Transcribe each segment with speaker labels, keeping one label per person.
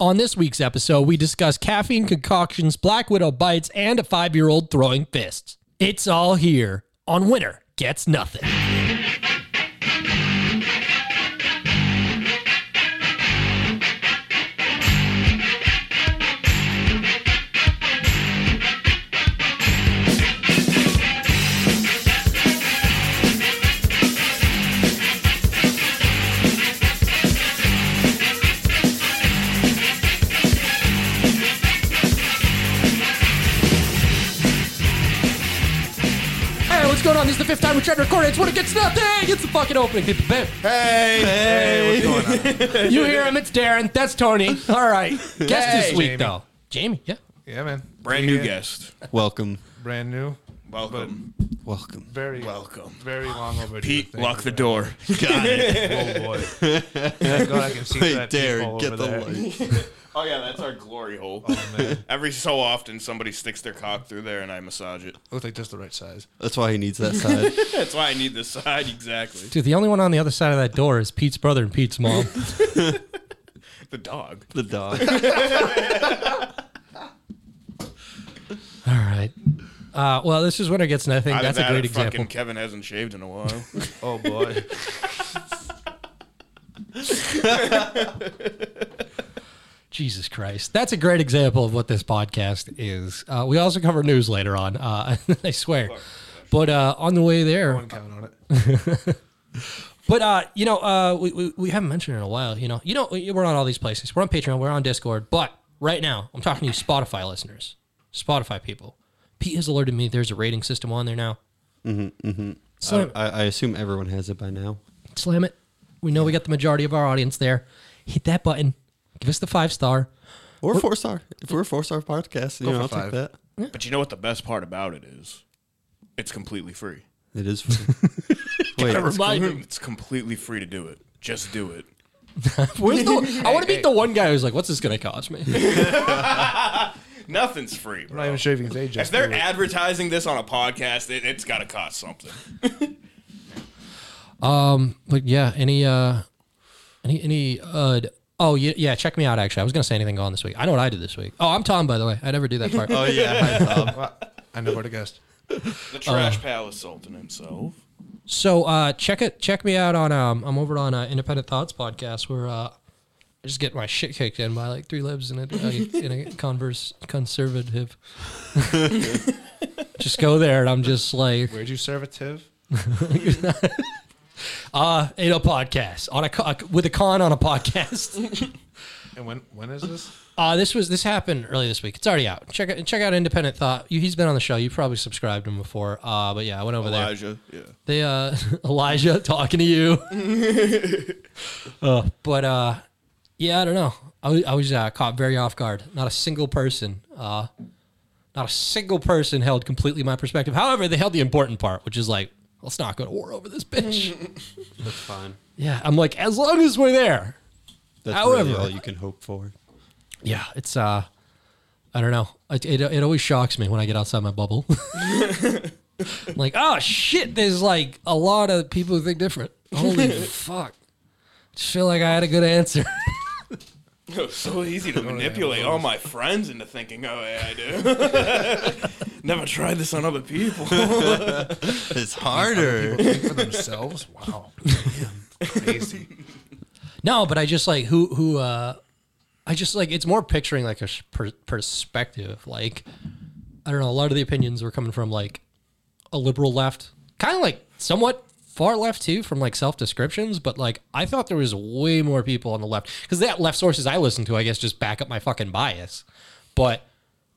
Speaker 1: On this week's episode, we discuss caffeine concoctions, black widow bites, and a five year old throwing fists. It's all here on Winter Gets Nothing. Hey, what's going on? This is the fifth time we tried to record it. It's Winter Gets Nothing. It's the fucking opening. Bam.
Speaker 2: Hey, hey, what's going on?
Speaker 1: You hear him? It's Darren. That's Tony. All right. Guest this
Speaker 2: Hey,
Speaker 1: week,
Speaker 2: Jamie.
Speaker 1: though. Jamie, yeah.
Speaker 2: Yeah, man.
Speaker 3: Brand new guest.
Speaker 4: Welcome.
Speaker 2: Brand new.
Speaker 3: Welcome.
Speaker 4: Welcome.
Speaker 2: Very
Speaker 3: Welcome.
Speaker 2: Very long overdue.
Speaker 3: Pete,
Speaker 2: Thank
Speaker 3: lock the
Speaker 2: you.
Speaker 3: door.
Speaker 2: Oh boy. Thank God I can see
Speaker 4: Hey,
Speaker 2: that peephole
Speaker 4: Darren, get
Speaker 2: over
Speaker 4: the
Speaker 2: there.
Speaker 4: light.
Speaker 3: Oh, yeah, that's our glory hole.
Speaker 2: Man,
Speaker 3: Every so often, somebody sticks their cock through there and I massage it.
Speaker 2: looks like just the right size.
Speaker 4: That's why he needs that side.
Speaker 3: That's why I need this side, exactly.
Speaker 1: Dude, the only one on the other side of that door is Pete's brother and Pete's mom.
Speaker 3: The dog.
Speaker 4: the dog.
Speaker 1: all right. Uh, well, this is Winter Gets Nothing.
Speaker 3: Either
Speaker 1: That's a
Speaker 3: that
Speaker 1: great
Speaker 3: or fucking
Speaker 1: example.
Speaker 3: Kevin hasn't shaved in a while.
Speaker 2: Oh boy.
Speaker 1: Jesus Christ. That's a great example of what this podcast is. Uh, we also cover news later on, uh, I swear. But uh, on the way there,
Speaker 2: Don't count on it.
Speaker 1: but uh, you know, uh, we, we, we haven't mentioned it in a while. You know, you know, we're on all these places. We're on Patreon. We're on Discord. But right now, I'm talking to you, Spotify listeners, Spotify people. Pete has alerted me. There's a rating system on there now. Mm-hmm, Slam,
Speaker 4: I, I assume everyone has it by now.
Speaker 1: it, slam it. We know we got the majority of our audience there. Hit that button. Give us the five star.
Speaker 4: Or four star. If we're a four star podcast, you
Speaker 2: Go
Speaker 4: know,
Speaker 2: for
Speaker 4: I'll
Speaker 2: five.
Speaker 4: take that.
Speaker 3: but you know what the best part about it is? It's completely free.
Speaker 4: It is. Free. Wait,
Speaker 1: Gotta remind him.
Speaker 3: It's completely free to do it. Just do it.
Speaker 1: Where's the? I want to meet the one guy who's like, "What's this going to cost me?"
Speaker 3: Nothing's free,
Speaker 2: I'm not
Speaker 3: bro.
Speaker 2: even sure if you can say just
Speaker 3: If they're
Speaker 2: do it.
Speaker 3: advertising this on a podcast, it, it's got to cost something.
Speaker 1: But yeah, any uh any any uh d- oh yeah, yeah, check me out actually. I was gonna say anything on this week. I know what I did this week. Oh, I'm Tom by the way. I never do that part.
Speaker 4: oh yeah, hi, Tom.
Speaker 2: Well, I know where to guess.
Speaker 3: The
Speaker 1: Uh,
Speaker 3: Trash Palace Sultan himself.
Speaker 1: so uh check it check me out on um I'm over on uh, Independent Thoughts podcast where uh I just get my shit kicked in by like three libs and a, a, in a converse conservative. just go there and I'm just like
Speaker 2: Where'd you serve a tiv?
Speaker 1: in a podcast on a co- uh, with a con on a podcast.
Speaker 2: And when when is this?
Speaker 1: Uh, this was this happened early this week. It's already out. Check out check out Independent Thought. You, he's been on the show. You probably subscribed to him before. Uh, but yeah, I went over there.
Speaker 3: Elijah. Yeah.
Speaker 1: They uh, Elijah talking to you. Uh, but uh, yeah, I don't know. I was, I was uh, caught very off guard. Not a single person. Uh, not a single person held completely my perspective. However, they held the important part, which is like, let's not go to war over this bitch.
Speaker 4: That's fine.
Speaker 1: yeah, I'm like, as long as we're there,
Speaker 4: That's
Speaker 1: However-
Speaker 4: really all you can hope for.
Speaker 1: yeah, it's uh, I don't know. It, it, it always shocks me when I get outside my bubble. I'm like, oh shit, there's like a lot of people who think different. Holy fuck! Just feel like I had a good answer.
Speaker 3: It was so easy
Speaker 1: Oh,
Speaker 3: to manipulate all my friends into thinking, oh, yeah, I do. Never tried this on other people.
Speaker 1: Uh-huh.
Speaker 4: It's harder.
Speaker 2: Think for themselves? Wow. Damn. Crazy.
Speaker 1: no, but I just like who who uh, I just like it's more picturing like a sh- per- perspective. Like I don't know, a lot of the opinions were coming from like a liberal left, kind of like somewhat far left too from like self descriptions, but like I thought there was way more people on the left because that left sources I listen to, I guess, just back up my fucking bias. But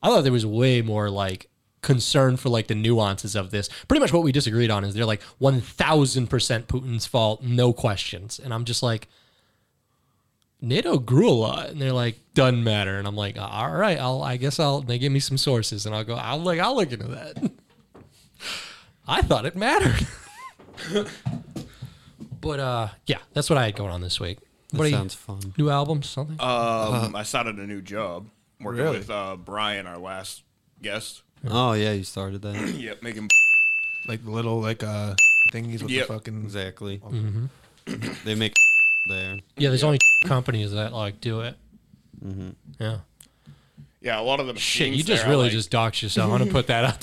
Speaker 1: I thought there was way more like concern for like the nuances of this. Pretty much what we disagreed on is they're like 1000% Putin's fault, no questions. And I'm just like, NATO grew a lot, and they're like, doesn't matter. And I'm like, all right, I'll, I guess I'll. They give me some sources, and I'll go. I'll like, I'll look into that. I thought it mattered, but uh, yeah, that's what I had going on this week.
Speaker 4: That
Speaker 1: what are you-
Speaker 4: sounds Uh, fun.
Speaker 1: New album, something?
Speaker 3: Um, I started a new job working
Speaker 2: Really?
Speaker 3: with uh, Brian, our last guest.
Speaker 4: Oh yeah, you started that.
Speaker 3: Yep, making.
Speaker 2: Like the little like uh thingies with
Speaker 3: Yep.
Speaker 2: the fucking
Speaker 4: Exactly.
Speaker 2: Mm-hmm.
Speaker 4: They make there.
Speaker 1: yeah, there's only companies that like do it.
Speaker 4: Mm-hmm.
Speaker 1: Yeah.
Speaker 3: Yeah, a lot of the
Speaker 1: Shit,
Speaker 3: machines
Speaker 1: you just
Speaker 3: there are
Speaker 1: really
Speaker 3: like-
Speaker 1: just doxed yourself. I'm gonna put that out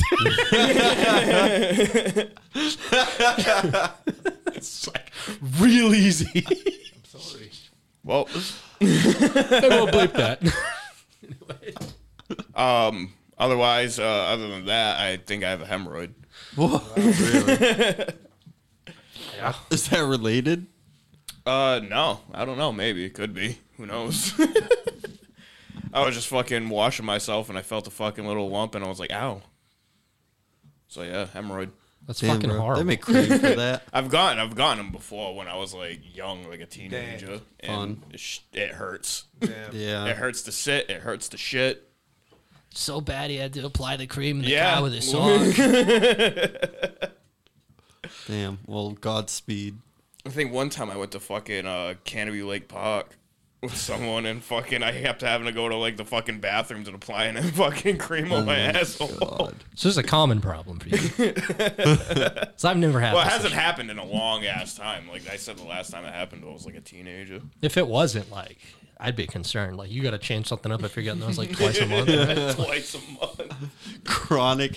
Speaker 1: there. it's like real easy.
Speaker 3: well.
Speaker 1: I won't bleep that.
Speaker 3: Um, otherwise, uh, other than that, I think I have a hemorrhoid.
Speaker 4: Is that related?
Speaker 3: Uh, no, I don't know. Maybe it could be. Who knows? I was just fucking washing myself, and I felt a fucking little lump, and I was like, "Ow!" So yeah, hemorrhoid.
Speaker 1: That's
Speaker 4: Damn,
Speaker 1: fucking
Speaker 4: bro.
Speaker 1: horrible.
Speaker 4: They make crave for that.
Speaker 3: I've gotten I've gotten them before when I was like young, like a teenager, and
Speaker 4: Fun.
Speaker 3: it, sh- it hurts.
Speaker 2: Damn.
Speaker 4: Yeah.
Speaker 3: It hurts to sit. It hurts to shit.
Speaker 1: so bad he had to apply the cream in the
Speaker 3: Yeah.
Speaker 1: car with his song.
Speaker 4: Damn. Well, Godspeed.
Speaker 3: I think one time I went to fucking uh, Canopy Lake Park with someone, and fucking I kept having to go to like the fucking bathrooms and applying that fucking cream on Oh my asshole.
Speaker 4: Oh God.
Speaker 1: So this is a common problem for you. so I've never had.
Speaker 3: Well, it
Speaker 1: this
Speaker 3: hasn't
Speaker 1: issue.
Speaker 3: happened in a long ass time. Like I said, the last time it happened, I was like a teenager.
Speaker 1: If it wasn't like, I'd be concerned. Like you got to change something up if you're getting those like twice a month.
Speaker 3: Twice a month.
Speaker 4: Chronic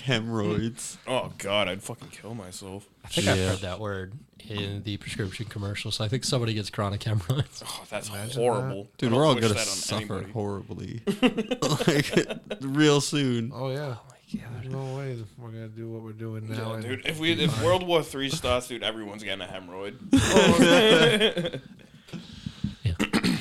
Speaker 4: hemorrhoids.
Speaker 3: Oh god, I'd fucking kill myself.
Speaker 1: I think I've
Speaker 4: Yeah.
Speaker 1: heard that word in the prescription commercial. So I think somebody gets chronic hemorrhoids.
Speaker 3: Oh, that's horrible. I
Speaker 4: Dude,
Speaker 3: don't
Speaker 4: we're all
Speaker 3: wish
Speaker 4: gonna
Speaker 3: that on
Speaker 4: suffer
Speaker 3: anybody.
Speaker 4: horribly. like, real soon.
Speaker 2: Oh yeah. There's no way that we're gonna do what we're doing now.
Speaker 3: Yeah,
Speaker 2: and-
Speaker 3: dude, if we if World War Three starts, dude, everyone's getting a hemorrhoid.
Speaker 1: Yeah.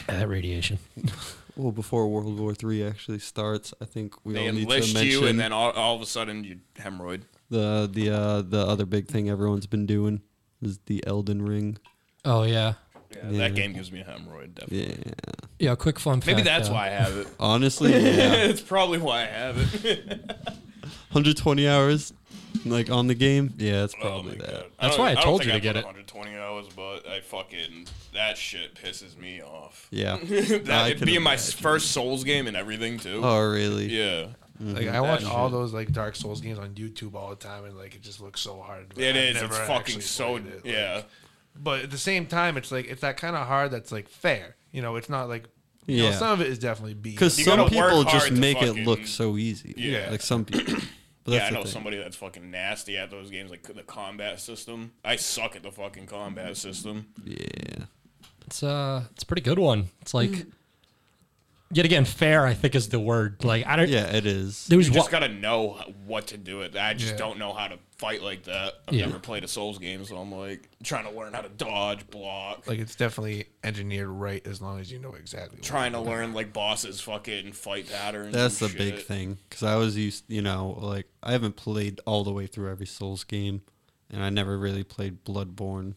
Speaker 1: that radiation.
Speaker 4: Well, before World War Three actually starts, I think we
Speaker 3: They
Speaker 4: all need to
Speaker 3: enlist
Speaker 4: mention
Speaker 3: you, and then all, all of a sudden you hemorrhoid.
Speaker 4: the the uh, the other big thing everyone's been doing is the Elden Ring.
Speaker 1: Oh yeah.
Speaker 3: Yeah,
Speaker 4: Yeah.
Speaker 3: That game gives me a hemorrhoid. Definitely.
Speaker 4: Yeah.
Speaker 1: Yeah. Quick fun fact.
Speaker 3: Maybe that's
Speaker 1: uh,
Speaker 3: why I have it.
Speaker 4: Honestly, yeah.
Speaker 3: it's probably why I have it.
Speaker 4: 120 hours, like on the game. Yeah,
Speaker 3: Oh
Speaker 4: it's probably that.
Speaker 1: That's why I
Speaker 3: don't
Speaker 1: told
Speaker 3: think
Speaker 1: you to
Speaker 3: I
Speaker 1: get
Speaker 3: put
Speaker 1: it.
Speaker 3: 120 hours, but I fucking that shit pisses me off.
Speaker 4: Yeah.
Speaker 3: that
Speaker 4: I
Speaker 3: it
Speaker 4: can
Speaker 3: being my s-
Speaker 4: imagine.
Speaker 3: first Souls game and everything too.
Speaker 4: Oh, really?
Speaker 3: Yeah,
Speaker 2: Like I watch
Speaker 3: That
Speaker 2: all those like Dark Souls games on YouTube all the time, and like it just looks so hard. but
Speaker 3: it
Speaker 2: I've
Speaker 3: is.
Speaker 2: never
Speaker 3: It's
Speaker 2: actually
Speaker 3: fucking so.
Speaker 2: played it, like-
Speaker 3: yeah,
Speaker 2: but at the same time, it's like it's that kind of hard that's like fair. You know, it's not like you know,
Speaker 4: Yeah.
Speaker 2: some of it is definitely beat.
Speaker 4: Because
Speaker 3: You
Speaker 4: some
Speaker 3: gotta work
Speaker 4: people
Speaker 3: hard
Speaker 4: just
Speaker 3: to
Speaker 4: make
Speaker 3: fucking-
Speaker 4: it look so easy.
Speaker 3: Yeah.
Speaker 4: Like some people. But
Speaker 3: yeah.
Speaker 4: that's
Speaker 3: I
Speaker 4: the
Speaker 3: know
Speaker 4: thing.
Speaker 3: somebody that's fucking nasty at those games, like the combat system. I suck at the fucking combat system.
Speaker 4: Yeah.
Speaker 1: It's uh, it's a pretty good one. It's like, yet again, fair. I think is the word. Like I don't.
Speaker 4: Yeah, it is.
Speaker 1: There
Speaker 3: You
Speaker 1: was
Speaker 3: just
Speaker 1: one.
Speaker 3: gotta know what to do. It. I just
Speaker 2: Yeah.
Speaker 3: don't know how to fight like that. I've
Speaker 1: Yeah.
Speaker 3: never played a Souls game, so I'm like trying to learn how to dodge, block.
Speaker 2: like it's definitely engineered right as long as you know exactly. what-
Speaker 3: trying to learn like bosses fucking fight patterns.
Speaker 4: That's the
Speaker 3: and
Speaker 4: big
Speaker 3: shit.
Speaker 4: thing. Because I was used, you know, like I haven't played all the way through every Souls game, and I never really played Bloodborne.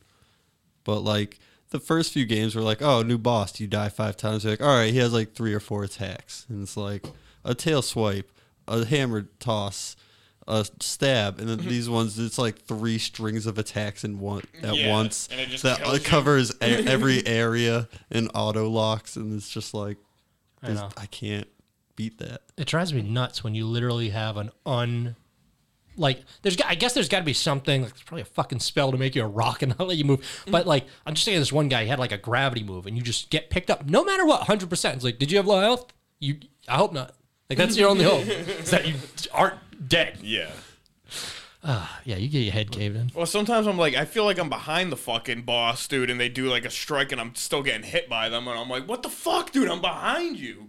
Speaker 4: But like the first few games were like, oh, new boss, you die five times. You're like, all right, he has like three or four attacks, and it's like a tail swipe, a hammer toss. A stab, and then
Speaker 3: Mm-hmm.
Speaker 4: these ones, it's like three strings of attacks in one at
Speaker 3: Yeah,
Speaker 4: once
Speaker 3: and it just
Speaker 4: that
Speaker 3: kills you.
Speaker 4: covers e- every area and auto locks, and it's just like
Speaker 1: I know.
Speaker 4: I can't beat that.
Speaker 1: It drives me nuts when you literally have an un. Like there's, got- I guess there's got to be something. Like there's probably a fucking spell to make you a rock and not let you move.
Speaker 3: Mm-hmm.
Speaker 1: But like, I'm just saying, this one guy he had like a gravity move, and you just get picked up, no matter what, hundred percent. It's like, did you have low health? You, I hope not. Like that's your only hope is that you aren't dead.
Speaker 3: Yeah.
Speaker 1: Yeah, you get your head caved in.
Speaker 3: Well, sometimes I'm like, I feel like I'm behind the fucking boss, dude, and they do like a strike, and I'm still getting hit by them, and I'm like, what the fuck, dude? I'm behind you.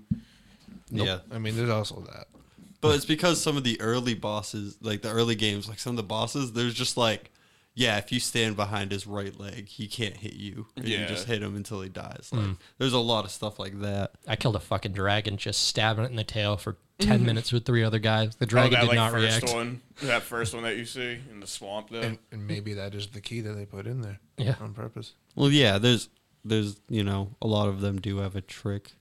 Speaker 4: Yeah,
Speaker 2: I mean, there's also that.
Speaker 4: but it's because some of the early bosses, like the early games, like some of the bosses, there's just like, yeah, if you stand behind his right leg, he can't hit you. And You
Speaker 3: Yeah.
Speaker 4: just hit him until he dies. Like, there's a lot of stuff like that.
Speaker 1: I killed a fucking dragon just stabbing it in the tail for 10 minutes with three other guys. The dragon
Speaker 3: Mm-hmm. Oh, that
Speaker 1: did not
Speaker 3: first
Speaker 1: react.
Speaker 3: one, that first one that you see in the swamp there.
Speaker 2: And, and maybe that is the key that they put in there.
Speaker 1: Yeah.
Speaker 2: On purpose.
Speaker 4: Well, yeah, there's there's you know a lot of them do have a trick.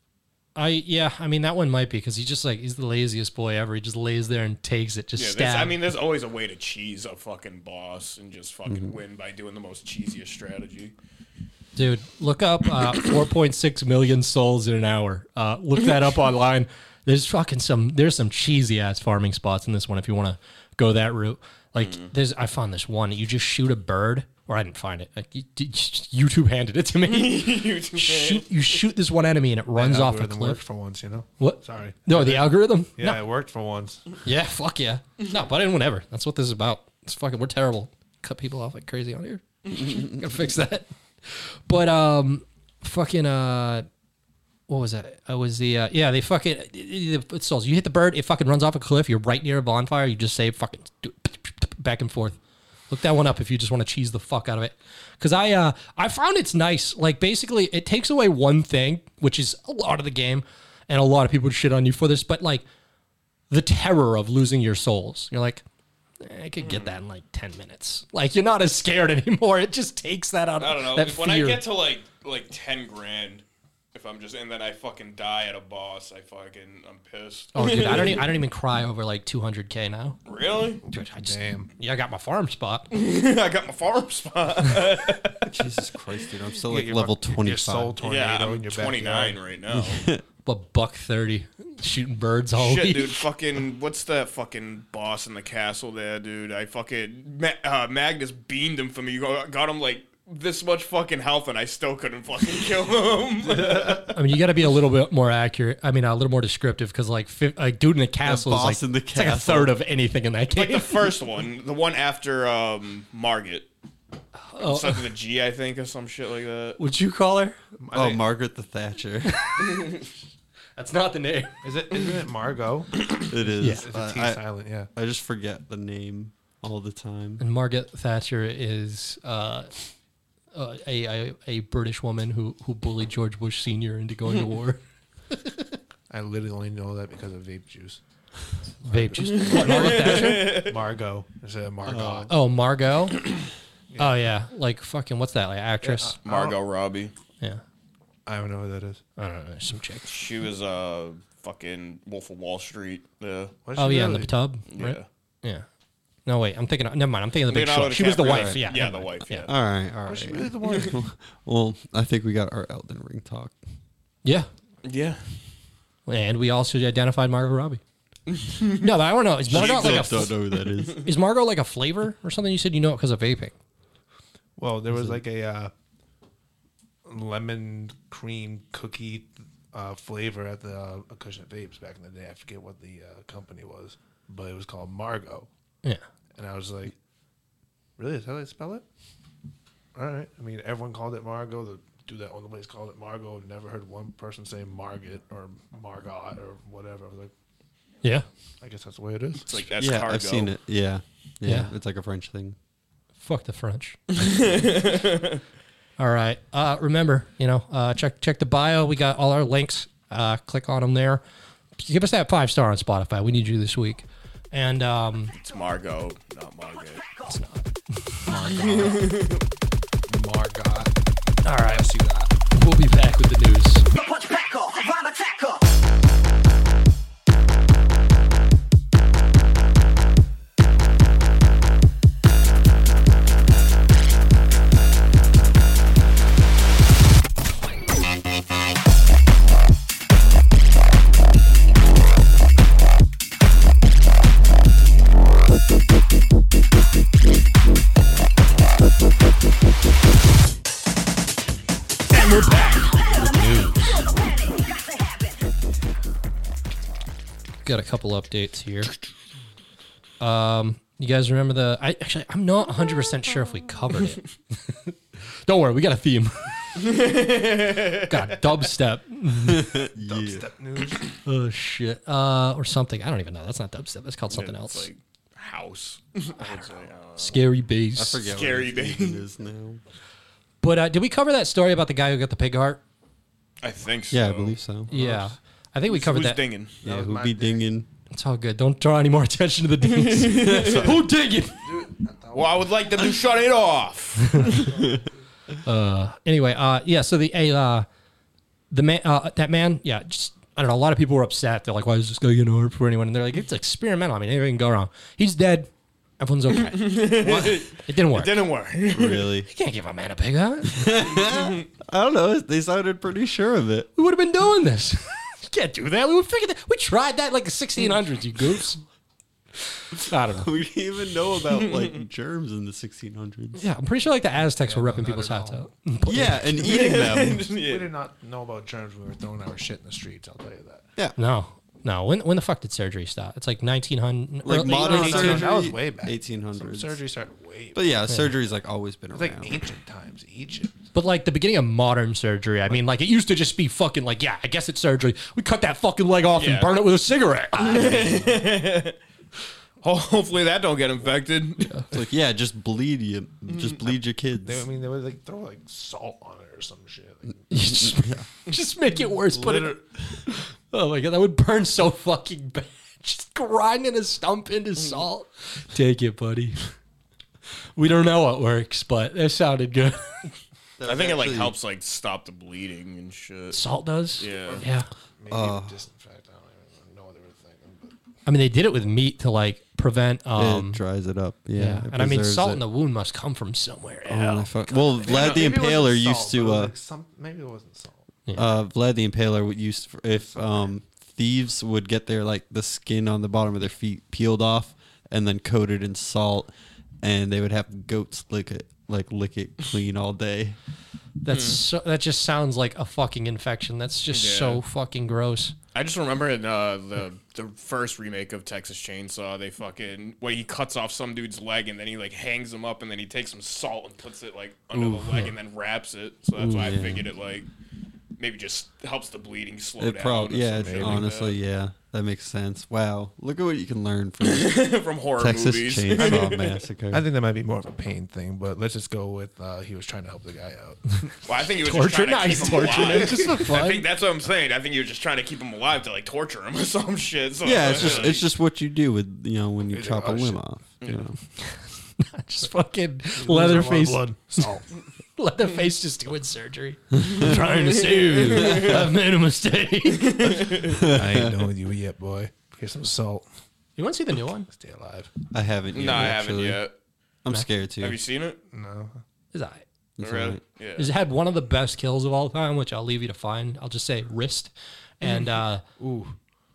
Speaker 1: I yeah, I mean that one might be because he just like he's the laziest boy ever. He just lays there and takes it, just
Speaker 3: yeah, there's-
Speaker 1: stab.
Speaker 3: I mean, there's always a way to cheese a fucking boss and just fucking
Speaker 1: Mm-hmm.
Speaker 3: win by doing the most cheesiest strategy.
Speaker 1: dude, look up uh, 4.6 million souls in an hour. Uh, look that up online. There's fucking some. There's some cheesy ass farming
Speaker 2: Mm-hmm.
Speaker 1: spots in this one if you want to go that route. Like there's, I found this one. You just shoot a bird or I didn't find it. Like, you- YouTube handed it to me. shoot, you shoot this one enemy and it runs off a
Speaker 2: Algorithm worked
Speaker 1: cliff.
Speaker 2: for once, you know.
Speaker 1: What?
Speaker 2: Sorry.
Speaker 1: No, the algorithm.
Speaker 2: Yeah,
Speaker 1: No.
Speaker 2: it worked for once.
Speaker 1: Yeah, fuck yeah. No, but anyone ever. That's what this is about. It's fucking we're terrible. Cut people off like crazy on here. Gotta fix that. But um fucking uh what was that? I was the uh, yeah they fucking it, it, it stalls. You hit the bird, it fucking runs off a cliff. You're right near a bonfire. You just say fucking do it, back and forth. Look that one up if you just want to cheese the fuck out of it. Cause I uh I found it's nice. Like basically it takes away one thing, which is a lot of the game, and a lot of people would shit on you for this. But like the terror of losing your souls. You're like, "Eh, I could get that in like ten minutes. Like you're not as scared anymore. It just takes that out.
Speaker 3: I don't know.
Speaker 1: That
Speaker 3: If, when
Speaker 1: fear.
Speaker 3: I get to like like ten grand, if I'm just and then I fucking die at a boss, I fucking I'm pissed.
Speaker 1: oh, dude, I don't. Even, I don't even cry over like 200k now.
Speaker 3: really?
Speaker 1: Dude, I just,
Speaker 2: Damn.
Speaker 1: Yeah, I got my farm spot.
Speaker 3: I got my farm spot.
Speaker 4: Jesus Christ, dude! I'm still
Speaker 2: Get
Speaker 4: like
Speaker 2: your
Speaker 4: level
Speaker 2: fucking-
Speaker 4: twenty
Speaker 2: Your soul
Speaker 4: five.
Speaker 2: tornado
Speaker 3: yeah, I'm
Speaker 2: in your
Speaker 3: 29
Speaker 2: backyard.
Speaker 3: right now.
Speaker 1: But buck 30 shooting birds
Speaker 2: Oh,
Speaker 1: all
Speaker 3: Shit,
Speaker 1: week.
Speaker 3: dude, fucking what's that fucking boss in the castle there, dude? I fucking Ma- uh, Magnus beamed him for me. Got got him like this much fucking health, and I still couldn't fucking kill him.
Speaker 1: I mean, you got to be a little bit more accurate. I mean, a little more descriptive because like, fi- like dude in the castle is like,
Speaker 4: boss in the
Speaker 1: it's like a
Speaker 4: castle.
Speaker 1: third of anything in that
Speaker 3: like
Speaker 1: game.
Speaker 3: the first one, the one after um, Margaret. Something with a G, I think, or some shit like that.
Speaker 1: Would you call her?
Speaker 4: Oh, Margaret the Thatcher.
Speaker 1: That's not the name.
Speaker 2: Is it? Isn't it Margot?
Speaker 4: it is.
Speaker 1: Yeah.
Speaker 2: It's
Speaker 4: Uh,
Speaker 2: a T
Speaker 4: I-
Speaker 2: silent. Yeah.
Speaker 4: I just forget the name all the time.
Speaker 1: And Margaret Thatcher is uh, uh, a, a a British woman who who bullied George Bush Senior into going to war.
Speaker 2: I literally know that because of vape juice.
Speaker 1: Vape juice. What, Margaret Thatcher.
Speaker 2: Margot. Is it Margot?
Speaker 1: Oh, Margot. Oh yeah, like fucking what's that? Like actress.
Speaker 4: Oh.
Speaker 3: Margot Robbie.
Speaker 1: Yeah.
Speaker 2: I don't know who that is.
Speaker 1: I don't know. Some chick.
Speaker 3: She was uh fucking Wolf of Wall Street. Yeah.
Speaker 2: What is
Speaker 1: Oh
Speaker 2: she
Speaker 1: yeah, in
Speaker 2: really?
Speaker 1: the tub.
Speaker 3: Yeah.
Speaker 1: Right? Yeah. No wait, I'm thinking. Never mind. I'm thinking of the big
Speaker 3: Leonardo
Speaker 1: short. She was the
Speaker 3: DiCaprio.
Speaker 1: wife. Yeah.
Speaker 3: Yeah,
Speaker 1: never
Speaker 3: the
Speaker 1: mind.
Speaker 3: wife, yeah.
Speaker 4: All right, all
Speaker 2: She
Speaker 4: right.
Speaker 2: really the one.
Speaker 4: Well, I think we got our Elden Ring talk.
Speaker 1: Yeah.
Speaker 3: Yeah.
Speaker 1: And we also identified Margot Robbie. no, but I don't know. Is Margot like a
Speaker 4: don't know who that is.
Speaker 1: is Margot like a flavor or something? You said you know it because of vaping.
Speaker 2: Well, there was like a uh, lemon cream cookie uh, flavor at the uh, Acushnet Vapes back in the day. I forget what the uh, company was, but it was called Margot.
Speaker 1: Yeah.
Speaker 2: And I was like, really? Is that how they spell it? All right. I mean, everyone called it Margot. The dude that owned the place called it Margot. I've Never heard one person say Margaret or Margot or whatever. I was like,
Speaker 1: Yeah.
Speaker 2: I guess that's the way it is.
Speaker 3: It's like that's
Speaker 4: yeah,
Speaker 3: cargo.
Speaker 4: I've seen it. Yeah. yeah,
Speaker 1: Yeah.
Speaker 4: It's like a French thing.
Speaker 1: Fuck the French. all right. Uh, remember, you know, uh, check check the bio. We got all our links. Uh, click on them there. Give us that five star on Spotify. We need you this week. And um,
Speaker 3: It's Margot, not Margaret.
Speaker 2: Margot.
Speaker 1: all right, we'll be back with the news.
Speaker 5: punch back up, rhyme attack up.
Speaker 1: got a couple updates here. Um, you guys remember the? I actually, I'm not 100 percent sure if we covered it. Don't worry, we got a theme. got dubstep.
Speaker 2: Dubstep news.
Speaker 1: Oh shit. Uh, or something. I don't even know. That's not dubstep. That's called something else.
Speaker 3: It's like house. I would say, I don't know.
Speaker 1: Scary bass.
Speaker 4: I forget
Speaker 3: Scary
Speaker 4: what it
Speaker 3: Bane.
Speaker 4: is now.
Speaker 1: But uh, did we cover that story about the guy who got the pig heart?
Speaker 3: I think so.
Speaker 4: Yeah, I believe so.
Speaker 1: Yeah. I think we covered
Speaker 3: Who's
Speaker 1: that.
Speaker 3: dinging?
Speaker 4: Yeah,
Speaker 2: was
Speaker 4: who
Speaker 2: my
Speaker 4: be
Speaker 2: thing.
Speaker 4: dinging?
Speaker 1: It's all good. Don't draw any more attention to the dings. who dinging?
Speaker 3: Well, I would like them to shut it off.
Speaker 1: anyway, uh, yeah. So the a uh, the man uh, that man, yeah. Just I don't know. A lot of people were upset. They're like, "Why is this guy getting hurt for anyone?" And they're like, "It's experimental. I mean, anything can go wrong. He's dead. Everyone's okay. it didn't work.
Speaker 3: Didn't work.
Speaker 4: Really?
Speaker 1: you can't give a man a pig heart.
Speaker 4: I don't know. They sounded pretty sure of it.
Speaker 1: We would have been doing this. you can't do that. We would figure that. We tried that like the 1600s. You goofs. I don't know.
Speaker 4: We didn't even know about like germs in the 1600s.
Speaker 1: Yeah, I'm pretty sure like the Aztecs were
Speaker 2: no,
Speaker 1: repping
Speaker 2: not
Speaker 1: people's
Speaker 2: at
Speaker 1: hats
Speaker 2: all.
Speaker 1: out.
Speaker 4: Yeah, and eating them.
Speaker 2: We
Speaker 3: yeah.
Speaker 2: did not know about germs. when We were throwing our shit in the streets. I'll tell you that.
Speaker 4: Yeah,
Speaker 1: No, no. When when the fuck did surgery stop? It's like 1900.
Speaker 4: like
Speaker 1: early-
Speaker 4: modern
Speaker 2: no, no,
Speaker 4: surgery.
Speaker 2: that was way back. Some
Speaker 4: 1800s.
Speaker 2: surgery started way.
Speaker 4: But yeah, surgery's like always been
Speaker 2: it's
Speaker 4: around.
Speaker 2: like ancient times, Egypt.
Speaker 1: But like the beginning of modern surgery, I mean, like it used to just be fucking like, yeah, I guess it's surgery. We cut that fucking leg off and
Speaker 3: Yeah.
Speaker 1: burn it with a cigarette.
Speaker 3: Ho- Hopefully that don't get infected.
Speaker 4: It's like yeah, just bleed you, just bleed your kids.
Speaker 2: They, I mean, they would like throw like salt on it or some shit. Like,
Speaker 1: just, just make it worse. Put it.
Speaker 2: liter-
Speaker 1: Oh my god, that would burn so fucking bad. Just grinding a stump
Speaker 4: Mm.
Speaker 1: into salt. Take it, buddy. We don't know what works, but it sounded good.
Speaker 3: I think it like helps like stop the bleeding and shit.
Speaker 1: Salt does.
Speaker 3: Yeah.
Speaker 1: Yeah.
Speaker 2: maybe
Speaker 4: Uh,
Speaker 2: disinfect. I don't even know what they were thinking. But
Speaker 1: I mean, they did it with meat to like prevent. Um,
Speaker 4: it dries it up. Yeah,
Speaker 1: Yeah,
Speaker 4: it
Speaker 1: and I mean,
Speaker 4: preserves
Speaker 1: salt
Speaker 4: it.
Speaker 1: in the wound must come from somewhere.
Speaker 4: Oh,
Speaker 1: Yeah.
Speaker 4: I fuck- well, Vlad the
Speaker 2: Maybe it wasn't
Speaker 4: Impaler
Speaker 2: salt,
Speaker 4: used
Speaker 2: but it
Speaker 4: to.
Speaker 2: was,
Speaker 4: Uh,
Speaker 2: like, some, maybe it wasn't salt.
Speaker 4: uh, Vlad the Impaler would used for, if um, thieves would get their like the skin on the bottom of their feet peeled off and then coated in salt, and they would have goats lick it like lick it clean all day.
Speaker 1: That's so, that just sounds like a fucking infection. That's just
Speaker 3: Yeah.
Speaker 1: so fucking gross.
Speaker 3: I just remember in uh, the the first remake of Texas Chainsaw, they fucking where he cuts off some dude's leg and then he like hangs him up and then he takes some salt and puts it like under the leg and then wraps it. So that's why I
Speaker 4: yeah.
Speaker 3: figured it like maybe just helps the bleeding slow
Speaker 4: It
Speaker 3: down.
Speaker 4: probably
Speaker 3: or
Speaker 4: yeah,
Speaker 3: some
Speaker 4: it's-
Speaker 3: shit like
Speaker 4: honestly yeah, that makes sense. Wow, look at what you can learn from
Speaker 3: that. from horror
Speaker 4: Texas
Speaker 3: movies.
Speaker 4: Chainsaw Massacre.
Speaker 2: I think that might be more of a pain thing, but let's just go with uh, he was trying to help the guy out.
Speaker 3: Well, I think he was
Speaker 1: Torture?
Speaker 3: just trying
Speaker 1: Nah,
Speaker 3: to keep
Speaker 1: he's
Speaker 3: him
Speaker 1: torturing
Speaker 3: alive.
Speaker 1: him just for
Speaker 3: I
Speaker 1: fun.
Speaker 3: think that's what I'm saying. I think he was just trying to keep him alive to like torture him or some shit. So
Speaker 4: yeah, it's
Speaker 3: like,
Speaker 4: just it's just what you do with you know when you
Speaker 2: It's
Speaker 4: chop a
Speaker 2: like, oh,
Speaker 4: limb
Speaker 2: shit.
Speaker 4: off.
Speaker 3: Mm.
Speaker 4: You know.
Speaker 1: Just fucking
Speaker 2: Losing a lot of
Speaker 1: Leatherface,
Speaker 2: blood, salt.
Speaker 1: Leatherface just doing surgery, trying to save. you. I've made a mistake. You
Speaker 2: I ain't done with you yet, boy. Here's some salt.
Speaker 1: want to see the new one?
Speaker 2: Stay alive.
Speaker 4: I haven't. Yet,
Speaker 3: No, I haven't
Speaker 4: actually.
Speaker 3: yet.
Speaker 4: I'm scared too.
Speaker 3: Have you seen it?
Speaker 2: No,
Speaker 1: Is that?
Speaker 4: It's
Speaker 3: Really?
Speaker 4: alright.
Speaker 3: Yeah.
Speaker 1: It had one of the best kills of all time, which I'll leave you to find. I'll just say wrist, and uh, ooh,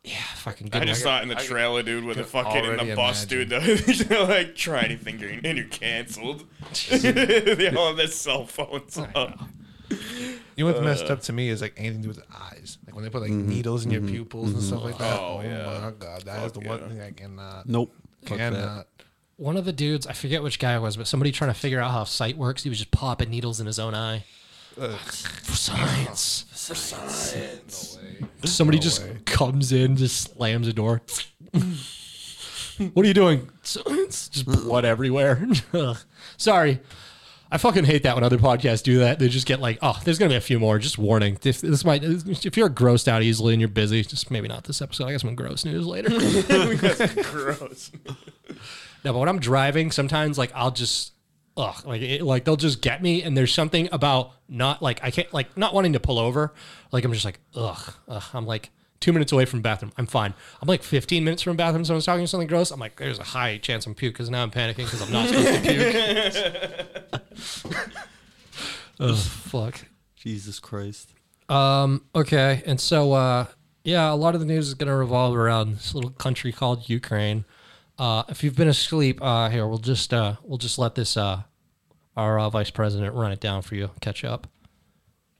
Speaker 1: yeah, fucking good.
Speaker 3: I just
Speaker 1: one.
Speaker 3: thought in the trailer, dude, with the
Speaker 2: can
Speaker 3: fucking in the
Speaker 2: already
Speaker 3: bus, dude, they're like, try anything you're- and you're canceled. they all have their cell phones up.
Speaker 2: You know what's messed up to me is like anything to do with the eyes. Like when they put like
Speaker 4: Mm-hmm.
Speaker 2: needles in your pupils and stuff like that.
Speaker 3: Oh,
Speaker 2: Oh,
Speaker 3: yeah.
Speaker 2: my god, that is
Speaker 3: Fuck
Speaker 2: the one
Speaker 3: yeah.
Speaker 2: thing I cannot.
Speaker 4: Nope. Fuck that.
Speaker 3: uh,
Speaker 2: Cannot.
Speaker 1: one of the dudes, I forget which guy it was, but somebody trying to figure out how sight works. He was just popping needles in his own eye. For science. Somebody just comes in, just slams the door. what are you doing? Science. Just blood everywhere. Ugh. Sorry. I fucking hate that when other podcasts do that. They just get like, oh, there's gonna be a few more. Just warning. If this might, if you're grossed out easily and you're busy, just maybe not this episode. I got some gross news later.
Speaker 3: Gross.
Speaker 1: No, but when I'm driving, sometimes like I'll just, ugh, like it, like they'll just get me, and there's something about not like I can't like not wanting to pull over. Like I'm just like ugh, ugh. I'm like two minutes away from bathroom. I'm fine. I'm like 15 minutes from bathroom. Someone's talking something gross. I'm like, there's a high chance I'm puke because now I'm panicking because I'm not supposed to puke. Ugh, fuck.
Speaker 4: Jesus Christ.
Speaker 1: Okay, and so uh, yeah, a lot of the news is going to revolve around this little country called Ukraine. Uh, if you've been asleep, uh, here we'll just uh, we'll just let this uh, our uh, vice president run it down for you. Catch up.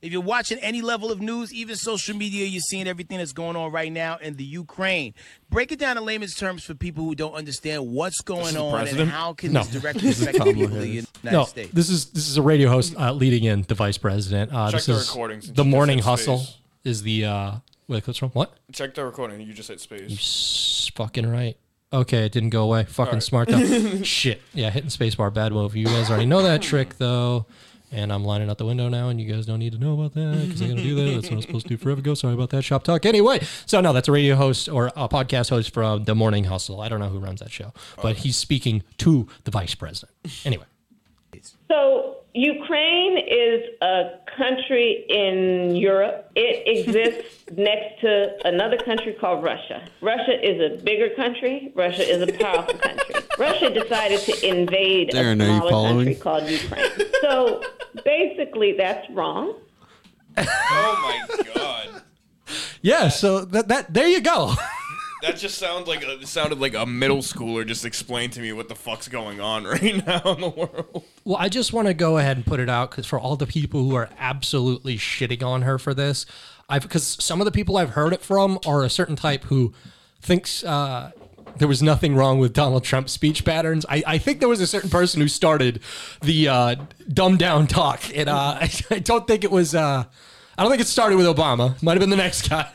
Speaker 6: If you're watching any level of news, even social media, you're seeing everything that's going on right now in the Ukraine. Break it down in layman's terms for people who don't understand what's going
Speaker 3: the
Speaker 6: on and
Speaker 3: president?
Speaker 6: how can
Speaker 1: No.
Speaker 6: this directly affect the people of the United
Speaker 1: no,
Speaker 6: States.
Speaker 1: this is this is a radio host uh, leading in the vice president. Uh,
Speaker 3: Check
Speaker 1: this
Speaker 3: the
Speaker 1: is
Speaker 3: recordings and
Speaker 1: The
Speaker 3: check
Speaker 1: morning
Speaker 3: his face.
Speaker 1: hustle is the uh, where the clips from. What?
Speaker 3: Check the recording. You just hit space.
Speaker 1: S- fucking right. Okay, it didn't go away. Fucking smart though. Shit. Yeah, hitting spacebar, bad move. You guys already know that trick though. And I'm lining out the window now, and you guys don't need to know about that because I'm gonna do that. That's what I was supposed to do forever ago. Sorry about that. Shop talk. Anyway, so no, that's a radio host or a podcast host from The Morning Hustle. I don't know who runs that show, but he's speaking to the vice president. Anyway,
Speaker 7: So, Ukraine is a country in Europe. It exists next to another country called Russia. Russia is a bigger country. Russia is a powerful country. Russia decided to invade
Speaker 4: Darren,
Speaker 7: a
Speaker 4: are you
Speaker 7: smaller country
Speaker 4: following?
Speaker 7: called Ukraine. So, basically, that's wrong.
Speaker 3: oh my god.
Speaker 1: yeah. So that that there you go.
Speaker 3: That just sounds like a, sounded like a middle schooler just explained to me what the fuck's going on right now in the world.
Speaker 1: Well, I just want to go ahead and put it out because for all the people who are absolutely shitting on her for this, I've because some of the people I've heard it from are a certain type who thinks uh, there was nothing wrong with Donald Trump's speech patterns. I, I think there was a certain person who started the uh, dumbed down talk, and uh, I, don't think it was. Uh, I don't think it started with Obama. Might have been the next guy.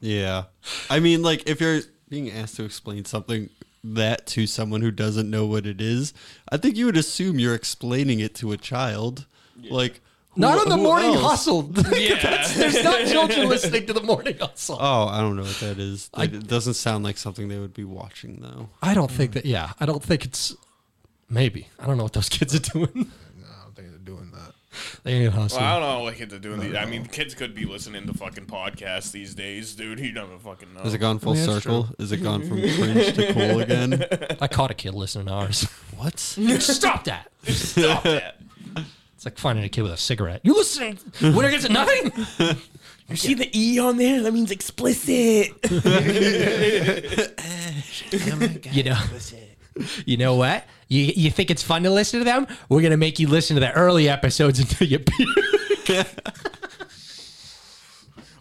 Speaker 4: Yeah. I mean, like, if you're being asked to explain something that to someone who doesn't know what it is, I think you would assume you're explaining it to a child. Like, who-
Speaker 1: Not on the
Speaker 4: who
Speaker 1: morning
Speaker 4: else?
Speaker 1: hustle. That's- There's not children listening to the morning hustle.
Speaker 4: Oh, I don't know what that is. it doesn't sound like something they would be watching, though.
Speaker 1: I don't think that. Yeah, I don't think it's. Maybe I don't know what those kids are doing.
Speaker 2: I don't think they're doing that.
Speaker 1: they ain't hustling.
Speaker 3: Well, I don't know what kids are doing. these I mean, kids could be listening to fucking podcasts these days, dude. You never fucking know.
Speaker 4: Has it gone full
Speaker 1: Yeah, Oh, that's
Speaker 4: circle? Is it gone from cringe to cool again?
Speaker 1: I caught a kid listening to ours.
Speaker 4: What?
Speaker 1: Stop that!
Speaker 3: Stop that.
Speaker 1: It's like finding a kid with a cigarette. You listening? Winner gets it nothing.
Speaker 3: You see the E on there? That means explicit.
Speaker 1: You know. You know what? You you think it's fun to listen to them? We're gonna make you listen to the early episodes until you puke.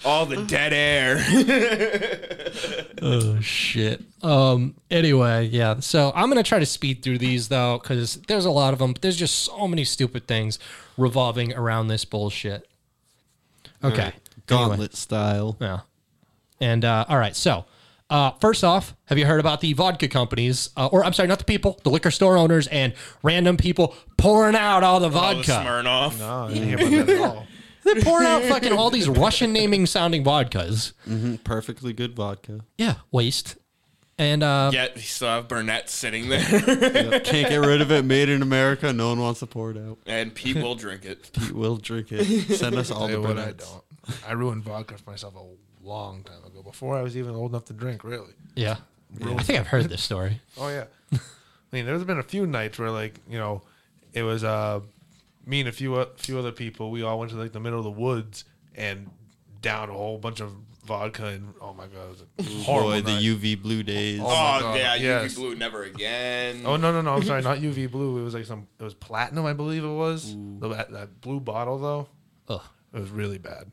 Speaker 3: All the dead air.
Speaker 1: Oh shit. Um. Anyway, yeah. So I'm gonna try to speed through these though, because there's a lot of them. But there's just so many stupid things revolving around this bullshit. Okay.
Speaker 4: Gauntlet style.
Speaker 1: Yeah. And uh, all right, so uh, first off, have you heard about the vodka companies, uh, or I'm sorry, not the people, the liquor store owners and random people pouring out all the
Speaker 3: All the
Speaker 1: vodka?
Speaker 3: Smirnoff.
Speaker 2: No, Oh, I didn't hear about that at all.
Speaker 1: They're pouring out fucking all these Russian naming sounding vodkas.
Speaker 4: Perfectly good vodka.
Speaker 1: Yeah, waste. And uh,
Speaker 3: Yet you still have Burnett sitting there,
Speaker 4: Yep, Can't get rid of it. Made in America. No one wants to pour it out.
Speaker 3: and Pete will drink it.
Speaker 4: Pete will drink it. Send us
Speaker 2: Tell
Speaker 4: all the
Speaker 2: you what I
Speaker 4: Burnett's.
Speaker 2: don't. I ruined vodka for myself a long time ago, before I was even old enough to drink. Really.
Speaker 1: yeah, I think I've heard this story.
Speaker 2: Oh yeah. I mean, there's been a few nights where like you know, it was uh, me and a few a few other people. We all went to like the middle of the woods and down a whole bunch of vodka and oh my god, it was a horrible
Speaker 4: Boy, the
Speaker 2: night.
Speaker 4: UV blue days.
Speaker 3: Oh,
Speaker 2: Oh my God,
Speaker 3: yeah,
Speaker 2: yes.
Speaker 3: UV blue never again.
Speaker 2: Oh no no no! I'm sorry, not UV blue. It was like some. It was platinum, I believe it was. The- That, that blue bottle though,
Speaker 1: Ugh.
Speaker 2: it was really bad.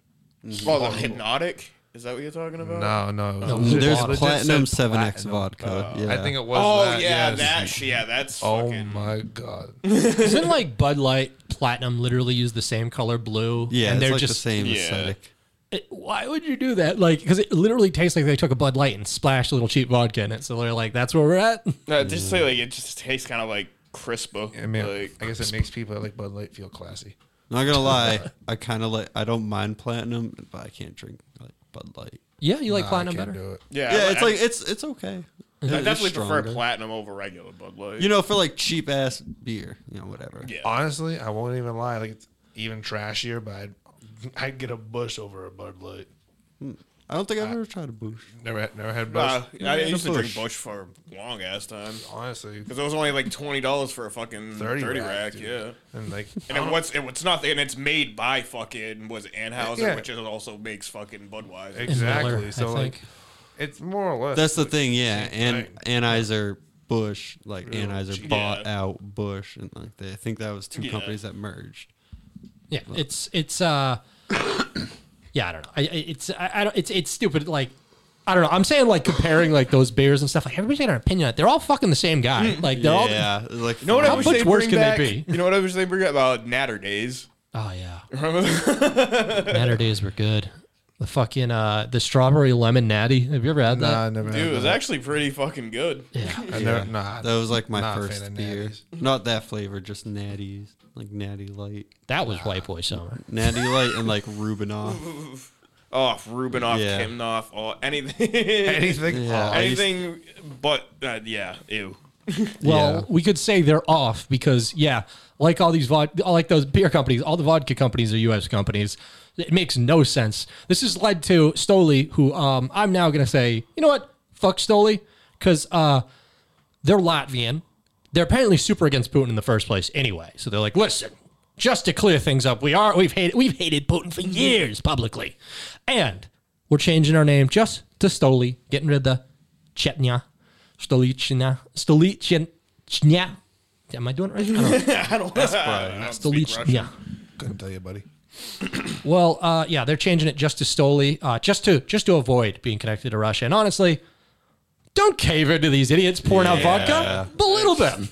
Speaker 3: Oh, the hypnotic. Is that what you're talking about?
Speaker 2: No no, it was
Speaker 1: No,
Speaker 2: legit-
Speaker 4: There's
Speaker 2: it legit
Speaker 4: platinum
Speaker 2: said
Speaker 4: 7X
Speaker 2: platinum.
Speaker 4: vodka. yeah.
Speaker 2: Uh, I think it was.
Speaker 3: Oh
Speaker 2: that,
Speaker 3: yeah,
Speaker 2: yes.
Speaker 3: that sh- yeah, that's
Speaker 2: Oh
Speaker 3: fucking.
Speaker 2: my god!
Speaker 1: Isn't like Bud Light Platinum literally use the same color blue?
Speaker 4: yeah,
Speaker 1: and
Speaker 4: it's
Speaker 1: they're
Speaker 4: like
Speaker 1: just
Speaker 4: the same
Speaker 3: yeah.
Speaker 4: aesthetic.
Speaker 1: it- why would you do that? Like, because it literally tastes like they took a Bud Light and splashed a little cheap vodka in it. So they're like, that's where we're at.
Speaker 3: No, just say like it just tastes kind of like crisper.
Speaker 2: I mean,
Speaker 3: like,
Speaker 2: I guess it makes people that like Bud Light feel classy.
Speaker 4: Not gonna lie, I kind of like. I don't mind platinum, but I can't drink like Bud Light.
Speaker 1: Yeah, you like
Speaker 2: Nah, I
Speaker 1: platinum
Speaker 2: can't
Speaker 1: better.
Speaker 2: do it.
Speaker 3: yeah,
Speaker 4: Yeah, it's
Speaker 3: I-
Speaker 4: like it's it's okay.
Speaker 3: I
Speaker 4: It's
Speaker 3: definitely prefer
Speaker 4: stronger.
Speaker 3: platinum over regular Bud Light.
Speaker 4: You know, for like cheap ass beer, you know, whatever.
Speaker 3: yeah,
Speaker 2: Honestly, I won't even lie. Like it's even trashier, but I'd, I'd get a bush over a Bud Light.
Speaker 4: I don't think I've ever tried a Bush.
Speaker 2: Never had, never had bush.
Speaker 3: Uh, I
Speaker 4: Yeah,
Speaker 3: used to
Speaker 4: the
Speaker 3: drink
Speaker 4: Bush.
Speaker 3: Bush for a long ass time
Speaker 2: Honestly,
Speaker 3: because it was only like twenty dollars for a fucking thirty,
Speaker 2: thirty,
Speaker 3: rack.
Speaker 2: dude.
Speaker 3: yeah,
Speaker 2: and like
Speaker 3: and it, what's it, what's nothing, and it's made by fucking was it Anheuser,
Speaker 2: Yeah.
Speaker 3: which is also makes fucking Budweiser.
Speaker 1: And Miller,
Speaker 2: exactly. So like, it's more or less.
Speaker 4: That's the thing, yeah. And
Speaker 2: thing.
Speaker 4: Anheuser Bush, like
Speaker 2: Real
Speaker 4: Anheuser
Speaker 2: cheap.
Speaker 4: bought
Speaker 3: Yeah.
Speaker 4: out Bush, and like they, I think that was two
Speaker 3: Yeah.
Speaker 4: companies that merged.
Speaker 1: Yeah, it's it's uh, yeah, I don't know. I, I- it's I, I don't. It's it's stupid. Like, I don't know. I'm saying like comparing like those beers and stuff. Like everybody's got an opinion. on it. They're all fucking the same guy. Like they're all.
Speaker 4: Hmm. Yeah, like
Speaker 3: You know what I
Speaker 1: How
Speaker 3: wish
Speaker 1: much
Speaker 3: they
Speaker 1: worse
Speaker 3: bring
Speaker 1: can they
Speaker 3: back?
Speaker 1: be?
Speaker 3: You know what I wish they bring back? About Natter Days.
Speaker 1: Oh yeah,
Speaker 3: Remember that?
Speaker 1: Natter days were good. The fucking uh, the strawberry lemon natty. Have you ever had
Speaker 2: nah, I
Speaker 1: that?
Speaker 2: never.
Speaker 3: Dude, it
Speaker 2: had
Speaker 3: was actually pretty fucking good.
Speaker 2: I never, nah,
Speaker 4: that was like my
Speaker 2: Not a fan
Speaker 4: first
Speaker 2: of
Speaker 4: beer.
Speaker 2: natties.
Speaker 4: Not that flavor, just natties, like Natty Light,
Speaker 1: That was white boy summer.
Speaker 4: Natty Light, and like Rubinoff.
Speaker 3: Oh, Rubinoff,
Speaker 4: Yeah.
Speaker 3: Kimnoff, all anything,
Speaker 2: anything.
Speaker 4: Yeah.
Speaker 2: Oh,
Speaker 4: I used-
Speaker 3: anything, but uh, yeah, ew.
Speaker 1: Well,
Speaker 4: Yeah.
Speaker 1: we could say they're off because yeah, like all these vod- like those beer companies, all the vodka companies are U.S. companies. It makes no sense. This has led to Stoli, who um, I'm now gonna say, you know what, fuck Stoli, because uh, they're Latvian. They're apparently super against Putin in the first place, anyway. So they're like, listen, just to clear things up, we are we've hated we've hated Putin for years publicly, and we're changing our name just to Stoli, getting rid of the Chechnya, Stolichina, Stolichnya. Am I doing it right? I don't know.
Speaker 3: I don't. That's I don't speak
Speaker 1: Stolichnya.
Speaker 2: Couldn't tell you, buddy.
Speaker 1: Well, uh, yeah, they're changing it just to Stoli, uh, just to just to avoid being connected to Russia. And honestly, don't cave into these idiots pouring out vodka. Belittle them.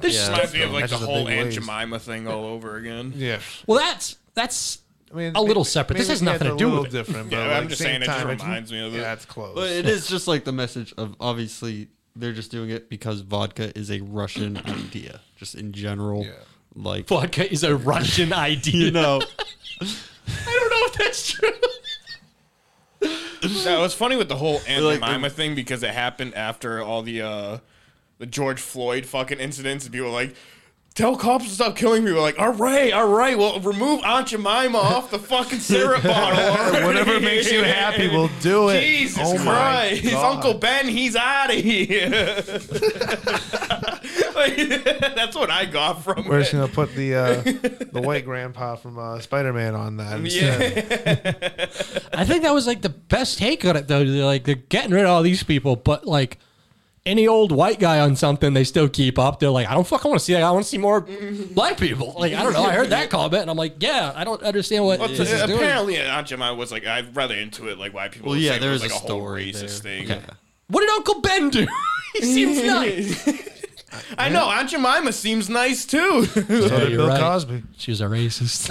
Speaker 1: They're just-
Speaker 3: Reminds me of like the
Speaker 2: That's the
Speaker 3: whole
Speaker 2: big
Speaker 3: Aunt
Speaker 2: ways.
Speaker 3: Jemima thing all over again.
Speaker 2: Yeah.
Speaker 1: well, that's that's a little separate. This has nothing to do with it.
Speaker 2: different. But
Speaker 3: Yeah,
Speaker 2: like,
Speaker 3: I'm just
Speaker 2: same
Speaker 3: saying it just
Speaker 2: time,
Speaker 3: reminds me of it.
Speaker 2: Yeah, it's close.
Speaker 4: But it is just like the message of obviously they're just doing it because vodka is a Russian idea, just in general.
Speaker 2: Yeah.
Speaker 4: Like,
Speaker 1: Vodka is a Russian idea.
Speaker 4: you know,
Speaker 1: I don't know if that's true.
Speaker 3: No, it was funny with the whole Aunt
Speaker 4: Like,
Speaker 3: Jemima thing because it happened after all the uh, the George Floyd fucking incidents, and people were like, "Tell cops to stop killing people." Like, all right, all right, well, remove Aunt Jemima off the fucking syrup bottle. already."
Speaker 2: Whatever makes you happy, we'll do it.
Speaker 3: Jesus
Speaker 2: Oh my
Speaker 3: Christ,
Speaker 2: God.
Speaker 3: Uncle Ben, he's out of here. Like, that's what I got from
Speaker 2: We're
Speaker 3: it.
Speaker 2: just gonna put the uh, the white grandpa from uh, Spider Man on that. Instead.
Speaker 3: yeah,
Speaker 1: I think that was like the best take on it, though. They're like they're getting rid of all these people, but like any old white guy on something, they still keep up. They're like, I don't fucking want to see that. I want to see more black people. Like I don't know. I heard that comment, and I'm like, yeah, I don't understand what
Speaker 3: well,
Speaker 1: this is doing.
Speaker 3: apparently Aunt Jemima was like I read into it like why people.
Speaker 4: well,
Speaker 3: would say
Speaker 4: yeah,
Speaker 3: it was
Speaker 4: there's
Speaker 3: like
Speaker 4: a
Speaker 3: a, whole
Speaker 4: story there.
Speaker 3: racist thing.
Speaker 4: Yeah.
Speaker 1: What did Uncle Ben do? he seems nice.
Speaker 3: I know Aunt Jemima seems nice too.
Speaker 2: So did
Speaker 1: you're
Speaker 2: Bill
Speaker 1: right.
Speaker 2: Cosby.
Speaker 1: She was a racist.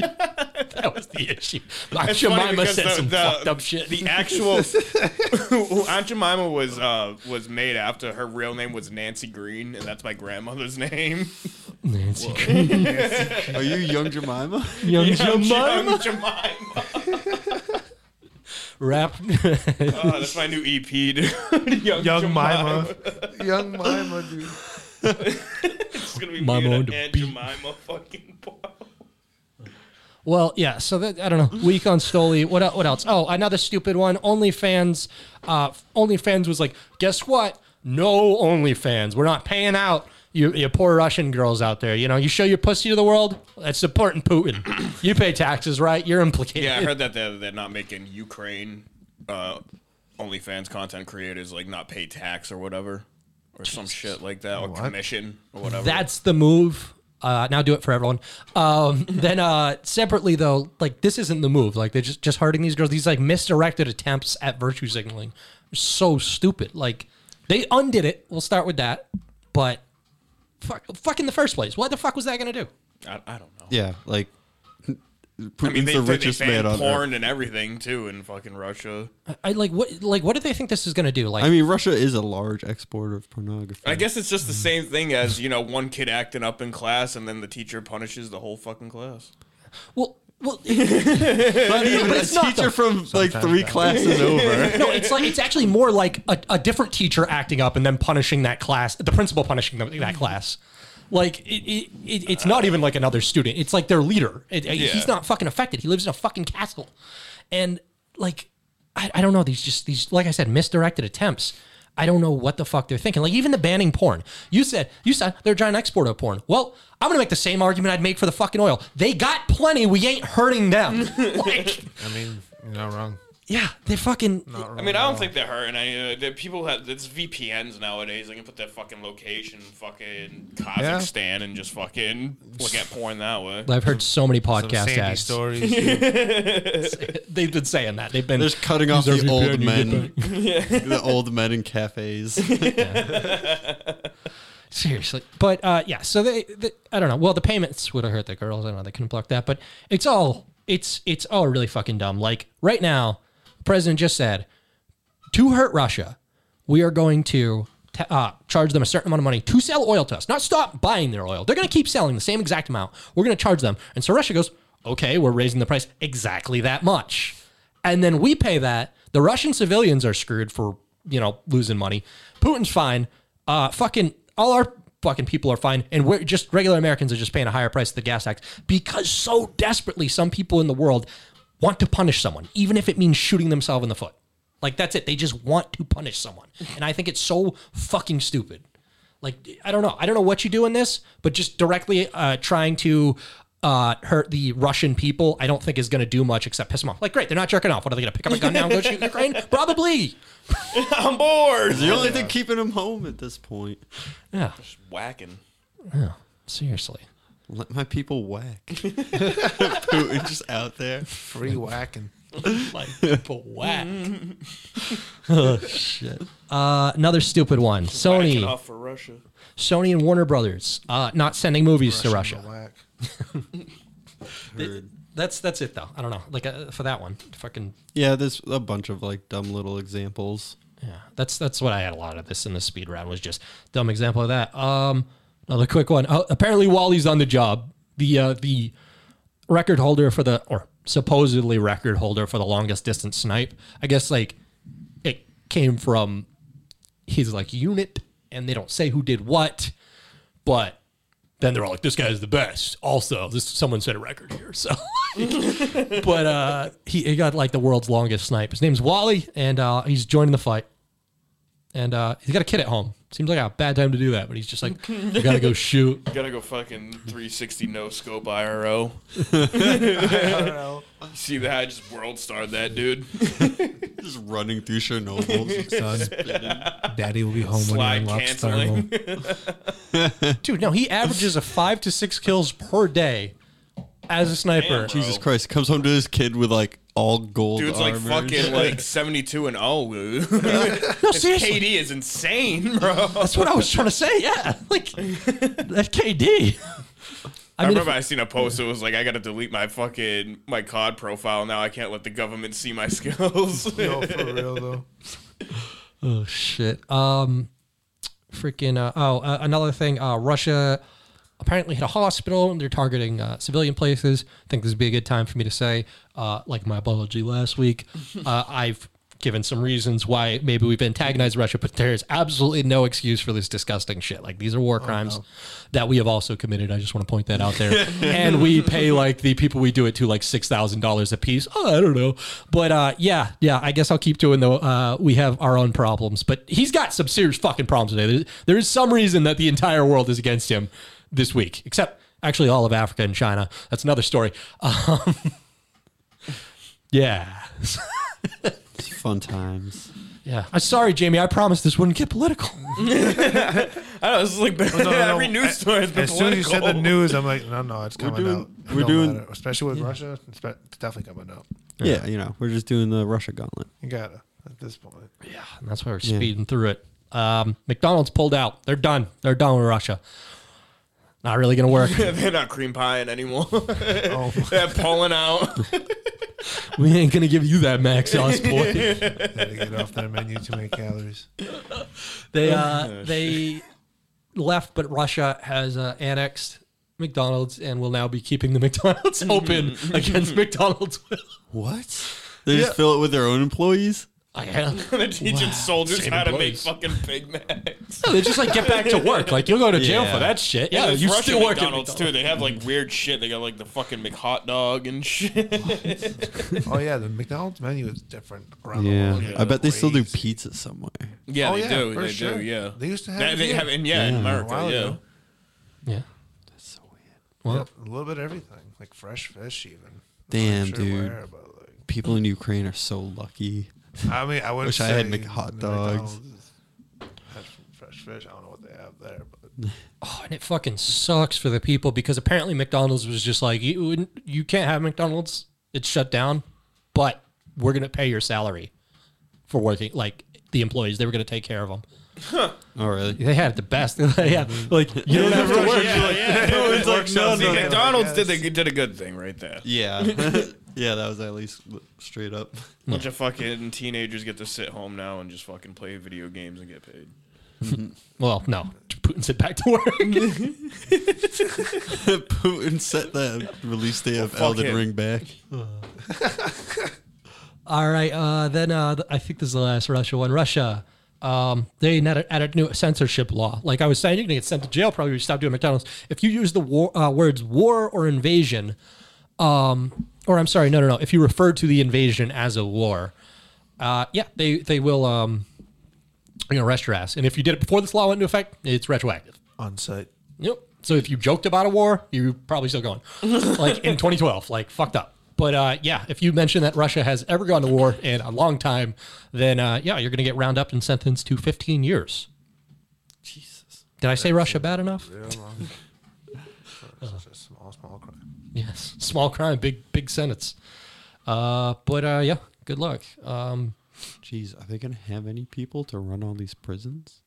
Speaker 1: that was the issue. Aunt
Speaker 3: It's funny
Speaker 1: Jemima
Speaker 3: because
Speaker 1: said
Speaker 3: the-
Speaker 1: some
Speaker 3: the-
Speaker 1: fucked up shit.
Speaker 3: The actual Aunt Jemima was uh, was made after her real name was Nancy Green, and that's my grandmother's name.
Speaker 1: Nancy
Speaker 4: Are you young Jemima?
Speaker 1: Young
Speaker 3: Young
Speaker 1: Jemima.
Speaker 3: Jemima.
Speaker 1: Rap.
Speaker 3: Oh, that's my new EP, dude. Young,
Speaker 2: Young
Speaker 3: Jemima.
Speaker 2: Mima. Young Mima, dude.
Speaker 3: It's gonna be
Speaker 1: Mama
Speaker 3: me
Speaker 1: on
Speaker 3: and
Speaker 1: the
Speaker 3: an Aunt
Speaker 1: beat.
Speaker 3: Jemima fucking bar.
Speaker 1: well, yeah. So that, I don't know. Week on Stoli. What el- what else? Oh, another stupid one. OnlyFans. Uh, OnlyFans was like, guess what? No OnlyFans. We're not paying out. You, you poor Russian girls out there. You know, you show your pussy to the world. That's supporting Putin. You pay taxes, right? You're implicated.
Speaker 3: Yeah, I heard that they're, they're not making Ukraine uh, OnlyFans content creators like not pay tax or whatever, or some shit like that, or
Speaker 2: What?
Speaker 3: commission or whatever.
Speaker 1: That's the move. Uh, now do it for everyone. Um, then uh, separately though, like this isn't the move. Like they're just just hurting these girls. These like misdirected attempts at virtue signaling, are so stupid. Like they undid it. We'll start with that. But fuck, fuck in the first place. What the fuck was that gonna do?
Speaker 3: I, I don't know.
Speaker 4: Yeah, like Putin's
Speaker 3: I mean, they,
Speaker 4: the
Speaker 3: they-
Speaker 4: richest
Speaker 3: they banned
Speaker 4: man on earth.
Speaker 3: porn and everything too in fucking Russia.
Speaker 1: I, I like what like what do they think this is gonna do? Like
Speaker 4: I mean, Russia is a large exporter of pornography.
Speaker 3: I guess it's just the same thing as you know one kid acting up in class and then the teacher punishes the whole fucking class.
Speaker 1: well, well,
Speaker 4: not even
Speaker 1: but
Speaker 4: a
Speaker 1: it's not, though.
Speaker 4: teacher from like three classes over.
Speaker 1: no, it's like it's actually more like a, a different teacher acting up and then punishing that class, the principal punishing them, that class. Like it, it, it, it's not even like another student. It's like their leader. It, it-
Speaker 3: Yeah.
Speaker 1: He's not fucking affected. He lives in a fucking castle, and like I, I don't know these just these like I said misdirected attempts. I don't know what the fuck they're thinking. Like even the banning porn. You said you said they're a giant exporter of porn. Well, I'm gonna make the same argument I'd make for the fucking oil. They got plenty. We ain't hurting them. like
Speaker 2: I mean, you're not wrong.
Speaker 1: yeah, they fucking
Speaker 3: I mean, I don't think they're hurting. I uh, the people have it's VPNs nowadays. They can put their fucking location, in fucking Kazakhstan, and just fucking look at porn that way.
Speaker 1: I've heard so many
Speaker 2: Some
Speaker 1: podcast
Speaker 2: Sandy
Speaker 1: ads.
Speaker 2: stories.
Speaker 1: They've been saying that. They've been
Speaker 4: There's cutting off
Speaker 1: Use
Speaker 4: the
Speaker 1: our
Speaker 4: old
Speaker 1: VPN, you
Speaker 4: men, the old men in cafes.
Speaker 1: seriously, but uh, yeah. So they, they, I don't know. Well, the payments would have hurt the girls. I don't know. They couldn't block that, but it's all, it's, it's all really fucking dumb. Like right now, the president just said, to hurt Russia, we are going to ta uh, charge them a certain amount of money to sell oil to us, not stop buying their oil. They're going to keep selling the same exact amount. We're going to charge them. And so Russia goes, okay, we're raising the price exactly that much. And then we pay that. The Russian civilians are screwed for, you know, losing money. Putin's fine. Uh, fucking, all our fucking people are fine. And we're just regular Americans are just paying a higher price to the gas tax because so desperately some people in the world want to punish someone, even if it means shooting themselves in the foot. Like that's it. They just want to punish someone. And I think it's so fucking stupid. Like I don't know. I don't know what you do in this, but just directly uh, trying to uh, hurt the Russian people, I don't think is going to do much except piss them off. Like, great, they're not jerking off. What are they going to pick up a gun now and go shoot Ukraine? Probably.
Speaker 3: I'm bored.
Speaker 4: The only thing keeping them home at this point.
Speaker 1: Yeah.
Speaker 3: Just whacking.
Speaker 1: yeah. Seriously.
Speaker 4: Let my people whack. Putin just out there.
Speaker 2: Free whacking.
Speaker 1: Like, people whack. oh, shit. Mm-hmm. Uh, another stupid one.
Speaker 3: Whacking
Speaker 1: Sony,
Speaker 3: off for Russia.
Speaker 1: Sony and Warner Brothers uh, not sending movies to Russia.
Speaker 2: Whack.
Speaker 4: Heard.
Speaker 1: That's that's it though. I don't know. Like uh, for that one, fucking
Speaker 4: Yeah, there's a bunch of like dumb little examples.
Speaker 1: yeah. That's that's what I had a lot of this in the speed round was just dumb example of that. Um, another quick one. Uh, apparently, Wally's on the job. The uh, the record holder for the or supposedly record holder for the longest distance snipe. I guess like it came from his like unit, and they don't say who did what, but. Then they're all like, "This guy's the best." Also, this someone set a record here, so but uh, he, he got like the world's longest snipe. His name's Wally, and uh, he's joining the fight. And uh, he's got a kid at home. Seems like a bad time to do that, but he's just like, I gotta go shoot.
Speaker 3: Gotta go fucking 360 no scope IRO. See that? I just world starred that dude.
Speaker 4: Just running through Chernobyl.
Speaker 2: Daddy will be home
Speaker 3: Slide
Speaker 2: when you unlock Star
Speaker 3: canceling.
Speaker 2: Wars.
Speaker 1: Dude, no, he averages a five to six kills per day as a sniper.
Speaker 3: Damn, bro.
Speaker 4: Jesus Christ comes home to his kid with like all gold.
Speaker 3: Dude's like
Speaker 4: armor.
Speaker 3: fucking like 72 and 0. dude.
Speaker 1: No,
Speaker 3: His
Speaker 1: seriously.
Speaker 3: KD is insane, bro.
Speaker 1: That's what I was trying to say. Yeah. Like, that KD. I,
Speaker 3: I
Speaker 1: mean, if-
Speaker 3: remember I seen a post that was like, I gotta delete my fucking my COD profile now. I can't let the government see my skills.
Speaker 2: Yo, for real though.
Speaker 1: Oh shit. Um, freaking. Uh, oh, uh, another thing. Uh, Russia apparently hit a hospital and they're targeting uh, civilian places. I think this would be a good time for me to say, uh, like my apology last week. Uh, I've given some reasons why maybe we've antagonized Russia, but there is absolutely no excuse for this disgusting shit. Like these are war crimes that we have also committed. I just want to point that out there. and we pay like the people we do it to like six thousand dollars a piece. Oh, I don't know, but uh, yeah, yeah. I guess I'll keep doing though. Uh, we have our own problems, but he's got some serious fucking problems today. There, there is some reason that the entire world is against him this week, except actually all of Africa and China. That's another story. Um, yeah.
Speaker 4: It's fun times.
Speaker 1: Yeah, I'm sorry, Jamie. I promised this wouldn't get political.
Speaker 3: I know, this is like
Speaker 2: Oh,
Speaker 3: every news story has been
Speaker 2: As soon as you said the
Speaker 3: political.
Speaker 2: news, I'm like, no, no, it's coming
Speaker 4: doing-
Speaker 2: out. It
Speaker 4: we're
Speaker 2: don't
Speaker 4: doing-
Speaker 2: matter. especially with Russia. It's be- it's definitely coming out.
Speaker 4: Yeah. you know, we're just doing the Russia gauntlet.
Speaker 2: You gotta at this point.
Speaker 1: Yeah, and that's why we're speeding through it. Um, McDonald's pulled out. They're done. They're done with Russia. Not really gonna work.
Speaker 3: They're not cream pieing anymore.
Speaker 2: Oh,
Speaker 3: They're pulling out.
Speaker 1: we ain't gonna give you that mac sauce, boy.
Speaker 2: gotta get off their menu. Too many calories.
Speaker 3: Oh,
Speaker 1: They uh, they left, but Russia has uh, annexed McDonald's and will now be keeping the McDonald's open against McDonald's. will.
Speaker 4: What? They just fill it with their own employees?
Speaker 1: I am.
Speaker 3: They're teaching
Speaker 1: Wow.
Speaker 3: soldiers
Speaker 1: Same
Speaker 3: how to make
Speaker 1: employees.
Speaker 3: fucking Big Macs.
Speaker 1: No, they just like get back to work. Like you'll go to jail
Speaker 4: Yeah.
Speaker 1: for that shit.
Speaker 3: Yeah,
Speaker 1: Yeah,
Speaker 3: there's
Speaker 1: you
Speaker 3: Russian
Speaker 1: still work
Speaker 3: McDonald's
Speaker 1: at
Speaker 3: too. They have like weird shit. They got like the fucking McHot dog and shit.
Speaker 2: Oh yeah, the McDonald's menu is different around the
Speaker 4: Yeah.
Speaker 2: world.
Speaker 4: I bet they still do
Speaker 2: Crazy.
Speaker 4: pizza somewhere.
Speaker 3: Yeah,
Speaker 2: Oh,
Speaker 3: they
Speaker 2: yeah,
Speaker 3: do.
Speaker 2: for
Speaker 3: They
Speaker 2: sure.
Speaker 3: do. Yeah,
Speaker 2: They used to have
Speaker 3: They,
Speaker 2: it
Speaker 3: they
Speaker 2: here.
Speaker 3: have, and yeah, in
Speaker 4: Yeah.
Speaker 2: A while
Speaker 3: America. Yeah.
Speaker 2: ago.
Speaker 1: Yeah.
Speaker 4: That's so weird.
Speaker 2: Yeah, a little bit of everything, like fresh fish, even.
Speaker 4: Damn,
Speaker 2: Not sure
Speaker 4: dude.
Speaker 2: where, but, like-
Speaker 4: People in Ukraine are so lucky.
Speaker 2: I mean, I would
Speaker 4: Wish I had Mc- hot dogs.
Speaker 2: Fresh fish. I don't know what they have there, but
Speaker 1: Oh, and it fucking sucks for the people because apparently McDonald's was just like, you wouldn't- you can't have McDonald's. It's shut down, but we're gonna pay your salary for working. Like the employees, they were gonna take care of them.
Speaker 4: Oh, really?
Speaker 1: They had it the best. yeah, like you don't have to work.
Speaker 3: It's like, no,
Speaker 2: no, no.
Speaker 3: McDonald's did they did a good thing right there.
Speaker 4: Yeah. yeah, that was at least straight up.
Speaker 3: bunch of fucking teenagers get to sit home now and just fucking play video games and get paid.
Speaker 1: Well, no, Putin said back to work.
Speaker 4: Putin set the release date of
Speaker 3: fuck
Speaker 4: Elden
Speaker 3: him.
Speaker 4: Ring back.
Speaker 1: All right, uh, then uh, th- I think this is the last Russia one. Russia, um, they added, added new censorship law. Like I was saying, you're gonna get sent to jail. Probably if you stop doing McDonald's if you use the war, uh, words war or invasion. Um, or I'm sorry, no, no, no. If you refer to the invasion as a war, uh, yeah, they they will um, you know, arrest your ass. And if you did it before this law went into effect, it's retroactive.
Speaker 2: on site.
Speaker 1: Yep. So if you joked about a war, you're probably still going. Like in 2012, like fucked up. But uh, yeah, if you mention that Russia has ever gone to war in a long time, then uh, yeah, you're going to get round up and sentenced to 15 years.
Speaker 4: Jesus.
Speaker 1: Did I say Russia bad enough?
Speaker 2: Real long. Such a small, small crime.
Speaker 1: Yes, small crime, big big sentence. Uh, but uh, yeah, good luck. Um,
Speaker 4: Jeez, are they going to have any people to run all these prisons?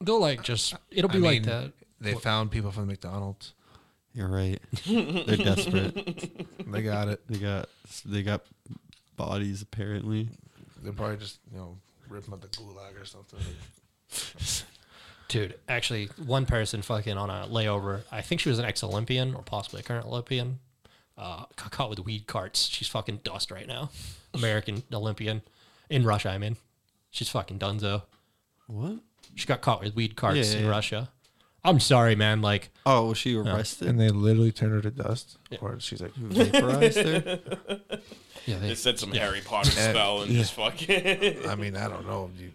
Speaker 1: they'll like just it'll be
Speaker 2: I
Speaker 1: like
Speaker 2: mean,
Speaker 1: that.
Speaker 2: They found people from McDonald's.
Speaker 4: You're right. They're desperate.
Speaker 2: They got it.
Speaker 4: They got they got bodies apparently.
Speaker 2: They probably just you know rip them out the gulag or something.
Speaker 1: Dude, actually, one person fucking on a layover. I think she was an ex-Olympian or possibly a current Olympian. Uh, got caught with weed carts. She's fucking dust right now. American Olympian in Russia. I mean, she's fucking dunzo.
Speaker 4: What?
Speaker 1: She got caught with weed carts
Speaker 4: Yeah, yeah,
Speaker 1: in
Speaker 4: yeah.
Speaker 1: Russia. I'm sorry, man. Like,
Speaker 4: Oh, was she arrested?
Speaker 2: they literally turn her to dust, or she's
Speaker 4: Hmm.
Speaker 2: like,
Speaker 4: Vaporized her?
Speaker 1: yeah,
Speaker 3: They
Speaker 1: they,
Speaker 3: said some Harry Potter spell and just fucking.
Speaker 2: I mean, I don't know. You,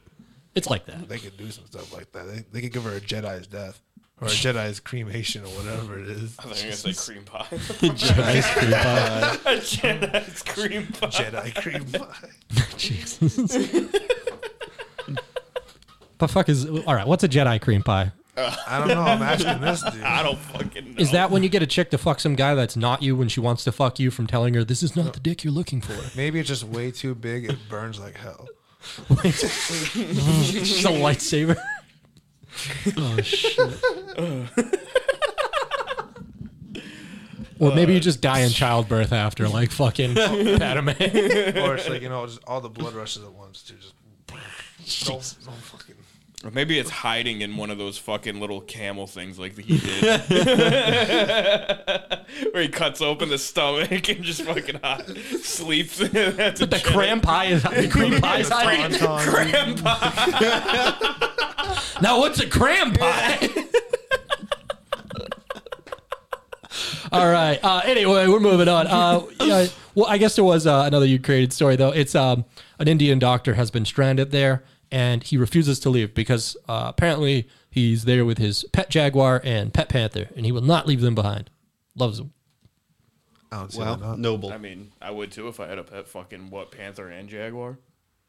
Speaker 1: it's like that.
Speaker 2: they could do some stuff like that. They, they could give her a Jedi's death or a Jedi's cremation or whatever it is.
Speaker 3: I was gonna say cream pie.
Speaker 4: Ice cream pie.
Speaker 3: Jedi's cream pie.
Speaker 2: Jedi cream pie.
Speaker 1: Jesus. the fuck is all right? What's a Jedi cream pie?
Speaker 2: I don't know. I'm asking this dude.
Speaker 3: I don't fucking know.
Speaker 1: Is that when you get a chick to fuck some guy that's not you when she wants to fuck you from telling her this is not the dick you're looking for?
Speaker 2: Maybe it's just way too big. It burns like hell.
Speaker 1: She's a lightsaber. oh shit. Or maybe you just die in childbirth after, like fucking Padme.
Speaker 2: Or it's like you know, just all the blood rushes at once. Dude, just don't, don't fucking.
Speaker 3: Or maybe it's hiding in one of those fucking little camel things like he did. Where he cuts open the stomach and just fucking hot, sleeps. That's a
Speaker 1: the
Speaker 3: Jedi.
Speaker 1: cram pie is the cream pie is hiding.
Speaker 2: Tauntaun,
Speaker 3: Cram pie.
Speaker 1: Now what's a cram pie? All right. Uh, anyway, we're moving on. Uh, yeah, well, I guess there was uh, another you created story though. It's um, an Indian doctor has been stranded there, and he refuses to leave because uh, apparently he's there with his pet jaguar and pet panther, and he will not leave them behind. Loves them.
Speaker 2: I don't see that,
Speaker 4: Wow,
Speaker 2: huh?
Speaker 4: noble.
Speaker 3: I mean, I would too if I had a pet fucking what panther and jaguar.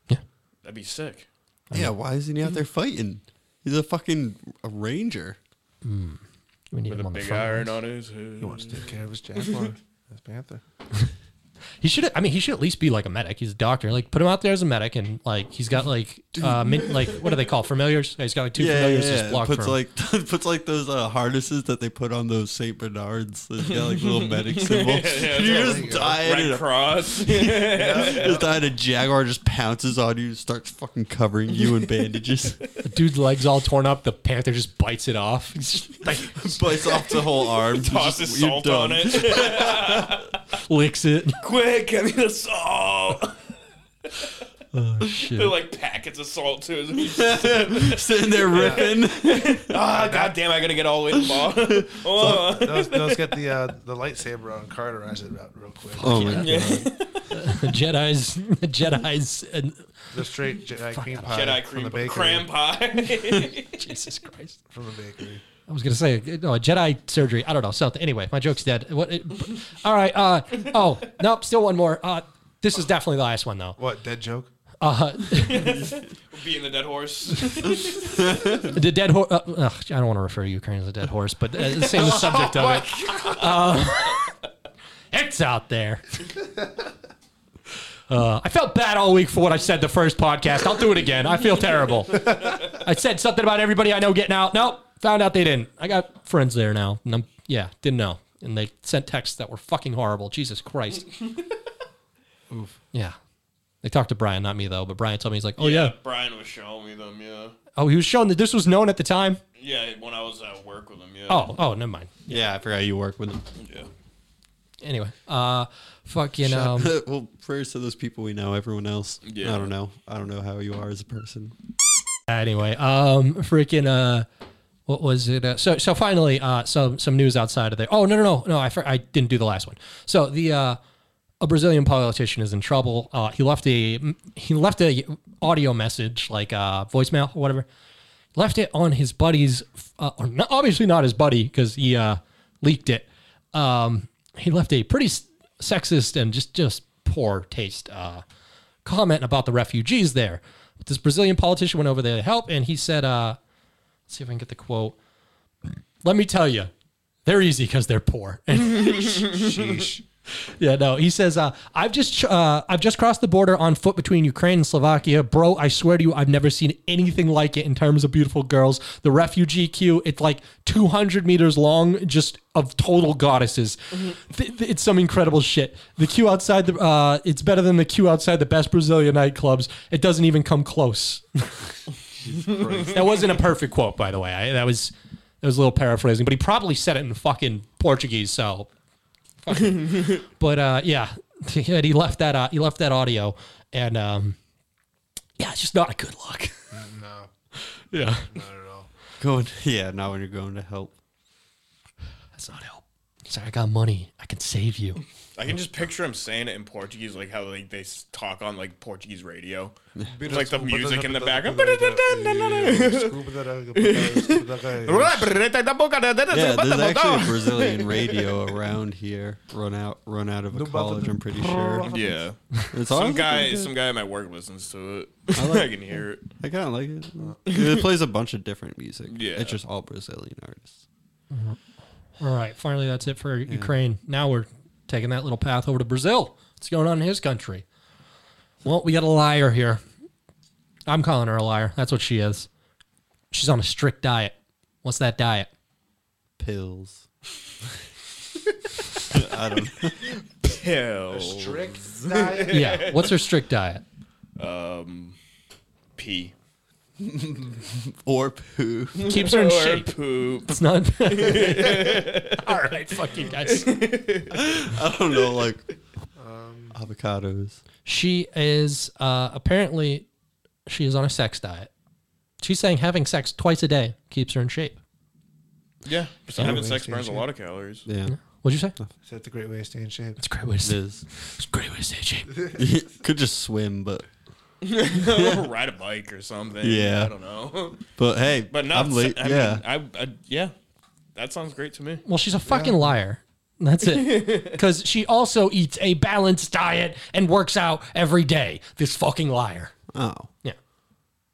Speaker 1: Yeah.
Speaker 3: That'd be sick.
Speaker 4: Yeah, why isn't he out there fighting? He's a fucking a ranger.
Speaker 1: We need
Speaker 3: With
Speaker 1: him
Speaker 3: a
Speaker 1: on the
Speaker 3: big
Speaker 1: front
Speaker 3: iron
Speaker 1: lines.
Speaker 3: on his head.
Speaker 2: He wants to take care of his jaguar, his panther.
Speaker 1: He should. I mean, he should at least be like a medic. He's a doctor. Like, put him out there as a medic, and like he's got like uh, min, like what do they call familiars? He's got like two familiars just blocked
Speaker 4: Puts
Speaker 1: for him.
Speaker 4: like puts like those uh, harnesses that they put on those Saint Bernards. It's got like little medic symbols.
Speaker 3: yeah,
Speaker 4: you
Speaker 3: yeah.
Speaker 4: just die in
Speaker 3: Red
Speaker 4: a,
Speaker 3: Cross.
Speaker 4: just die in a jaguar just pounces on you, starts fucking covering you in bandages,
Speaker 1: The dude's legs all torn up. The panther just bites it off. It's just, like,
Speaker 4: bites off the whole arm, You're
Speaker 3: tosses
Speaker 4: just- you're
Speaker 3: salt on
Speaker 4: done.
Speaker 3: it.
Speaker 1: licks it.
Speaker 3: Quick, give me the salt.
Speaker 1: Oh
Speaker 3: They're
Speaker 1: shit!
Speaker 3: like packets of salt too.
Speaker 4: Sitting there ripping.
Speaker 3: ah, goddamn! I gotta get all the way to the bottom. Oh.
Speaker 2: No, let's, no, let's get the uh, the lightsaber on Carter. I said that real quick.
Speaker 4: Oh my
Speaker 3: Yeah.
Speaker 1: The Jedi's, the Jedi's, and
Speaker 2: The straight Jedi cream pie
Speaker 3: Jedi
Speaker 2: from
Speaker 3: cream
Speaker 2: the bakery.
Speaker 3: cram pie.
Speaker 1: Jesus Christ!
Speaker 2: From the bakery.
Speaker 1: I was gonna say no, a Jedi surgery. I don't know something. Anyway, my joke's dead. What? It, all right. Uh oh. Nope. Still one more. Uh, this is definitely the last one though.
Speaker 2: What dead joke?
Speaker 1: Uh,
Speaker 3: Being the dead horse.
Speaker 1: the dead horse. Uh, ugh, I don't want to refer to Ukraine as a dead horse, but uh, it's the same as subject of it. Uh, It's out there. Uh, I felt bad all week for what I said the first podcast. I'll do it again. I feel terrible. I said something about everybody I know getting out. Nope. Found out they didn't. I got friends there now. And I'm, yeah, didn't know. And they sent texts that were fucking horrible. Jesus Christ. Yeah. They talked to Brian, not me though, but Brian told me he's like, oh yeah.
Speaker 3: Brian was showing me them. Yeah.
Speaker 1: Oh, he was shown that this was known at the time.
Speaker 3: Yeah, when I was at work with him. Yeah.
Speaker 1: Oh, oh, never mind.
Speaker 4: Yeah, I forgot you work with them.
Speaker 3: Yeah.
Speaker 1: Anyway, uh, fucking um,
Speaker 4: well, prayers to those people we know. Everyone else,
Speaker 3: Yeah.
Speaker 4: I don't know. I don't know how you are as a person.
Speaker 1: anyway, um, freaking uh, what was it? Uh, so so finally, uh, some some news outside of there. Oh no no no no, I fr- I didn't do the last one. So the uh, a Brazilian politician is in trouble. Uh, he left a he left a audio message like uh, voicemail or whatever. left it on his buddy's, uh, or not, obviously not his buddy because he uh, leaked it. Um, he left a pretty s- sexist and just just poor taste uh, comment about the refugees there. But this Brazilian politician went over there to help, and he said, uh, "Let's see if I can get the quote." Let me tell you, they're easy because they're poor.
Speaker 2: Sheesh.
Speaker 1: Yeah, no. He says, uh, "I've just uh, I've just crossed the border on foot between Ukraine and Slovakia, bro. I swear to you, I've never seen anything like it in terms of beautiful girls. The refugee queue, it's like 200 meters long, just of total goddesses. Th- th- it's some incredible shit. The queue outside the uh, it's better than the queue outside the best Brazilian nightclubs. It doesn't even come close. that wasn't a perfect quote, by the way. I, that was that was a little paraphrasing, but he probably said it in fucking Portuguese, so." but uh, yeah, he he left that uh, he left that audio, and um, yeah, it's just not a good look.
Speaker 2: no,
Speaker 1: yeah,
Speaker 2: not at all.
Speaker 4: Going, yeah, not when you're going to help.
Speaker 1: that's not help. He's like, I got money, I can save you.
Speaker 3: I can just picture him saying it in Portuguese, like how like they s- talk on like Portuguese radio, It's like the music in the background.
Speaker 4: Yeah, there's actually a Brazilian radio around here. Run out, run out of a
Speaker 2: No, but
Speaker 4: college.
Speaker 2: the-
Speaker 4: I'm pretty sure.
Speaker 3: Yeah,
Speaker 4: It's
Speaker 3: some
Speaker 4: awesome.
Speaker 3: guy, some guy at my work listens to it. I, can hear it.
Speaker 4: I kind of like it. It plays a bunch of different music.
Speaker 3: Yeah.
Speaker 4: it's just all Brazilian artists.
Speaker 1: All right, finally, that's it for Ukraine. Now we're taking that little path over to Brazil. What's going on in his country? Well, we got a liar here. I'm calling her a liar. That's what she is. She's on a strict diet. What's that diet?
Speaker 4: Pills. I don't. know.
Speaker 3: Hell,
Speaker 2: Trick diet.
Speaker 1: Yeah. What's her strict diet?
Speaker 3: pee
Speaker 4: Or poo.
Speaker 1: Keeps her in
Speaker 3: or
Speaker 1: shape.
Speaker 3: poop.
Speaker 1: It's not. All right, fuck you guys.
Speaker 4: I don't know, like avocados.
Speaker 1: She is uh, apparently she is on a sex diet. She's saying having sex twice a day keeps her in shape.
Speaker 3: Yeah, so having sex
Speaker 2: Yeah.
Speaker 3: burns a lot of calories.
Speaker 4: Yeah,
Speaker 1: What'd you say?
Speaker 2: Is that the great way to stay in shape?
Speaker 1: It's a great way to
Speaker 4: it
Speaker 1: stay,
Speaker 4: is.
Speaker 1: it's a great way to stay in shape.
Speaker 4: Could just swim, but
Speaker 3: Or Ride a bike or something.
Speaker 4: Yeah.
Speaker 3: I don't know.
Speaker 4: but hey,
Speaker 3: But no,
Speaker 4: I'm late.
Speaker 3: I mean,
Speaker 4: yeah,
Speaker 3: I, I yeah, that sounds great to me.
Speaker 1: Well, she's a fucking liar. That's it. Because she also eats a balanced diet and works out every day. This fucking liar.
Speaker 4: Oh,
Speaker 1: Yeah.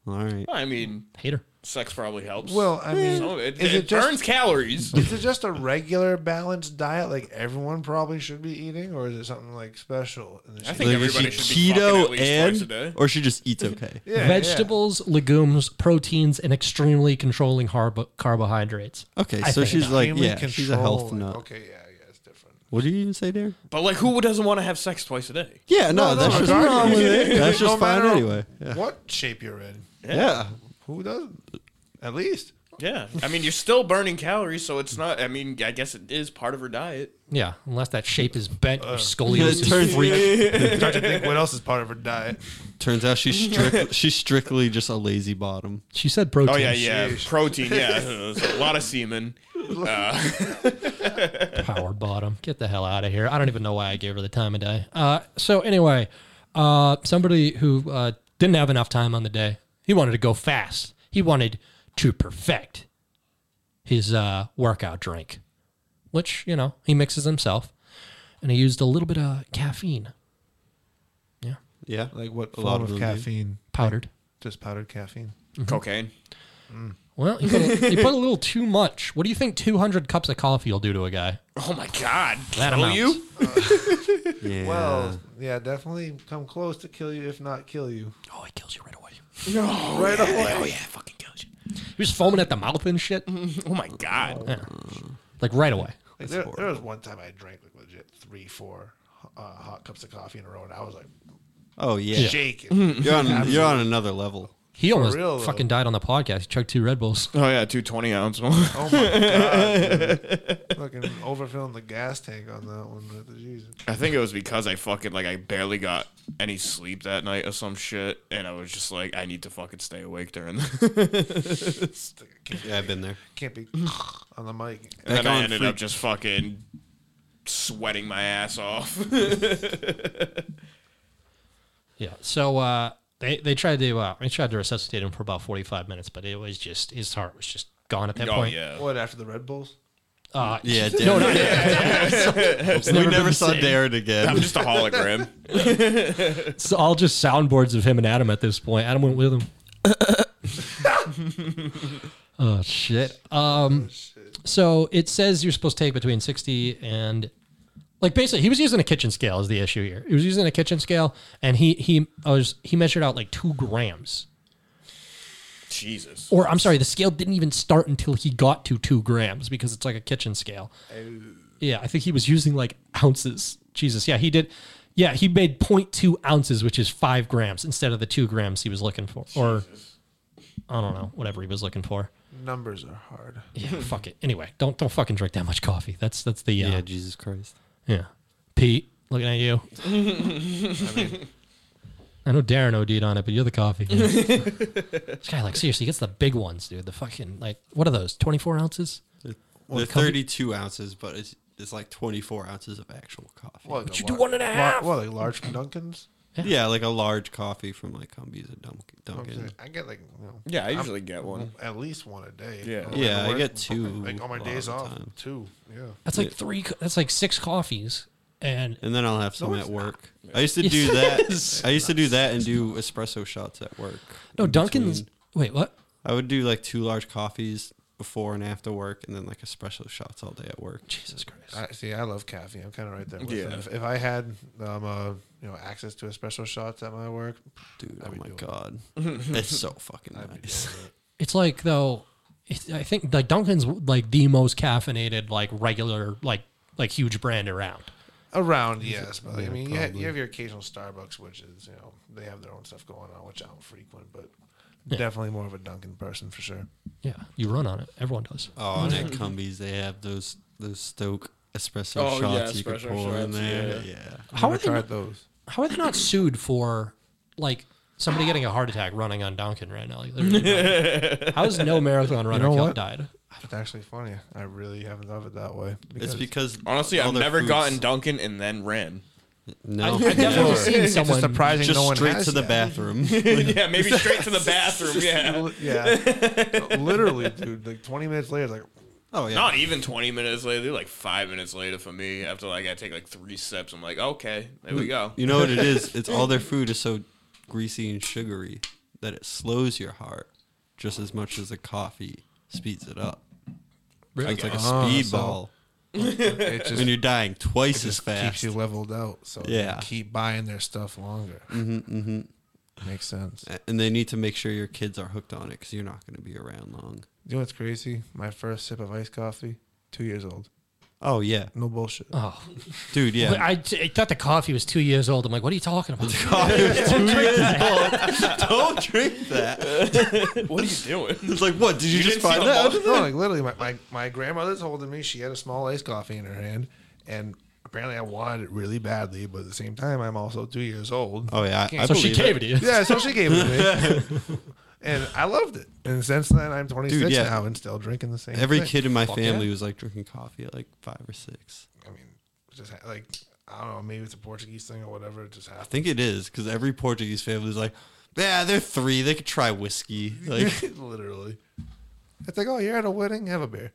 Speaker 4: all right.
Speaker 3: I mean,
Speaker 1: Hate her.
Speaker 3: sex probably helps.
Speaker 2: Well, I mean,
Speaker 3: Some of Oh, it,
Speaker 2: is
Speaker 3: it,
Speaker 2: it, just
Speaker 3: burns calories.
Speaker 2: is it just a regular balanced diet like everyone probably should be eating, or is it something like special? And
Speaker 3: I
Speaker 2: she-
Speaker 3: think
Speaker 4: Like, is
Speaker 3: everybody
Speaker 4: she
Speaker 3: should be fucking at
Speaker 4: keto
Speaker 3: least twice a
Speaker 4: and
Speaker 3: day.
Speaker 4: or she just eats okay?
Speaker 2: Yeah, yeah.
Speaker 1: Vegetables, legumes, proteins, and extremely controlling harbo- carbohydrates.
Speaker 4: Okay,
Speaker 1: I
Speaker 4: so
Speaker 1: think
Speaker 4: she's like,
Speaker 2: Extremely
Speaker 4: yeah, she's a health
Speaker 2: controlling.
Speaker 4: nut.
Speaker 2: Okay, yeah, yeah, it's different.
Speaker 4: What do you even say there?
Speaker 3: But like, who doesn't want to have sex twice a day?
Speaker 4: Yeah, no, that's just
Speaker 2: regardless.
Speaker 4: wrong with it. That's
Speaker 2: No
Speaker 4: just fine
Speaker 2: matter
Speaker 4: anyway. Yeah.
Speaker 2: What shape you're in?
Speaker 4: yeah,
Speaker 2: Who doesn't? At least.
Speaker 3: Yeah, I mean, you're still burning calories, so it's not. I mean, I guess it is part of her diet.
Speaker 1: Yeah, unless that shape is bent
Speaker 3: Uh,
Speaker 1: or
Speaker 4: It
Speaker 1: scoliosis.
Speaker 4: turns,
Speaker 2: Start to think what else is part of her diet.
Speaker 4: turns out she's strict, she's strictly just a lazy bottom.
Speaker 1: She said protein.
Speaker 3: Oh yeah, yeah,
Speaker 2: Sheesh.
Speaker 3: protein. Yeah, There's a lot of semen.
Speaker 1: power bottom. Get the hell out of here. I don't even know why I gave her the time of day. Uh, so anyway, uh, somebody who uh, didn't have enough time on the day, he wanted to go fast. He wanted to perfect his uh, workout drink, which you know he mixes himself, and he used a little bit of caffeine
Speaker 4: Yeah,
Speaker 2: Like what
Speaker 4: A
Speaker 2: form
Speaker 4: lot of
Speaker 2: of,
Speaker 4: them do.
Speaker 2: caffeine?
Speaker 1: powdered.
Speaker 2: Just powdered caffeine.
Speaker 3: Cocaine.
Speaker 1: Well, he put, a, he put a little too much. What do you think 200 cups of coffee will do to a guy?
Speaker 3: Oh my god,
Speaker 1: That
Speaker 3: kill
Speaker 1: amount.
Speaker 3: you?
Speaker 4: yeah.
Speaker 2: Well, yeah, definitely come close to kill you, if not kill you.
Speaker 1: Oh, it kills you right away.
Speaker 2: right away.
Speaker 3: Oh yeah, it fucking kills you.
Speaker 1: He was foaming at the mouth and shit,
Speaker 3: Oh my god.
Speaker 1: like right away.
Speaker 2: Like, there, there was one time I drank like legit three, four uh, hot cups of coffee in a row, and I was like
Speaker 4: oh yeah,
Speaker 2: shaking.
Speaker 4: you're on you're on another level.
Speaker 1: He almost
Speaker 2: real, though.
Speaker 1: fucking died on the podcast. He chugged two Red Bulls.
Speaker 3: Oh yeah, two twenty ounce one.
Speaker 2: oh my god! dude. Fucking overfilling the gas tank on that one. But Jesus.
Speaker 3: I think it was because I fucking like I barely got any sleep that night or some shit, and I was just like, I need to fucking stay awake during. The-
Speaker 4: Yeah, I've been there.
Speaker 2: Can't be on the mic.
Speaker 3: and then
Speaker 4: Back
Speaker 3: I
Speaker 4: on
Speaker 3: ended
Speaker 4: free-
Speaker 3: up just fucking sweating my ass off.
Speaker 1: Yeah. So uh, They they tried to uh, they tried to resuscitate him for about forty five minutes, but it was just his heart was just gone at that
Speaker 3: Oh
Speaker 1: point.
Speaker 3: yeah.
Speaker 2: What after the Red Bulls?
Speaker 1: Uh,
Speaker 4: Yeah,
Speaker 1: no,
Speaker 4: Darren.
Speaker 1: not
Speaker 4: we
Speaker 1: never
Speaker 4: never,
Speaker 1: been
Speaker 4: saw
Speaker 1: seen.
Speaker 4: Darren again.
Speaker 3: I'm just a hologram.
Speaker 1: it's all just soundboards of him and Adam at this point. Adam went with him. oh shit. Um, so it says you're supposed to take between sixty and like basically he was using a kitchen scale is the issue here. He was using a kitchen scale and he he I was he measured out like two grams.
Speaker 3: Jesus.
Speaker 1: or I'm sorry, the scale didn't even start until he got to two grams because it's like a kitchen scale. Yeah, I think he was using like ounces. Jesus, yeah, he did. Yeah, he made 0.2 ounces, which is five grams, instead of the two grams he was looking for, or I don't know, whatever he was looking for.
Speaker 2: Numbers are hard.
Speaker 1: Yeah, fuck it. Anyway, don't don't fucking drink that much coffee. That's that's the uh,
Speaker 4: Yeah,
Speaker 1: yeah.
Speaker 4: Jesus Christ.
Speaker 1: Pete, looking at you. I, know Darren OD'd on it, but you're the coffee. guy. this guy, like, seriously, gets the big ones, dude. The fucking like, what are those? 24 ounces?
Speaker 4: They're
Speaker 1: coffee-
Speaker 4: 32 ounces, but it's it's like 24 ounces of actual coffee.
Speaker 2: What, like
Speaker 1: you
Speaker 2: a
Speaker 1: do
Speaker 2: lar-
Speaker 1: one and a
Speaker 2: lar-
Speaker 1: half.
Speaker 2: What, like large Dunkins?
Speaker 4: Yeah, like a large coffee from like Humvees and Dunk-
Speaker 2: I'm
Speaker 4: Dunkin'.
Speaker 2: saying, I get like you know,
Speaker 3: Yeah, I usually get one.
Speaker 2: at least one a day.
Speaker 3: Yeah.
Speaker 2: Like,
Speaker 4: Yeah,
Speaker 2: at
Speaker 4: I get
Speaker 2: work,
Speaker 4: two
Speaker 2: Like on my
Speaker 4: a lot
Speaker 2: days
Speaker 4: of the
Speaker 2: off,
Speaker 4: time.
Speaker 2: two. Yeah.
Speaker 1: That's like three. co- That's like six coffees. And
Speaker 4: And then I'll have some at work. I used to
Speaker 1: Yes,
Speaker 4: do
Speaker 1: it
Speaker 4: that.
Speaker 1: is.
Speaker 4: I used to do that and do espresso shots at work.
Speaker 1: no,
Speaker 4: in
Speaker 1: Duncan's.
Speaker 4: between.
Speaker 1: Wait, what?
Speaker 4: I would do like two large coffees before and after work, and then like espresso shots all day at work.
Speaker 1: Jesus Christ!
Speaker 2: I, see, I love caffeine. I'm kind of right there. With
Speaker 3: Yeah.
Speaker 2: yeah. If, if I had um, uh, you know access to espresso shots at my work,
Speaker 4: Dude,
Speaker 2: I'd
Speaker 4: oh
Speaker 2: be
Speaker 4: my
Speaker 2: doing it.
Speaker 4: god, it's so fucking
Speaker 2: I'd be
Speaker 4: nice.
Speaker 2: doing it.
Speaker 1: It's like though. It's, I think like Duncan's like the most caffeinated like regular like like huge brand around.
Speaker 2: Around, yes, but like, I mean, you have,
Speaker 4: probably.
Speaker 2: you have your occasional Starbucks, which is you know they have their own stuff going on, which I don't frequent, but definitely more of a Dunkin' person for sure.
Speaker 1: Yeah, you run on it. Everyone does.
Speaker 4: Oh, and at Cumbies they have those those Stoke espresso
Speaker 3: Oh, yeah,
Speaker 4: shots you can
Speaker 3: espresso
Speaker 4: pour in
Speaker 3: shots,
Speaker 4: there.
Speaker 3: yeah.
Speaker 4: Yeah.
Speaker 1: How
Speaker 2: Never
Speaker 1: are they?
Speaker 2: tried
Speaker 1: Not,
Speaker 2: those?
Speaker 1: how are they not sued for like somebody getting a heart attack running on Duncan right now? Like, literally- how is no marathon runner
Speaker 2: know
Speaker 1: killed-
Speaker 2: what?
Speaker 1: died?
Speaker 2: It's actually funny. I really haven't thought of it that way.
Speaker 4: It's because
Speaker 3: Honestly,
Speaker 4: all
Speaker 3: I've
Speaker 4: their
Speaker 3: never
Speaker 4: foods-
Speaker 3: gotten Dunkin' and then ran.
Speaker 4: No,
Speaker 1: I've definitely seen
Speaker 2: It's just
Speaker 1: someone
Speaker 2: surprising
Speaker 4: just
Speaker 2: no one
Speaker 4: straight
Speaker 2: has
Speaker 4: to the
Speaker 2: yet.
Speaker 4: bathroom.
Speaker 3: yeah, maybe straight to the bathroom. Yeah.
Speaker 2: Li- yeah. Literally, dude. Like twenty minutes later, it's like
Speaker 4: oh yeah,
Speaker 3: Not even 20 minutes later, like five minutes later for me. After like I take like three steps, I'm like, okay, there we go.
Speaker 4: You know what it is? It's all their food is so greasy and sugary that it slows your heart just as much as the coffee speeds it up. So it's like a
Speaker 2: Ah, so-
Speaker 4: speedball,
Speaker 2: it just,
Speaker 4: and you're dying twice as
Speaker 2: just
Speaker 4: fast.
Speaker 2: keeps you leveled out. So
Speaker 4: Yeah.
Speaker 2: you keep buying their stuff longer. Mm-hmm,
Speaker 4: mm-hmm.
Speaker 2: Makes sense.
Speaker 4: A- and they need to make sure your kids are hooked on it because you're not going to be around long.
Speaker 2: You know what's crazy? My first sip of iced coffee, two years old.
Speaker 4: Oh yeah,
Speaker 2: No bullshit.
Speaker 1: Oh,
Speaker 4: dude,
Speaker 1: But
Speaker 4: yeah.
Speaker 1: I, I thought the coffee was two years old. I'm like, what are you talking about?
Speaker 4: Two years old. Don't drink that.
Speaker 3: What are you doing?
Speaker 4: It's like, what? Did you, just
Speaker 3: didn't see
Speaker 4: find
Speaker 3: the
Speaker 4: out?
Speaker 2: no, like literally, my, my, my grandmother's holding me. She had a small iced coffee in her hand, and apparently, I wanted it really badly. But at the same time, I'm also two years old.
Speaker 4: Oh yeah, I, I
Speaker 1: so she
Speaker 4: believe
Speaker 1: gave
Speaker 4: it.
Speaker 1: it to you.
Speaker 2: Yeah, so she gave it to me, and I loved it. And since then, I'm 26
Speaker 4: Dude, yeah.
Speaker 2: now and still drinking the same.
Speaker 4: Every
Speaker 2: thing.
Speaker 4: kid in my
Speaker 2: yeah.
Speaker 4: family was like drinking coffee at like five or six.
Speaker 2: I mean, it just ha- like I don't know, maybe it's a Portuguese thing or whatever. It just
Speaker 4: I
Speaker 2: happened.
Speaker 4: think it is because every Portuguese family is like, yeah, they're three. They could try whiskey. Like,
Speaker 2: literally, it's like, oh, you're at a wedding, have a beer.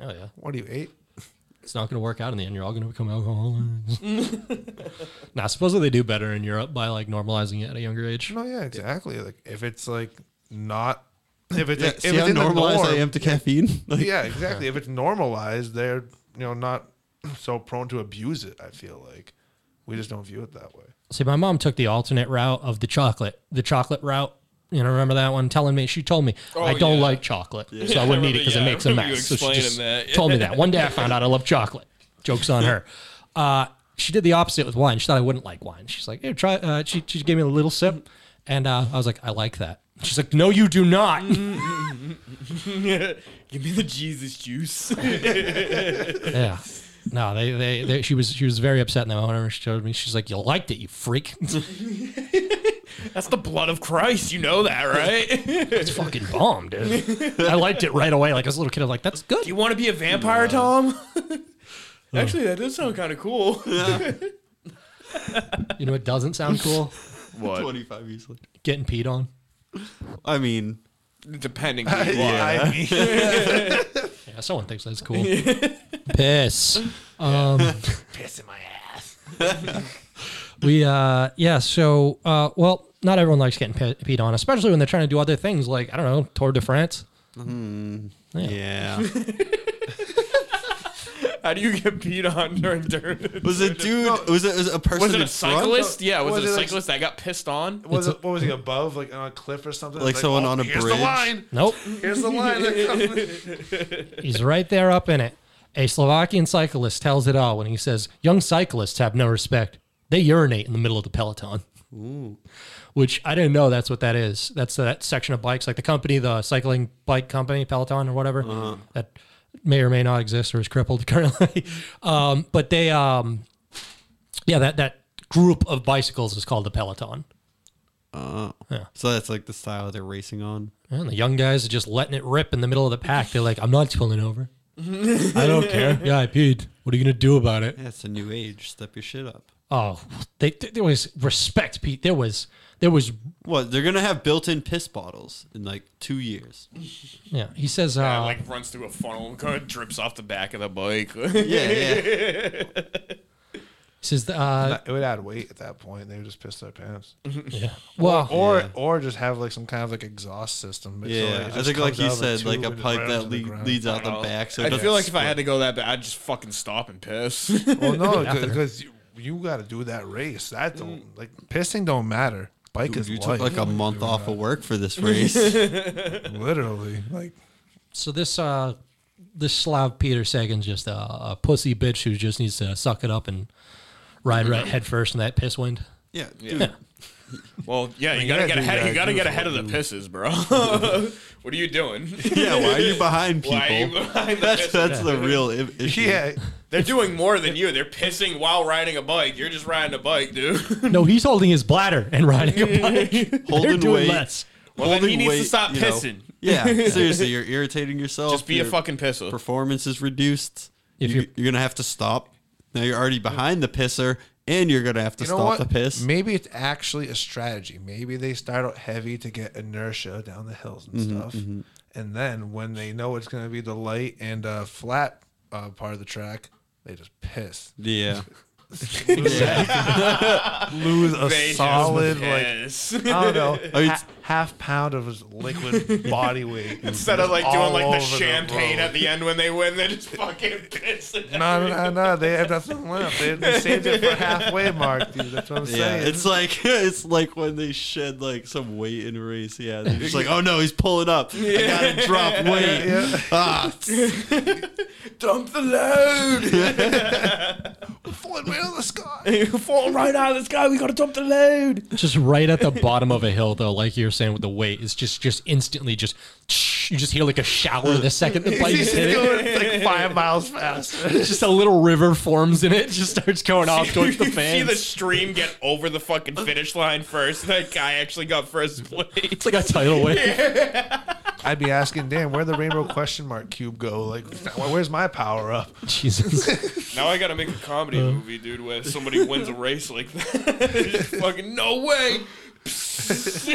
Speaker 1: Oh yeah,
Speaker 2: What do you eat?
Speaker 1: it's not going to work out in the end. You're all going to become alcoholics. now, supposedly they do better in Europe by like normalizing it at a younger age.
Speaker 2: No, yeah, exactly. Like if it's like not, if it's
Speaker 4: yeah,
Speaker 2: if
Speaker 4: see
Speaker 2: it's
Speaker 4: how
Speaker 2: in the
Speaker 4: normalized I
Speaker 2: norm-
Speaker 4: am to caffeine. Like,
Speaker 2: yeah, exactly. If it's normalized, they're you know not so prone to abuse it. I feel like we just don't view it that way.
Speaker 1: See, my mom took the alternate route of the chocolate, the chocolate route. You know, remember that one? Telling me, she told me
Speaker 3: Oh,
Speaker 1: I don't
Speaker 3: yeah.
Speaker 1: like chocolate, so
Speaker 3: Yeah,
Speaker 1: I
Speaker 3: I
Speaker 1: wouldn't eat it because
Speaker 3: remember- yeah,
Speaker 1: it
Speaker 3: I
Speaker 1: makes a
Speaker 3: remember you
Speaker 1: mess. So she
Speaker 3: explaining
Speaker 1: just
Speaker 3: that.
Speaker 1: told me that. One day I found out I love chocolate. Jokes on her. Uh, she did the opposite with wine. She thought I wouldn't like wine. She's like, "Hey, try." Uh, she she gave me a little sip, and uh, I was like, "I like that." She's like, "No, you do not."
Speaker 3: Mm. Give me the Jesus juice.
Speaker 1: Yeah. No, they, they, they she was she was very upset in that moment. I remember She showed me. She's like, "You liked it, you freak."
Speaker 3: That's the blood of Christ. You know that, right?
Speaker 1: It's fucking bomb, dude. I liked it right away. Like as a little kid, I'm like, "That's good."
Speaker 3: you want to be a vampire, Tom? Actually, that does sound kind of cool.
Speaker 1: You know, it doesn't sound cool.
Speaker 3: What?
Speaker 4: 25 years later.
Speaker 1: Getting peed on.
Speaker 4: I mean,
Speaker 3: Depending who you are.
Speaker 2: I mean,
Speaker 1: Yeah, someone thinks that's cool. Piss. Um,
Speaker 2: pissing my ass.
Speaker 1: we uh yeah so uh well not everyone likes getting pe- peed on especially when they're trying to do other things like i don't know tour de france
Speaker 4: yeah.
Speaker 3: How do you get peed on during dirt?
Speaker 4: was it dude? Was it, was it a person?
Speaker 3: Was it
Speaker 4: in
Speaker 3: a
Speaker 4: front?
Speaker 3: cyclist? Yeah, was,
Speaker 2: Was
Speaker 3: it a
Speaker 2: it a-
Speaker 3: cyclist that got pissed on?
Speaker 2: Was it, what was he above, like on a cliff or something? "Oh,
Speaker 4: Like someone on a
Speaker 2: here's
Speaker 4: bridge?
Speaker 2: the line.
Speaker 1: nope
Speaker 2: Here's the line. They're coming.
Speaker 1: he's right there up in it a slovakian cyclist tells it all when he says young cyclists have no respect they urinate in the middle of the peloton which i didn't know that's what that is that's uh, that section of bikes like the company the cycling bike company peloton or whatever that may or may not exist or is crippled currently um, but they um, yeah that that group of bicycles is called the peloton
Speaker 4: So that's like the style they're racing on.
Speaker 1: And the young guys are just letting it rip in the middle of the pack. They're like, I'm not spilling over. I don't care. Yeah, I peed. What are you going to do about it?
Speaker 4: Yeah, it's a new age. Step your shit up.
Speaker 1: Oh, they, there was respect, Pete. There was, there was,
Speaker 4: What? They're gonna have built-in piss bottles in like two years.
Speaker 1: yeah. He says, uh,
Speaker 3: Yeah, like runs through a funnel, and kinda drips off the back of the bike.
Speaker 4: Yeah, yeah.
Speaker 1: he says, uh,
Speaker 2: it would add weight at that point. They would just piss their pants,
Speaker 1: well,
Speaker 2: or
Speaker 4: Yeah.
Speaker 2: or just have like some kind of like exhaust system. but so,
Speaker 4: yeah.
Speaker 2: it
Speaker 4: I
Speaker 2: just
Speaker 4: think like
Speaker 2: comes
Speaker 4: you
Speaker 2: out of a
Speaker 4: said, like
Speaker 2: tube
Speaker 4: a
Speaker 2: and it
Speaker 4: pipe
Speaker 2: rams
Speaker 4: that
Speaker 2: into the
Speaker 4: le-
Speaker 2: ground.
Speaker 4: leads out the back. So it
Speaker 3: I
Speaker 4: doesn't
Speaker 3: feel like if I
Speaker 4: split.
Speaker 3: had to go that bad, I'd just fucking stop and piss.
Speaker 2: Well, no, because you, you got to do that race. That don't like pissing don't matter. Bike
Speaker 4: Dude,
Speaker 2: is
Speaker 4: you
Speaker 2: life.
Speaker 4: took like a month off of work for this race.
Speaker 2: literally like
Speaker 1: so this, uh, this Slav Peter Sagan's just a, a pussy bitch who just needs to suck it up and ride right head first in that piss wind.
Speaker 4: yeah,
Speaker 3: well, yeah, you gotta
Speaker 2: gotta
Speaker 3: get
Speaker 2: do
Speaker 3: ahead.
Speaker 2: that,
Speaker 3: You gotta
Speaker 2: do
Speaker 3: get
Speaker 2: it
Speaker 3: ahead of the pisses, bro. what are you doing?
Speaker 4: Yeah, why are you behind people?
Speaker 3: Why are you behind the
Speaker 4: that's
Speaker 3: pisses?
Speaker 4: that's the real i- issue.
Speaker 2: yeah.
Speaker 3: They're doing more than you. They're pissing while riding a bike. You're just riding a bike, dude.
Speaker 1: No, he's holding his bladder and riding a bike. They're
Speaker 4: Holding
Speaker 1: doing
Speaker 4: weight.
Speaker 1: less.
Speaker 3: Well, then he
Speaker 4: Holding
Speaker 3: needs to
Speaker 4: weight,
Speaker 3: stop
Speaker 4: you know.
Speaker 3: pissing.
Speaker 4: Yeah, seriously, you're irritating yourself.
Speaker 3: Just be a
Speaker 4: Your
Speaker 3: fucking pisser.
Speaker 4: Performance is reduced.
Speaker 1: If
Speaker 4: you,
Speaker 1: you're-
Speaker 4: you're gonna have to stop. Now you're already behind the pisser, and you're gonna have to
Speaker 2: You know
Speaker 4: stop
Speaker 2: what?
Speaker 4: the piss.
Speaker 2: Maybe it's actually a strategy. Maybe they start out heavy to get inertia down the hills and
Speaker 4: Mm-hmm,
Speaker 2: stuff, and then when they know it's going to be the light and uh, flat uh, part of the track, they just piss.
Speaker 4: Yeah.
Speaker 2: Lose a
Speaker 3: They just
Speaker 2: solid like
Speaker 3: piss.
Speaker 2: I don't know
Speaker 4: I mean,
Speaker 2: ha- half pound of his liquid body weight
Speaker 3: Instead of like doing
Speaker 2: all
Speaker 3: like
Speaker 2: over
Speaker 3: the champaign
Speaker 2: road.
Speaker 3: at the end when they win, they're just fucking pissing.
Speaker 2: No, no, no. They have nothing left. They, they saved it for halfway mark, dude. That's what I'm
Speaker 4: Yeah,
Speaker 2: saying.
Speaker 4: it's like it's like when they shed like some weight in a race. Yeah, they're just like, oh no, he's pulling up. I gotta drop weight.
Speaker 2: yeah.
Speaker 4: Ah,
Speaker 3: Dump the load.
Speaker 2: falling right out of the sky.
Speaker 3: Falling right out of the sky. We gotta dump the load.
Speaker 1: just right at the bottom of a hill though like you were saying with the weight it's just just instantly just you just hear like a shower the second the bike is
Speaker 2: He's
Speaker 1: hit it
Speaker 2: going like five miles faster.
Speaker 1: just a little river forms in it just starts going off towards the
Speaker 3: you see the
Speaker 1: fans
Speaker 3: stream get over the fucking finish line first. That guy actually got first place.
Speaker 1: it's like a tidal wave
Speaker 2: I'd be asking, Dan, where the rainbow question mark cube go? Like, where's my power up?
Speaker 1: jesus
Speaker 3: Now I gotta make a comedy movie, dude, where somebody wins a race like that. Just fucking no way. it's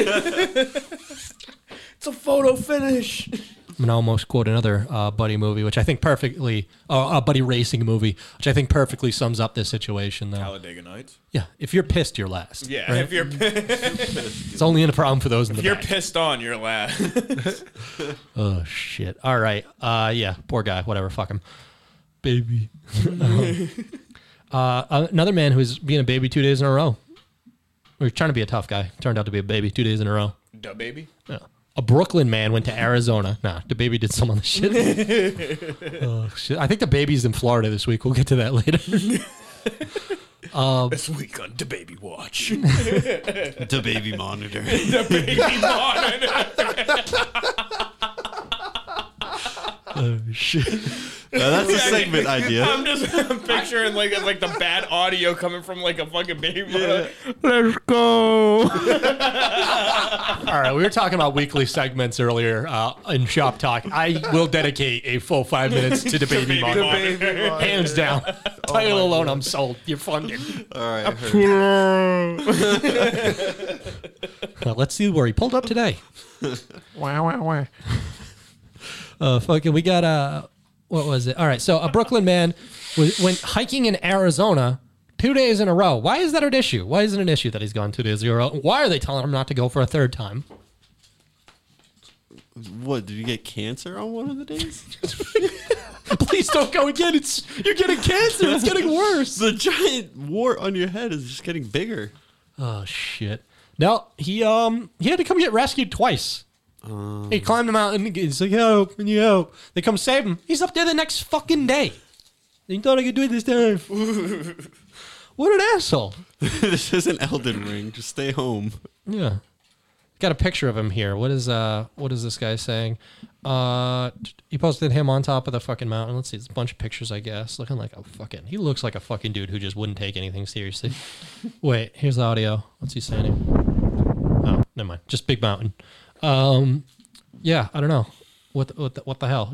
Speaker 3: a photo finish.
Speaker 1: i'm gonna almost quote another uh, buddy movie which i think perfectly uh, a buddy racing movie which i think perfectly sums up this situation though
Speaker 3: Talladega Nights.
Speaker 1: yeah if you're pissed you're last
Speaker 3: Yeah,
Speaker 1: right?
Speaker 3: if you're if
Speaker 1: it's only in a problem for those in the
Speaker 3: you're
Speaker 1: back.
Speaker 3: pissed on, you're last.
Speaker 1: Oh shit. All right. Uh yeah, poor guy, whatever, fuck him. Baby. uh another man who was being a baby 2 days in a row. We were trying to be a tough guy, turned out to be a baby 2 days in a row.
Speaker 3: Duh, baby.
Speaker 1: A Brooklyn man went to Arizona. Nah, the baby did some of the shit. oh shit. I think the baby's in Florida this week. We'll get to that later.
Speaker 3: This week on the baby watch.
Speaker 4: the baby monitor.
Speaker 3: the baby monitor.
Speaker 1: oh shit.
Speaker 4: Now, that's a segment idea.
Speaker 3: I'm just I'm picturing like like the bad audio coming from like a fucking baby monitor. Let's go.
Speaker 1: All right, we were talking about weekly segments earlier uh, in shop talk. I will dedicate a full 5 minutes to the baby
Speaker 3: baby
Speaker 1: monitor.
Speaker 3: monitor.
Speaker 1: Oh, Hands down. title alone, I'm sold. You're funded.
Speaker 4: All right. I heard.
Speaker 1: Now, let's see where he pulled up today.
Speaker 2: Wow, wow, wow.
Speaker 1: Uh, fucking, we got uh, what was it? All right, so a Brooklyn man was, went hiking in Arizona two days in a row. Why is that an issue? Why is it an issue that he's gone two days in a row? Why are they telling him not to go for a third time?
Speaker 4: What did you get cancer on one of the days?
Speaker 1: Please don't go again. It's you're getting cancer. It's getting worse.
Speaker 4: the giant wart on your head is just getting bigger.
Speaker 1: Oh shit. No, he um he had to come get rescued twice. he climbed a mountain. He's like, help, can you help? They come save him. He's up there the next fucking day. He thought I could do it this time. what an asshole.
Speaker 4: this isn't Elden Ring. Just stay home.
Speaker 1: Yeah. Got a picture of him here. What is uh what is this guy saying? Uh t- he posted him on top of the fucking mountain. Let's see, it's a bunch of pictures, I guess. Looking like a fucking he looks like a fucking dude who just wouldn't take anything seriously. Wait, here's the audio. What's he saying here? Oh, never mind. Just big mountain. Um yeah, I don't know. What the, what the, what the hell?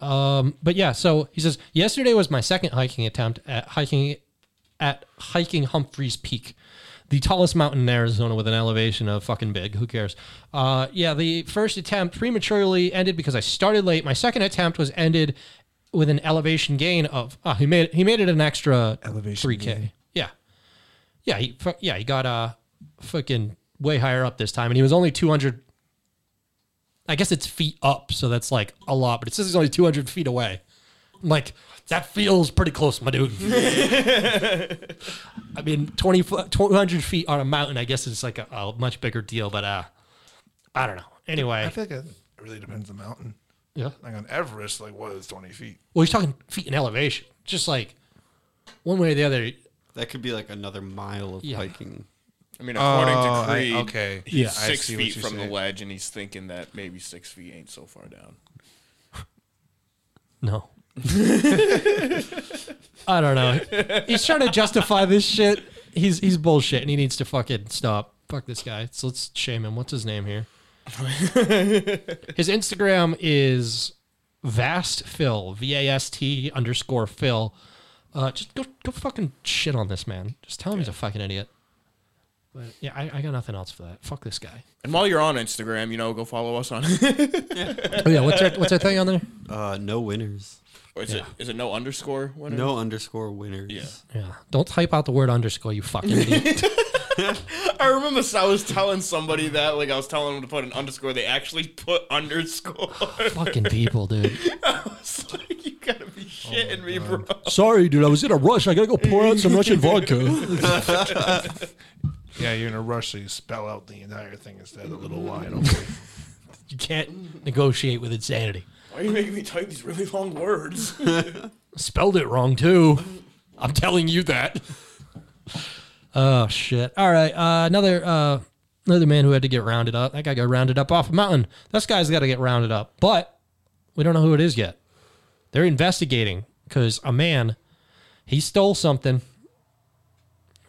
Speaker 1: Um but yeah, so he says yesterday was my second hiking attempt at hiking at hiking Humphreys Peak, the tallest mountain in Arizona with an elevation of fucking big. Who cares? Uh, yeah, the first attempt prematurely ended because I started late. My second attempt was ended with an elevation gain of oh, he made he made it an extra
Speaker 2: Elevation
Speaker 1: three k.
Speaker 2: gain.
Speaker 1: Yeah, yeah, he fu- yeah he got uh fucking way higher up this time, and he was only two hundred. I guess it's feet up, so that's like a lot, but it says he's only two hundred feet away. I'm like, that feels pretty close, my dude. I mean, 20, fo- 200 feet on a mountain, I guess it's like a, a much bigger deal, but uh, I don't know. Anyway,
Speaker 2: I feel like it really depends on the mountain.
Speaker 1: yeah.
Speaker 2: Like on Everest, like what is twenty feet?
Speaker 1: Well, he's talking feet in elevation, just like one way or the other.
Speaker 4: That could be like another mile of
Speaker 1: Yeah.
Speaker 4: hiking.
Speaker 3: I mean, according
Speaker 2: Oh, I-
Speaker 3: to Creed,
Speaker 2: okay.
Speaker 1: Yeah,
Speaker 3: he's six
Speaker 2: see what
Speaker 3: feet
Speaker 2: you're
Speaker 3: from
Speaker 2: saying.
Speaker 3: the ledge, and he's thinking that maybe six feet ain't so far down.
Speaker 1: No, I don't know. He's trying to justify this shit. He's he's bullshit, and he needs to fucking stop. Fuck this guy. So let's shame him. What's his name here? his Instagram is vast phil v a s t underscore phil. Uh, just go go fucking shit on this man. Just tell him he's a fucking idiot. But yeah, I, I got nothing else for that. Fuck this guy.
Speaker 3: And while you're on Instagram, you know, go follow us on.
Speaker 1: Oh yeah, what's our what's our thing on there?
Speaker 4: Uh, no winners.
Speaker 3: Or is it is it no underscore? Whatever?
Speaker 4: No underscore winners.
Speaker 3: Yeah.
Speaker 1: Yeah, don't type out the word underscore. You fucking idiot.
Speaker 3: I remember I was telling somebody that, like, I was telling them to put an underscore. They actually put underscore.
Speaker 1: fucking people, dude.
Speaker 3: It's like, you gotta
Speaker 2: Oh
Speaker 3: be shitting me, bro.
Speaker 1: Sorry, dude. I was in a rush. I gotta go pour out some Russian vodka.
Speaker 2: Yeah, you're in a rush, so you spell out the entire thing instead of a little line. Hopefully.
Speaker 1: you can't negotiate with insanity.
Speaker 3: Why are you making me type these really long words?
Speaker 1: Spelled it wrong too. I'm telling you that. Oh shit! All right, uh, another uh, another man who had to get rounded up. That guy got rounded up off a mountain. This guy's got to get rounded up, but we don't know who it is yet. They're investigating because a man he stole something.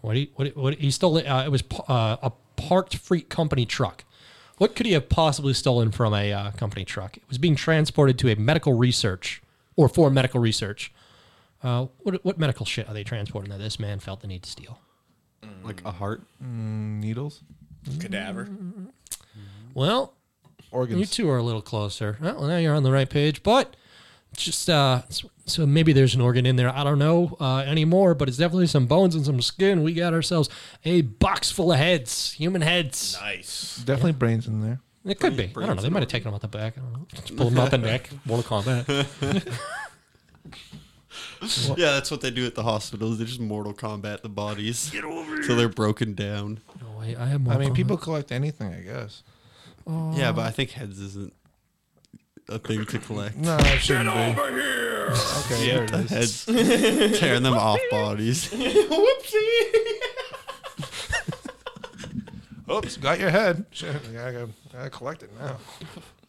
Speaker 1: What he what he- what he stole? it, Uh, it was pa- uh, a parked freight company truck. What could he have possibly stolen from a uh, company truck? It was being transported to a medical research or for medical research. Uh, what what medical shit are they transporting that this man felt the need to steal?
Speaker 4: Like a heart.
Speaker 2: Needles,
Speaker 3: Cadaver.
Speaker 1: Well,
Speaker 2: organs.
Speaker 1: you two are a little closer. Well, now you're on the right page, but just uh, s- so maybe there's an organ in there. I don't know uh, anymore, but it's definitely some bones and some skin. We got ourselves a box full of heads, human heads.
Speaker 3: Nice.
Speaker 2: Definitely brains in there.
Speaker 1: It could be. I don't know. They might have taken them out the back. I don't know. Just pull them out the neck. Mortal Kombat.
Speaker 4: Yeah, that's what they do at the hospitals. They just Mortal Kombat the bodies. Get over So they're broken down.
Speaker 1: No way. Oh, I have.
Speaker 2: I
Speaker 1: Mortal
Speaker 2: mean,
Speaker 1: Kombat.
Speaker 2: people collect anything, I guess.
Speaker 4: Yeah, but I think heads isn't a thing to collect.
Speaker 2: No, it shouldn't be. Okay, there it is.
Speaker 4: Heads tearing them off bodies.
Speaker 3: Whoopsie.
Speaker 2: Oops, got your head. Shit, I gotta, gotta collect it now.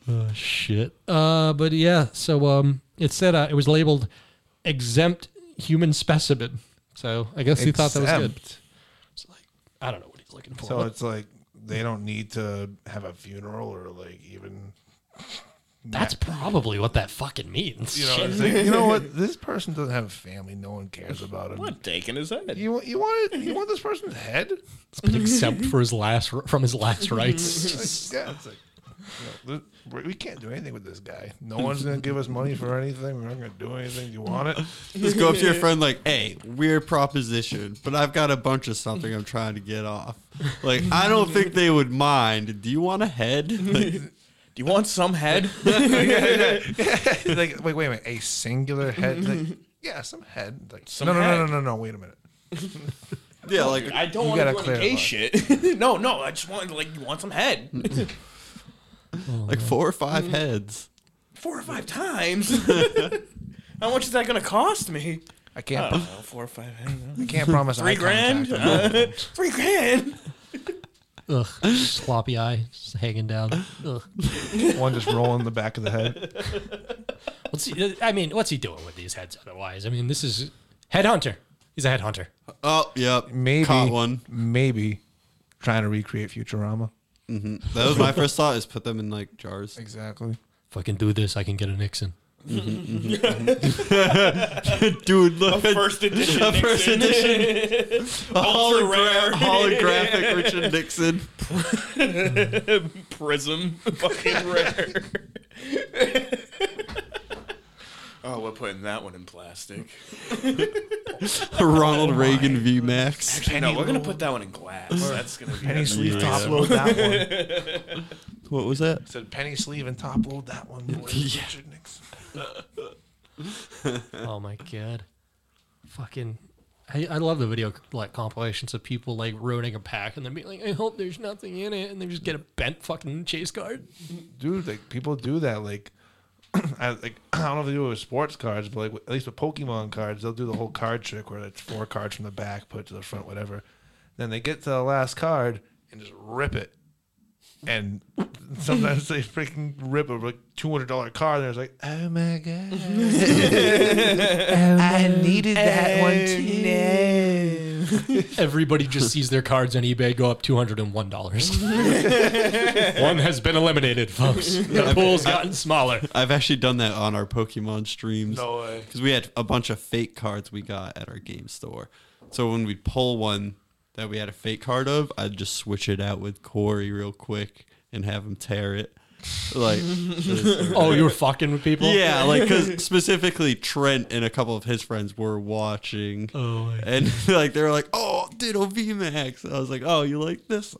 Speaker 1: Oh, shit. Uh, but yeah, so um, it said uh, it was labeled exempt human specimen. So I guess he thought that was good.
Speaker 2: Exempt.
Speaker 1: It's like I don't know what he's looking for.
Speaker 2: So it's like they don't need to have a funeral or like even
Speaker 1: That's probably what that fucking means.
Speaker 2: You know, what I'm
Speaker 1: Shit.
Speaker 2: saying? you know what? This person doesn't have a family. No one cares about him.
Speaker 3: What taking his head?
Speaker 2: You want you want it, you want this person's head?
Speaker 1: except for his last from his last rights.
Speaker 2: Yeah, it's like, you know, th- we can't do anything with this guy. No one's gonna give us money for anything. We're not gonna do anything. You want it?
Speaker 4: Just go up to your friend like, "Hey, weird proposition, but I've got a bunch of something I'm trying to get off. Like, I don't think they would mind. Do you want a head? Like,
Speaker 3: Do you want some head?
Speaker 2: like wait wait a minute. A singular head? It's Like, yeah, some head. Like
Speaker 3: Some
Speaker 2: no no no
Speaker 3: head.
Speaker 2: no no no. Wait a minute.
Speaker 4: yeah, like
Speaker 3: I don't
Speaker 2: You
Speaker 3: want to
Speaker 2: gotta
Speaker 3: do any gay shit. no, no, I just want like you want some head.
Speaker 2: Mm.
Speaker 4: like four or five heads.
Speaker 3: Four or five times. How much is that gonna cost me?
Speaker 2: I can't.
Speaker 3: I don't know, four or five. I don't know.
Speaker 2: I can't promise.
Speaker 3: Oh. Three
Speaker 2: eye
Speaker 3: grand.
Speaker 2: contact.
Speaker 3: Uh, three grand.
Speaker 1: Ugh, sloppy eye, just hanging down. Ugh.
Speaker 2: One just rolling the back of the head.
Speaker 1: What's he, I mean, what's he doing with these heads? Otherwise, I mean, this is headhunter. He's a headhunter.
Speaker 4: Oh, yep,
Speaker 2: Maybe
Speaker 4: caught one.
Speaker 2: Maybe trying to recreate Futurama.
Speaker 4: That was my first thought: is put them in like jars.
Speaker 2: Exactly.
Speaker 1: If I can do this, I can get a Nixon.
Speaker 4: Dude, look at
Speaker 3: First edition.
Speaker 4: the first
Speaker 3: Nixon.
Speaker 4: edition
Speaker 3: Ultra
Speaker 4: hologra-
Speaker 3: rare.
Speaker 4: holographic Richard Nixon.
Speaker 3: Prism. Fucking rare. oh, we're putting that one in plastic.
Speaker 4: Ronald Reagan V Max.
Speaker 3: Actually, no, we're gonna put that one in glass. That's gonna be.
Speaker 2: Penny sleeve
Speaker 4: Yeah.
Speaker 2: top load that one.
Speaker 4: What was that?
Speaker 2: Said penny sleeve and top load that one. boy. Richard Nixon.
Speaker 1: oh my god, fucking. I, I love the video like compilations of people like ruining a pack and then being like, I hope there's nothing in it, and they just get a bent fucking chase card.
Speaker 2: dude, like people do that. Like, I like I don't know if they do it with sports cards, but like at least with Pokemon cards, they'll do the whole card trick where it's four cards from the back, put it to the front, whatever. Then they get to the last card and just rip it. And sometimes they freaking rip a like two hundred dollar card, and it's like, oh my god, I needed that one too.
Speaker 1: Everybody just sees their cards on eBay go up two hundred and one dollars. One has been eliminated, folks. The pool's gotten smaller.
Speaker 4: I've actually done that on our Pokemon streams.
Speaker 2: No way.
Speaker 4: Because we had a bunch of fake cards we got at our game store. So when we'd pull one that we had a fake card of, I'd just switch it out with Corey real quick and have him tear it. Like,
Speaker 1: Oh, you were fucking with people.
Speaker 4: yeah, like, because specifically Trent and a couple of his friends were watching.
Speaker 1: Oh, my
Speaker 4: and like, they were like, oh, Ditto VMAX. I was like, oh, you like this?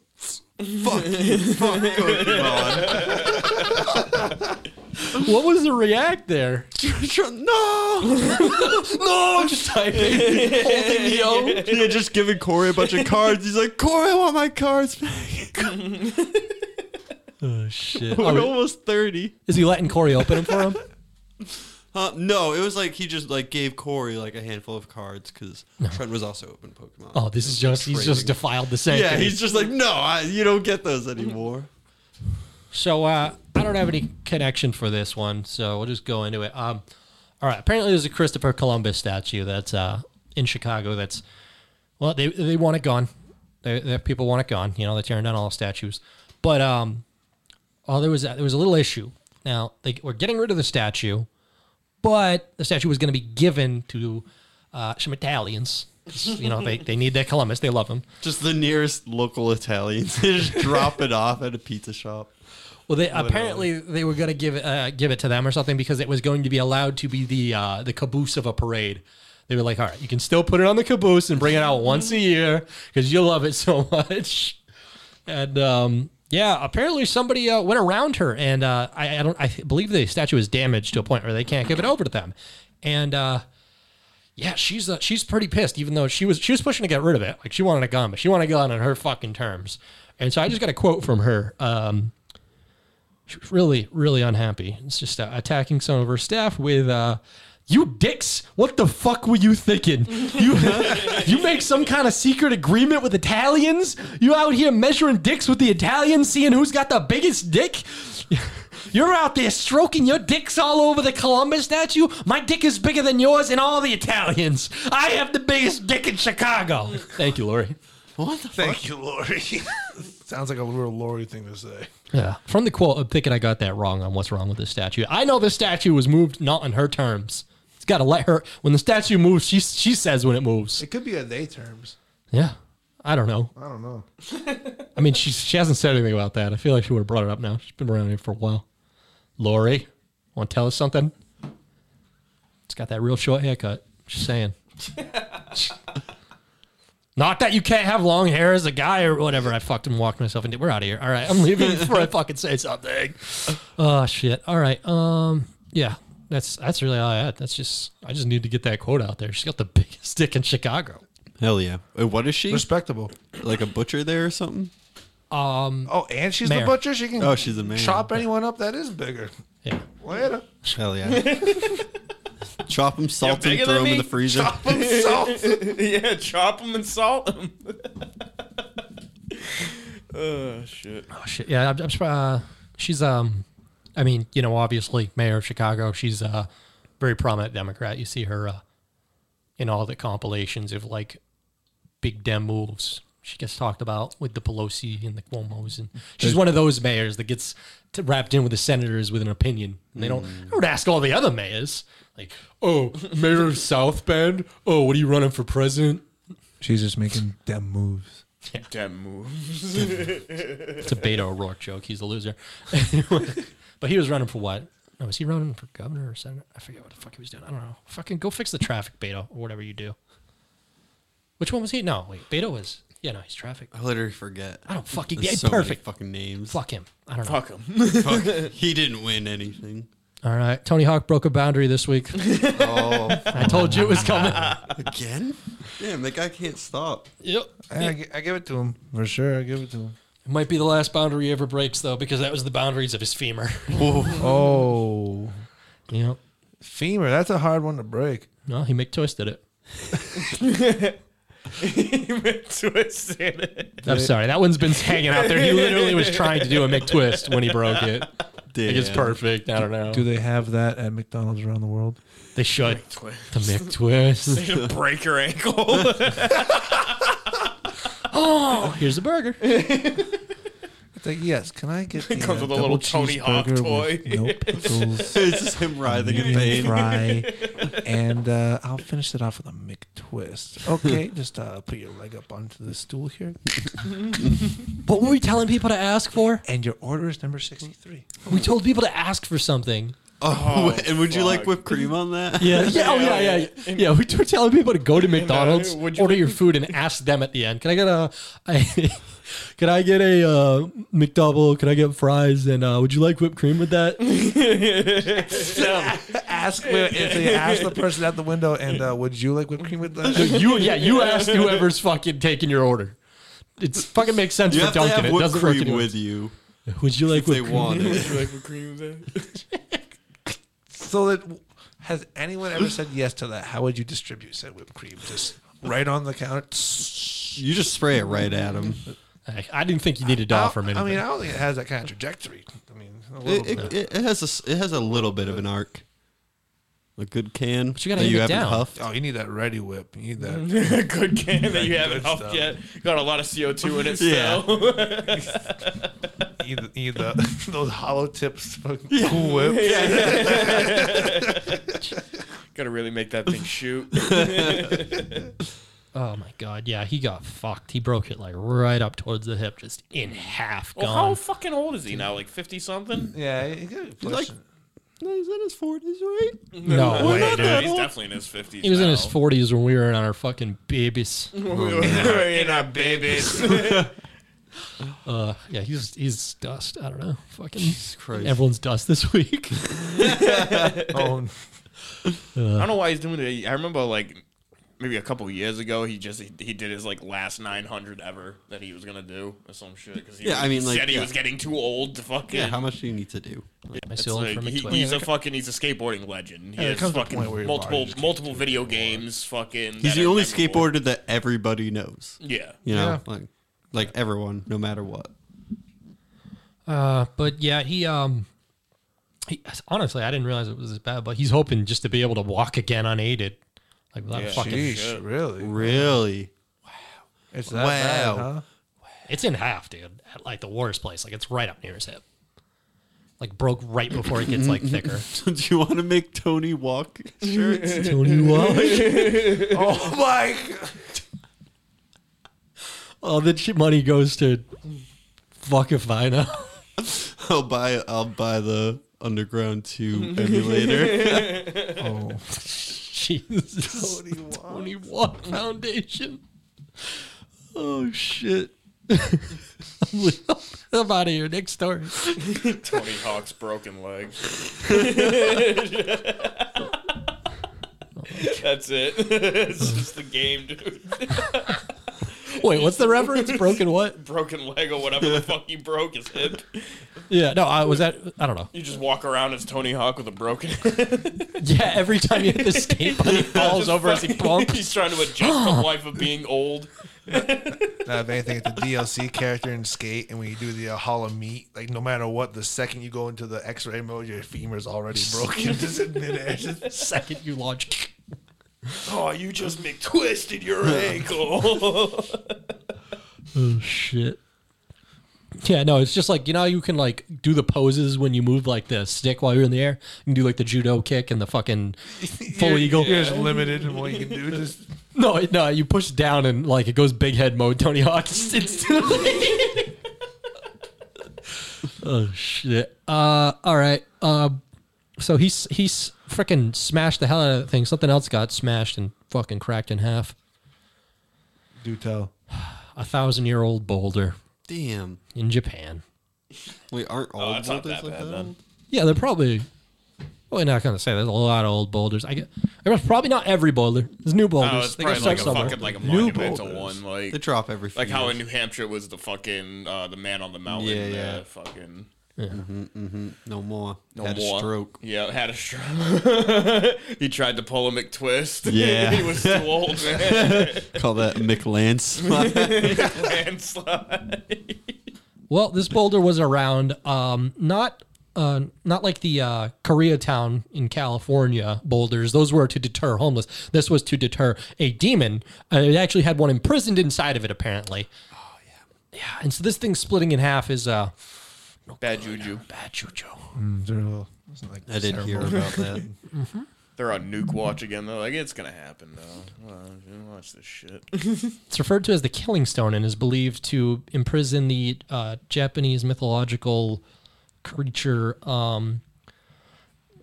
Speaker 4: Fuck you, fuck Pokemon.
Speaker 1: What was the react there?
Speaker 4: no!
Speaker 1: No, just typing. holding the O.
Speaker 4: yeah, just giving Corey a bunch of cards. He's like, Corey, I want my cards back.
Speaker 1: Oh shit.
Speaker 4: We're almost 30.
Speaker 1: is he letting Corey open them for him?
Speaker 4: Huh? No, it was like he just like gave Corey like a handful of cards because Trent was also open Pokemon.
Speaker 1: Oh, this is just he's just defiled the sanctity.
Speaker 4: yeah, he's just like, no, I, you don't get those anymore.
Speaker 1: So uh, I don't have any connection for this one, so we'll just go into it. Um, all right. Apparently, there's a Christopher Columbus statue that's uh, in Chicago. That's well, they they want it gone. They, they, people want it gone. You know, they're tearing down all the statues. But um, oh, there was there was a little issue. Now they were getting rid of the statue, but the statue was going to be given to uh, some Italians. 'Cause, You know, they, they need their Columbus. They love him.
Speaker 4: Just the nearest local Italians. They just drop it off at a pizza shop.
Speaker 1: Well, they, apparently they were going to give it uh, give it to them or something because it was going to be allowed to be the uh, the caboose of a parade. They were like, "All right, you can still put it on the caboose and bring it out once a year because you love it so much." And um, yeah, apparently somebody uh, went around her, and uh, I, I don't I th- believe the statue is damaged to a point where they can't give it over to them. And uh, yeah, she's uh, she's pretty pissed, even though she was she was pushing to get rid of it. Like she wanted a gun, but she wanted a gun on her fucking terms. And so I just got a quote from her. Um, she was really, really unhappy. It's just uh, attacking some of her staff with, uh, "You dicks! What the fuck were you thinking? You, you make some kind of secret agreement with Italians? You out here measuring dicks with the Italians, seeing who's got the biggest dick? You're out there stroking your dicks all over the Columbus statue. My dick is bigger than yours and all the Italians. I have the biggest dick in Chicago. Thank you, Lori.
Speaker 4: What the
Speaker 2: Thank you, Lori. Sounds like a real Lori thing to say.
Speaker 1: Yeah. From the quote, I'm thinking I got that wrong on what's wrong with this statue. I know this statue was moved not on her terms. It's got to let her. When the statue moves, she she says when it moves.
Speaker 2: It could be a they terms.
Speaker 1: Yeah. I don't know.
Speaker 2: I don't know.
Speaker 1: I mean, she she hasn't said anything about that. I feel like she would have brought it up now. She's been around here for a while. Lori, want to tell us something? It's got that real short haircut. Just saying. Not that you can't have long hair as a guy or whatever. I fucked and walked myself into. We're out of here. All right, I'm leaving before I fucking say something. Oh shit. All right. Um. Yeah. That's that's really all I had. That's just I just need to get that quote out there. She's got the biggest dick in Chicago.
Speaker 4: Hell yeah. Uh, What is she?
Speaker 2: Respectable.
Speaker 4: Like a butcher there or something?
Speaker 2: Oh, and she's
Speaker 1: Mayor.
Speaker 2: the butcher. She can.
Speaker 4: Oh, she's a mayor.
Speaker 2: Chop anyone up that is bigger.
Speaker 1: Yeah.
Speaker 2: Later.
Speaker 4: Hell yeah. Chop them, salt them,
Speaker 3: bigger
Speaker 4: throw
Speaker 3: than
Speaker 4: them in
Speaker 3: me?
Speaker 4: the freezer.
Speaker 2: Chop and salt.
Speaker 3: yeah, chop them and salt them. oh shit!
Speaker 1: Oh, shit. Yeah, I'm, I'm surpri- uh, she's um, I mean, you know, obviously mayor of Chicago. She's a very prominent Democrat. You see her uh, in all the compilations of like big Dem moves. She gets talked about with the Pelosi and the Cuomo's, and she's one of those mayors that gets to wrapped in with the senators with an opinion. And they don't. I would ask all the other mayors, like, "Oh, mayor of South Bend. Oh, what are you running for president?"
Speaker 2: She's just making them moves.
Speaker 3: Damn move.
Speaker 1: It's a Beto O'Rourke joke. He's a loser. but he was running for what? No, was he running for governor or senator? I forget what the fuck he was doing. I don't know. Fucking go fix the traffic, Beto, or whatever you do. Which one was he? No, wait. Beto was. Yeah, no, he's traffic.
Speaker 4: I literally forget.
Speaker 1: I don't fucking
Speaker 4: There's
Speaker 1: get
Speaker 4: so many
Speaker 1: perfect.
Speaker 4: fucking names.
Speaker 1: Fuck him. I don't know.
Speaker 3: Fuck them.
Speaker 4: Fuck. He didn't win anything.
Speaker 1: All right. Tony Hawk broke a boundary this week.
Speaker 4: Oh,
Speaker 1: I told you it was coming.
Speaker 4: again? Damn, that guy can't stop.
Speaker 1: yep.
Speaker 2: I, gi- I give it to him for sure. I give it to him.
Speaker 1: It might be the last boundary he ever breaks, though, because that was the boundaries of his femur.
Speaker 2: Oh,
Speaker 1: yep.
Speaker 2: femur. That's a hard one to break.
Speaker 1: No, he McTwisted it.
Speaker 3: Twisted it.
Speaker 1: I'm sorry. That one's been hanging out there. He literally was trying to do a McTwist when he broke it.
Speaker 4: Damn.
Speaker 1: Like it's perfect. I don't know.
Speaker 2: Do they have that at McDonald's around the world?
Speaker 1: They should. The McTwist.
Speaker 3: Break your ankle.
Speaker 1: oh, here's a burger.
Speaker 2: It's like, yes. Can I get the,
Speaker 3: Comes
Speaker 2: uh,
Speaker 3: with a little
Speaker 2: double
Speaker 3: Tony Hawk
Speaker 2: cheeseburger
Speaker 3: toy.
Speaker 2: with No pickles,
Speaker 4: It's just him writhing in
Speaker 2: medium
Speaker 4: pain.
Speaker 2: fry, and uh, I'll finish it off with a McTwist. Okay, just uh, put your leg up onto the stool here,
Speaker 1: What were we telling people to ask for?
Speaker 2: and your order is number sixty-three.
Speaker 1: We told people to ask for something.
Speaker 4: Oh, and would you like
Speaker 3: fuck.
Speaker 4: whipped cream on that?
Speaker 1: Yeah. Yeah. Oh, yeah, yeah. Yeah. yeah we were telling people to go to McDonald's,
Speaker 3: would you-
Speaker 1: order your food, and ask them at the end. Can I get a? I, can I get a uh, McDouble? Can I get fries? And uh, would you like whipped cream with that?
Speaker 2: Ask where if they ask the person at the window, and uh, would you like whipped cream with that?
Speaker 1: you yeah. You asked whoever's fucking taking your order. It fucking makes sense
Speaker 4: You
Speaker 1: for
Speaker 4: have to
Speaker 1: Dunkin'.
Speaker 4: have
Speaker 1: It
Speaker 4: whipped
Speaker 1: doesn't work
Speaker 4: cream
Speaker 1: anyway.
Speaker 4: with you
Speaker 1: Would you like
Speaker 4: if they
Speaker 1: whipped cream?
Speaker 4: want it.
Speaker 2: So that has anyone ever said yes to that? How would you distribute said whipped cream? Just right on the counter.
Speaker 4: You just spray it right at him.
Speaker 1: I, I didn't think you needed to offer him
Speaker 2: I
Speaker 1: anything.
Speaker 2: mean, I don't think it has that kind of trajectory. I mean, a little
Speaker 4: It,
Speaker 2: bit.
Speaker 4: it, it has a s- it has a little bit of an arc. A good can. But
Speaker 1: you gotta aim it down.
Speaker 4: huffed.
Speaker 2: Oh, you need that ready whip. You need that.
Speaker 3: good can that you haven't
Speaker 2: good
Speaker 3: huffed
Speaker 2: stuff.
Speaker 3: yet. Got a lot of CO2 in it
Speaker 4: Yeah.
Speaker 3: still.
Speaker 2: you need, you need the, those hollow tips. Fucking Cool whip.
Speaker 3: Gotta really make that thing shoot.
Speaker 1: Oh my god, yeah, he got fucked. He broke it like right up towards the hip, just in half,
Speaker 3: Well,
Speaker 1: gone.
Speaker 3: how fucking old is he now? Like 50 something?
Speaker 2: Yeah, you gotta be pushing.
Speaker 4: No, he's in his forties, right?
Speaker 1: no,
Speaker 3: Wait,
Speaker 1: way,
Speaker 3: dude,
Speaker 1: dude.
Speaker 3: he's definitely in his 50s.
Speaker 1: He was in
Speaker 3: now.
Speaker 1: his forties when we were in our fucking babies.
Speaker 3: Mm-hmm. in our babies.
Speaker 1: Uh, yeah, he's he's dust. I don't know, fucking
Speaker 4: Christ.
Speaker 1: everyone's dust this week.
Speaker 2: oh,
Speaker 3: I don't know why he's doing it. I remember like maybe a couple years ago, he just he, he did his like last 900 ever that he was gonna do or some shit because he
Speaker 4: Yeah, I mean, like,
Speaker 3: said he
Speaker 4: yeah.
Speaker 3: was getting too old to fucking.
Speaker 4: Yeah. How much do you need to do? Like,
Speaker 1: My
Speaker 3: It's
Speaker 1: soul
Speaker 3: like,
Speaker 1: from
Speaker 3: he,
Speaker 1: McTwist.
Speaker 3: he's a fucking he's a skateboarding legend. He
Speaker 2: there
Speaker 3: has
Speaker 2: comes a
Speaker 3: fucking
Speaker 2: point where your body
Speaker 3: multiple
Speaker 2: just can't
Speaker 3: multiple video games. Fucking.
Speaker 4: He's
Speaker 3: that
Speaker 4: the
Speaker 3: are
Speaker 4: only
Speaker 3: memorable.
Speaker 4: skateboarder that everybody knows.
Speaker 3: Yeah.
Speaker 4: You know,
Speaker 2: Yeah.
Speaker 4: like like everyone, no matter what.
Speaker 1: Uh, but yeah, he um, he honestly, I didn't realize it was this bad, but he's hoping just to be able to walk again unaided, like without a
Speaker 3: Yeah.
Speaker 1: fucking.
Speaker 2: geez, really?
Speaker 4: Really?
Speaker 2: It's that
Speaker 4: Wow.
Speaker 2: bad, huh?
Speaker 1: it's in half, dude. At like the worst place. Like it's right up near his hip. Like broke right before it gets
Speaker 3: Mm-hmm.
Speaker 1: like thicker.
Speaker 4: Do you want to make Tony walk shirts?
Speaker 1: Tony Walsh.
Speaker 2: Oh my! God.
Speaker 1: All the ch- money goes to fuck if I know.
Speaker 4: I'll buy. I'll buy the Underground Two emulator.
Speaker 1: Jesus. Tony Walsh. Foundation.
Speaker 4: oh shit!
Speaker 1: I'm out of here. Next story.
Speaker 3: Tony Hawk's broken leg. That's it. it's just the game, dude.
Speaker 1: Wait, what's the reference? Broken what?
Speaker 3: Broken leg or whatever the fuck you broke his hip.
Speaker 1: Yeah, no, I was that. I don't know.
Speaker 3: You just walk around as Tony Hawk with a broken hip.
Speaker 1: Yeah, every time you hit the skate button, he falls over as he bumps.
Speaker 3: He's trying to adjust the life of being old.
Speaker 2: Now, if anything, it's a DLC character in Skate, and when you do the uh, Hall of Meat, like no matter what, the second you go into the X-ray mode, your femur's already broken. just in midair. Just,
Speaker 1: The second you launch,
Speaker 3: Oh, you just McTwisted your ankle.
Speaker 1: oh shit. Yeah, no, it's just like you know how you can like do the poses when you move like the stick while you're in the air. You can do like the judo kick and the fucking full
Speaker 2: you're,
Speaker 1: eagle.
Speaker 2: You're just limited in what you can do. Just
Speaker 1: No, it- no, you push down and like it goes big head mode. Tony Hawk instantly. oh shit! Uh, all right. Uh, so he's he's freaking smashed the hell out of that thing. Something else got smashed and fucking cracked in half.
Speaker 2: do tell.
Speaker 1: A thousand year old boulder
Speaker 4: Damn.
Speaker 1: in Japan.
Speaker 4: Wait, aren't all
Speaker 3: it's Oh, not
Speaker 4: boulders
Speaker 3: that
Speaker 4: like
Speaker 3: bad
Speaker 4: that?
Speaker 3: then.
Speaker 1: Yeah, they're probably. Well, you're not gonna say there's a lot of old boulders. I get. There's probably not every boulder. There's new boulders.
Speaker 3: Oh, it's
Speaker 1: They get
Speaker 3: probably like a
Speaker 1: stuck somewhere.
Speaker 3: fucking like a
Speaker 4: New
Speaker 3: monumental
Speaker 4: boulders.
Speaker 3: one, like
Speaker 4: They drop every. Few
Speaker 3: like how in
Speaker 4: years.
Speaker 3: New Hampshire was the fucking uh, the man on the mountain.
Speaker 4: Yeah,
Speaker 3: Yeah, yeah.
Speaker 4: yeah.
Speaker 3: fucking
Speaker 4: no more.
Speaker 3: no
Speaker 4: Had
Speaker 3: more.
Speaker 4: a stroke.
Speaker 3: Yeah, had a stroke. he tried to pull a McTwist.
Speaker 4: Yeah.
Speaker 3: he was too old, man.
Speaker 4: Call that McLance.
Speaker 3: Landslide.
Speaker 1: Well, this boulder was around, um, not uh, not like the uh, Koreatown in California boulders. Those were to deter homeless. This was to deter a demon. Uh, it actually had one imprisoned inside of it, apparently. Oh yeah, yeah. And so this thing splitting in half is uh,
Speaker 3: Bad juju.
Speaker 1: bad juju.
Speaker 2: It's not like
Speaker 4: I didn't hear
Speaker 2: ceremony.
Speaker 4: about that.
Speaker 3: They're on nuke watch again. They're like, it's gonna happen though. Well, you watch this shit.
Speaker 1: It's referred to as the Killing Stone and is believed to imprison the uh, Japanese mythological creature um,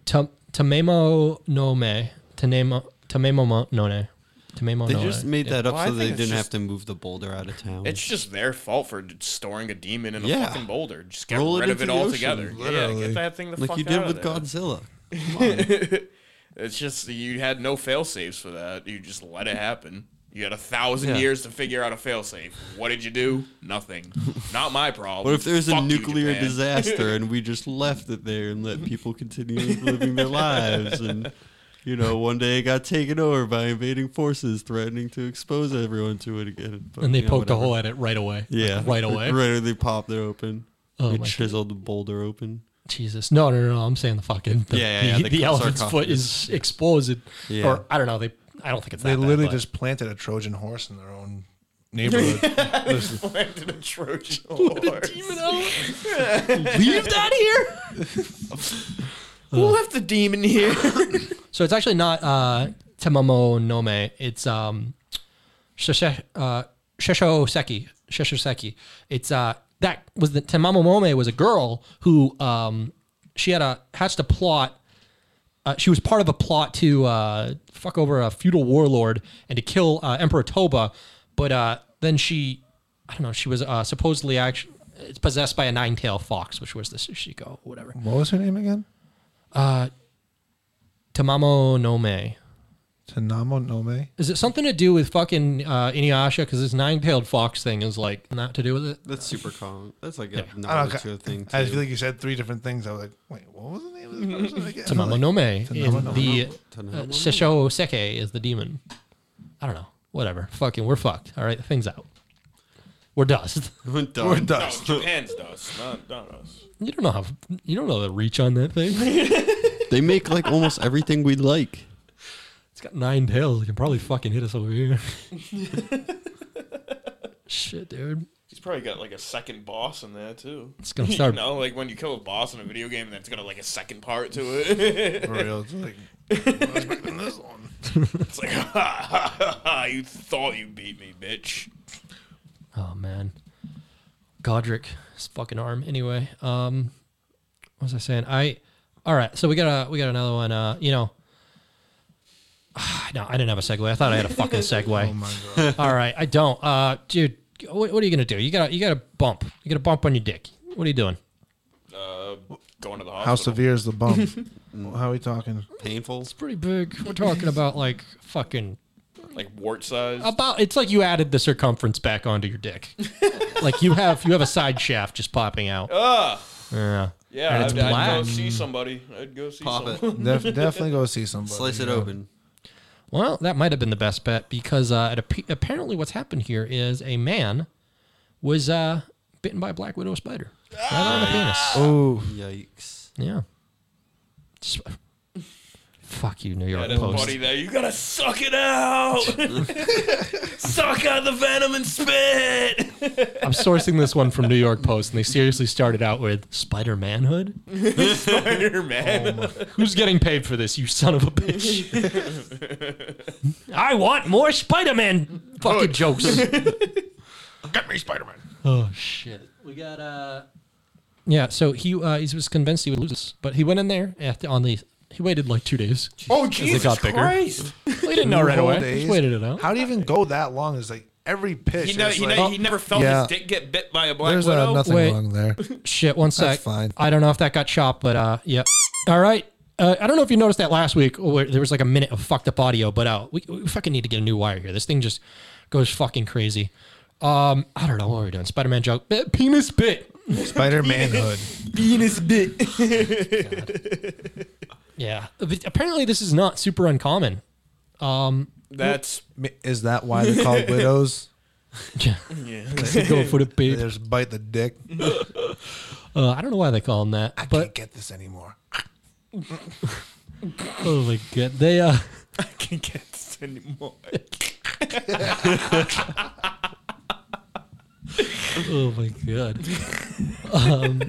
Speaker 1: Ta- Tamemo no me. Tanemo, tamemo mo- no ne. Tamemo
Speaker 4: They
Speaker 1: no
Speaker 4: just
Speaker 1: ne.
Speaker 4: made that up
Speaker 3: Well, I
Speaker 4: so they
Speaker 3: think it's
Speaker 4: didn't have
Speaker 3: just-
Speaker 4: to move the boulder out of town.
Speaker 3: It's just their fault for d- storing a demon in a
Speaker 4: Yeah.
Speaker 3: fucking boulder. Just get
Speaker 4: Roll it
Speaker 3: rid of
Speaker 4: into
Speaker 3: it
Speaker 4: the
Speaker 3: altogether.
Speaker 4: ocean,
Speaker 3: Yeah,
Speaker 2: literally.
Speaker 3: get that thing the
Speaker 4: like
Speaker 3: fuck
Speaker 4: you
Speaker 3: out
Speaker 4: did
Speaker 3: of
Speaker 4: with
Speaker 3: there.
Speaker 4: Godzilla.
Speaker 3: It's just that you had no fail safes for that. You just let it happen. You had a thousand
Speaker 4: Yeah.
Speaker 3: years to figure out a fail safe. What did you do? Nothing. Not my problem.
Speaker 4: What if there's a
Speaker 3: Fuck you,
Speaker 4: nuclear
Speaker 3: Japan.
Speaker 4: disaster and we just left it there and let people continue living their lives and you know one day it got taken over by invading forces threatening to expose everyone to it again. But,
Speaker 1: And they
Speaker 4: you know,
Speaker 1: poked a
Speaker 4: whatever.
Speaker 1: hole at it right away.
Speaker 4: Yeah,
Speaker 1: Right away.
Speaker 4: Right, away they popped it open.
Speaker 1: Oh
Speaker 4: they
Speaker 1: my
Speaker 4: chiseled the boulder open.
Speaker 1: Jesus. No, no, no, no. I'm saying the fucking. The,
Speaker 4: Yeah, yeah, yeah,
Speaker 1: the,
Speaker 4: the
Speaker 1: the elephant's
Speaker 4: sarcophagus.
Speaker 1: foot is exploded.
Speaker 4: Yeah.
Speaker 1: Or, I don't know. They. I don't think it's that
Speaker 2: They
Speaker 1: bad,
Speaker 2: literally
Speaker 1: but-
Speaker 2: just planted a Trojan horse in their own neighborhood. Listen,
Speaker 3: Planted a Trojan horse.
Speaker 1: leave that here.
Speaker 3: Who left the demon here?
Speaker 1: So it's actually not uh, Tamamo Nome. It's um, Sheshe, uh, Sheshoseki. Sheshoseki. It's uh, that was the Tamamo Nome was a girl who um, she had a hatched a plot. Uh, she was part of a plot to uh, fuck over a feudal warlord and to kill uh, Emperor Toba, but uh, then she, I don't know, she was uh, supposedly actually possessed by a nine-tailed fox, which was the Shishiko, whatever.
Speaker 2: what was her name again?
Speaker 1: Tamamo Nome.
Speaker 2: Tanamo Nome.
Speaker 1: Is it something to do with fucking uh, Inuyasha? Because this nine-tailed fox thing is like not to do with it.
Speaker 4: That's super common. That's like a
Speaker 2: I,
Speaker 4: knowledge
Speaker 2: don't, ca-
Speaker 4: thing.
Speaker 2: I just
Speaker 4: too.
Speaker 2: feel like you said three different things. I was like, wait, what was the name of this person again?
Speaker 1: Tamamo
Speaker 2: Like,
Speaker 1: no me.
Speaker 2: Tamamo no
Speaker 1: And the
Speaker 4: Nome.
Speaker 1: uh, Shisho Seke is the demon. I don't know. Whatever. Fucking, we're fucked. All right, the thing's out. We're dust.
Speaker 4: Done.
Speaker 2: We're
Speaker 3: No,
Speaker 2: dust.
Speaker 3: Japan's dust, not, not us.
Speaker 1: You don't know how. You don't know the reach on that thing. it's
Speaker 4: They make like almost everything we like.
Speaker 1: got nine tails. It can probably fucking hit us over here. Shit, dude.
Speaker 3: He's probably got like a second boss in there too.
Speaker 1: It's gonna start-
Speaker 3: You know, like when you kill a boss in a video game, that's gonna like a second part to it.
Speaker 2: For real, it's like I was expecting this one.
Speaker 3: it's like, ha, ha, ha, ha, you thought you beat me, bitch.
Speaker 1: Oh man, Godric, his fucking arm. Anyway, um, what was I saying? I, all right. So we got a we got another one. Uh, you know, no, I didn't have a segue. I thought I had a fucking segue.
Speaker 2: Oh my god,
Speaker 1: all right, I don't. Uh, dude, what, what are you gonna do? You got to you got a bump. You got a bump on your dick. What are you doing?
Speaker 3: Uh, going to the hospital.
Speaker 2: how severe is the bump? how are we talking?
Speaker 4: Painful.
Speaker 1: Pretty big. We're talking about like fucking
Speaker 3: Like wart size.
Speaker 1: about. It's like you added the circumference back onto your dick. like you have you have a side shaft just popping out.
Speaker 3: Ugh.
Speaker 1: Yeah.
Speaker 3: yeah,
Speaker 1: And it's
Speaker 3: I'd, I'd go
Speaker 1: black.
Speaker 3: see somebody. I'd go see
Speaker 4: Pop
Speaker 3: someone.
Speaker 4: it.
Speaker 2: Def- definitely go see somebody.
Speaker 4: Slice it
Speaker 2: you know.
Speaker 4: open.
Speaker 1: Well, that might have been the best bet because uh, it appe- apparently what's happened here is a man was uh, bitten by a black widow spider right on the penis.
Speaker 2: Ooh,
Speaker 4: Yikes.
Speaker 1: Yeah. Just- fuck you, New
Speaker 3: Yeah,
Speaker 1: York
Speaker 3: that
Speaker 1: Post.
Speaker 3: buddy there. You gotta suck it out. suck out the venom and spit.
Speaker 1: I'm sourcing this one from New York Post, and they seriously started out with Spider Manhood.
Speaker 3: Spider Man.
Speaker 1: Who's getting paid for this, you son of a bitch? I want more Spider Man fucking jokes.
Speaker 2: get me Spider Man.
Speaker 1: Oh shit. We got uh Yeah, so he uh he was convinced he would lose this, but he went in there at on the he waited like two days.
Speaker 3: oh
Speaker 1: Jesus got bigger.
Speaker 3: Christ!
Speaker 1: Well, he didn't know right
Speaker 2: Whole
Speaker 1: away.
Speaker 2: days.
Speaker 1: Just waited it out.
Speaker 2: How do you even go that long? It's like every pitch.
Speaker 3: He, ne-
Speaker 2: it's
Speaker 3: he,
Speaker 2: like,
Speaker 3: ne- he never felt
Speaker 2: Yeah.
Speaker 3: his dick get bit by a black
Speaker 2: there's uh,
Speaker 3: widow.
Speaker 2: nothing
Speaker 1: Wait.
Speaker 2: wrong there.
Speaker 1: Shit, one sec.
Speaker 2: fine.
Speaker 1: I don't know if that got chopped, but uh yeah. All right. Uh, I don't know if you noticed that last week. oh, Where there was like a minute of fucked up audio, but uh, we, we fucking need to get a new wire here. This thing just goes fucking crazy. Um, I don't know what we're we doing. Spider Man joke. Eh, Penis bit.
Speaker 2: Spider Manhood.
Speaker 3: Penis bit.
Speaker 1: Yeah. But apparently, this is not super uncommon.
Speaker 3: That's
Speaker 2: Is that why they're called widows?
Speaker 1: Yeah. Go for the
Speaker 2: They
Speaker 1: babe.
Speaker 2: just bite the dick.
Speaker 1: Uh, I don't know why they call him that,
Speaker 2: I
Speaker 1: but
Speaker 2: can't get this anymore.
Speaker 1: oh my god, they uh,
Speaker 3: I can't get this anymore.
Speaker 1: oh my god, um,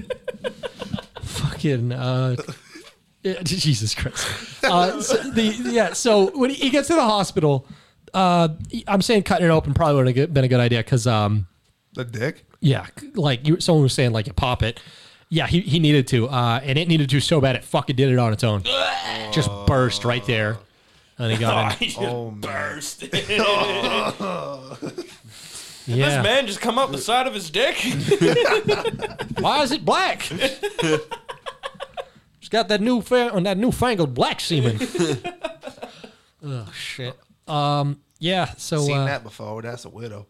Speaker 1: fucking uh, yeah, Jesus Christ. Uh, so the yeah, so when he gets to the hospital, uh, I'm saying cutting it open probably would have been a good idea because um,
Speaker 2: The dick?
Speaker 1: yeah, like you, someone was saying like you pop it. Yeah, he, he needed to, uh, and it needed to so bad it fucking did it on its own. Just burst right there, and he got in.
Speaker 3: He just
Speaker 2: Oh, man.
Speaker 3: burst. This
Speaker 1: Yeah,
Speaker 3: man just come up the side of his dick.
Speaker 1: why is it black? It's got that new fa- on that newfangled black semen. oh shit. Um. Yeah. So.
Speaker 2: Seen
Speaker 1: Uh,
Speaker 2: that before. That's a widow.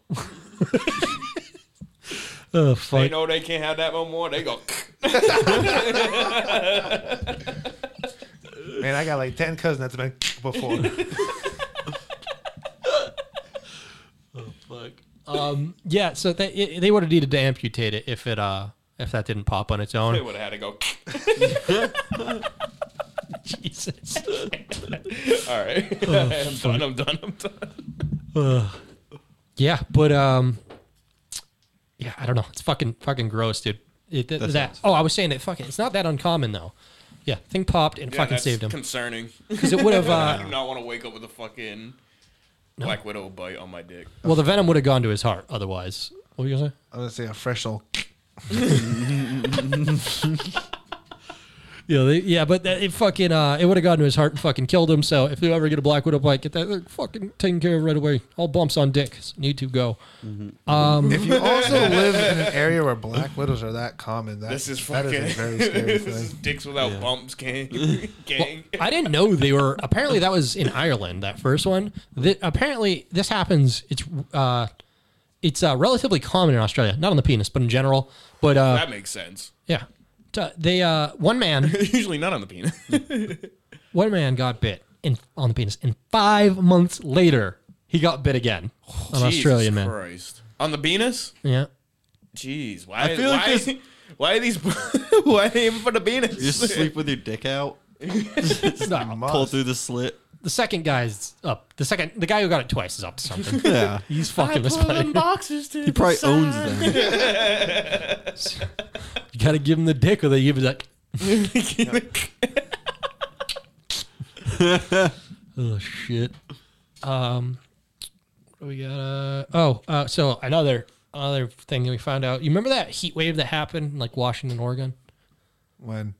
Speaker 1: oh,
Speaker 3: they
Speaker 1: fuck.
Speaker 3: know they can't have that no more. They go.
Speaker 2: Man, I got like 10 cousins that's been before.
Speaker 1: Yeah. So they it, they would have needed to amputate it if it uh if that didn't pop on its
Speaker 3: They
Speaker 1: own.
Speaker 3: would have had to go.
Speaker 1: Jesus.
Speaker 3: All right, I'm done. I'm done. I'm done.
Speaker 1: Yeah, but um, yeah, I don't know. It's fucking fucking gross, dude. It, that,
Speaker 4: That
Speaker 1: that-
Speaker 4: sounds-
Speaker 1: oh, I was saying it. Fucking, it's not that uncommon though. Yeah, thing popped and
Speaker 3: Yeah,
Speaker 1: fucking
Speaker 3: that's
Speaker 1: saved him
Speaker 3: Concerning.
Speaker 1: because it would have.
Speaker 3: I
Speaker 1: Uh,
Speaker 3: do not want to wake up with a fucking black widow bite on my dick.
Speaker 1: well, the venom would have gone to his heart otherwise. What were you gonna say?
Speaker 2: I'm going to say a fresh old.
Speaker 1: Yeah, they, yeah, but that, it fucking uh, it would have gone to his heart and fucking killed him. So if you ever get a black widow bite, get that they're fucking taken care of right away. All bumps on dicks need to go.
Speaker 3: Mm-hmm.
Speaker 1: Um,
Speaker 2: If you also live in an area where black widows are that common, that,
Speaker 3: This is
Speaker 2: that
Speaker 3: fucking.
Speaker 2: is a very scary
Speaker 3: this is
Speaker 2: thing.
Speaker 3: dicks without bumps, gang. gang.
Speaker 1: I didn't know they were. Apparently, that was in Ireland. That first one. That apparently this happens. It's uh, it's uh, relatively common in Australia, not on the penis, but in general. But uh,
Speaker 3: that makes sense.
Speaker 1: yeah, T- they uh, one man,
Speaker 3: Usually not on the penis.
Speaker 1: one man got bit in on the penis, and five months later he got bit again. An Australian man.
Speaker 3: Oh, Christ. On the penis?
Speaker 1: Yeah.
Speaker 3: Jeez. Why?
Speaker 4: feel like
Speaker 3: why,
Speaker 4: this-
Speaker 3: why are these? why are they even for the penis?
Speaker 4: You just sleep with your dick out.
Speaker 1: It's not up.
Speaker 2: Must.
Speaker 4: Pull through the slit.
Speaker 1: The second guy's up. The second, the guy who got it twice is up to something.
Speaker 4: Yeah.
Speaker 1: He's fucking this buddy.
Speaker 8: boxes to
Speaker 4: He probably owns them.
Speaker 1: You gotta give him the dick, or they give it that. oh shit. Um, what do we got? Uh, oh, uh, so another another thing that we found out. You remember that heat wave that happened in like Washington, Oregon?
Speaker 2: When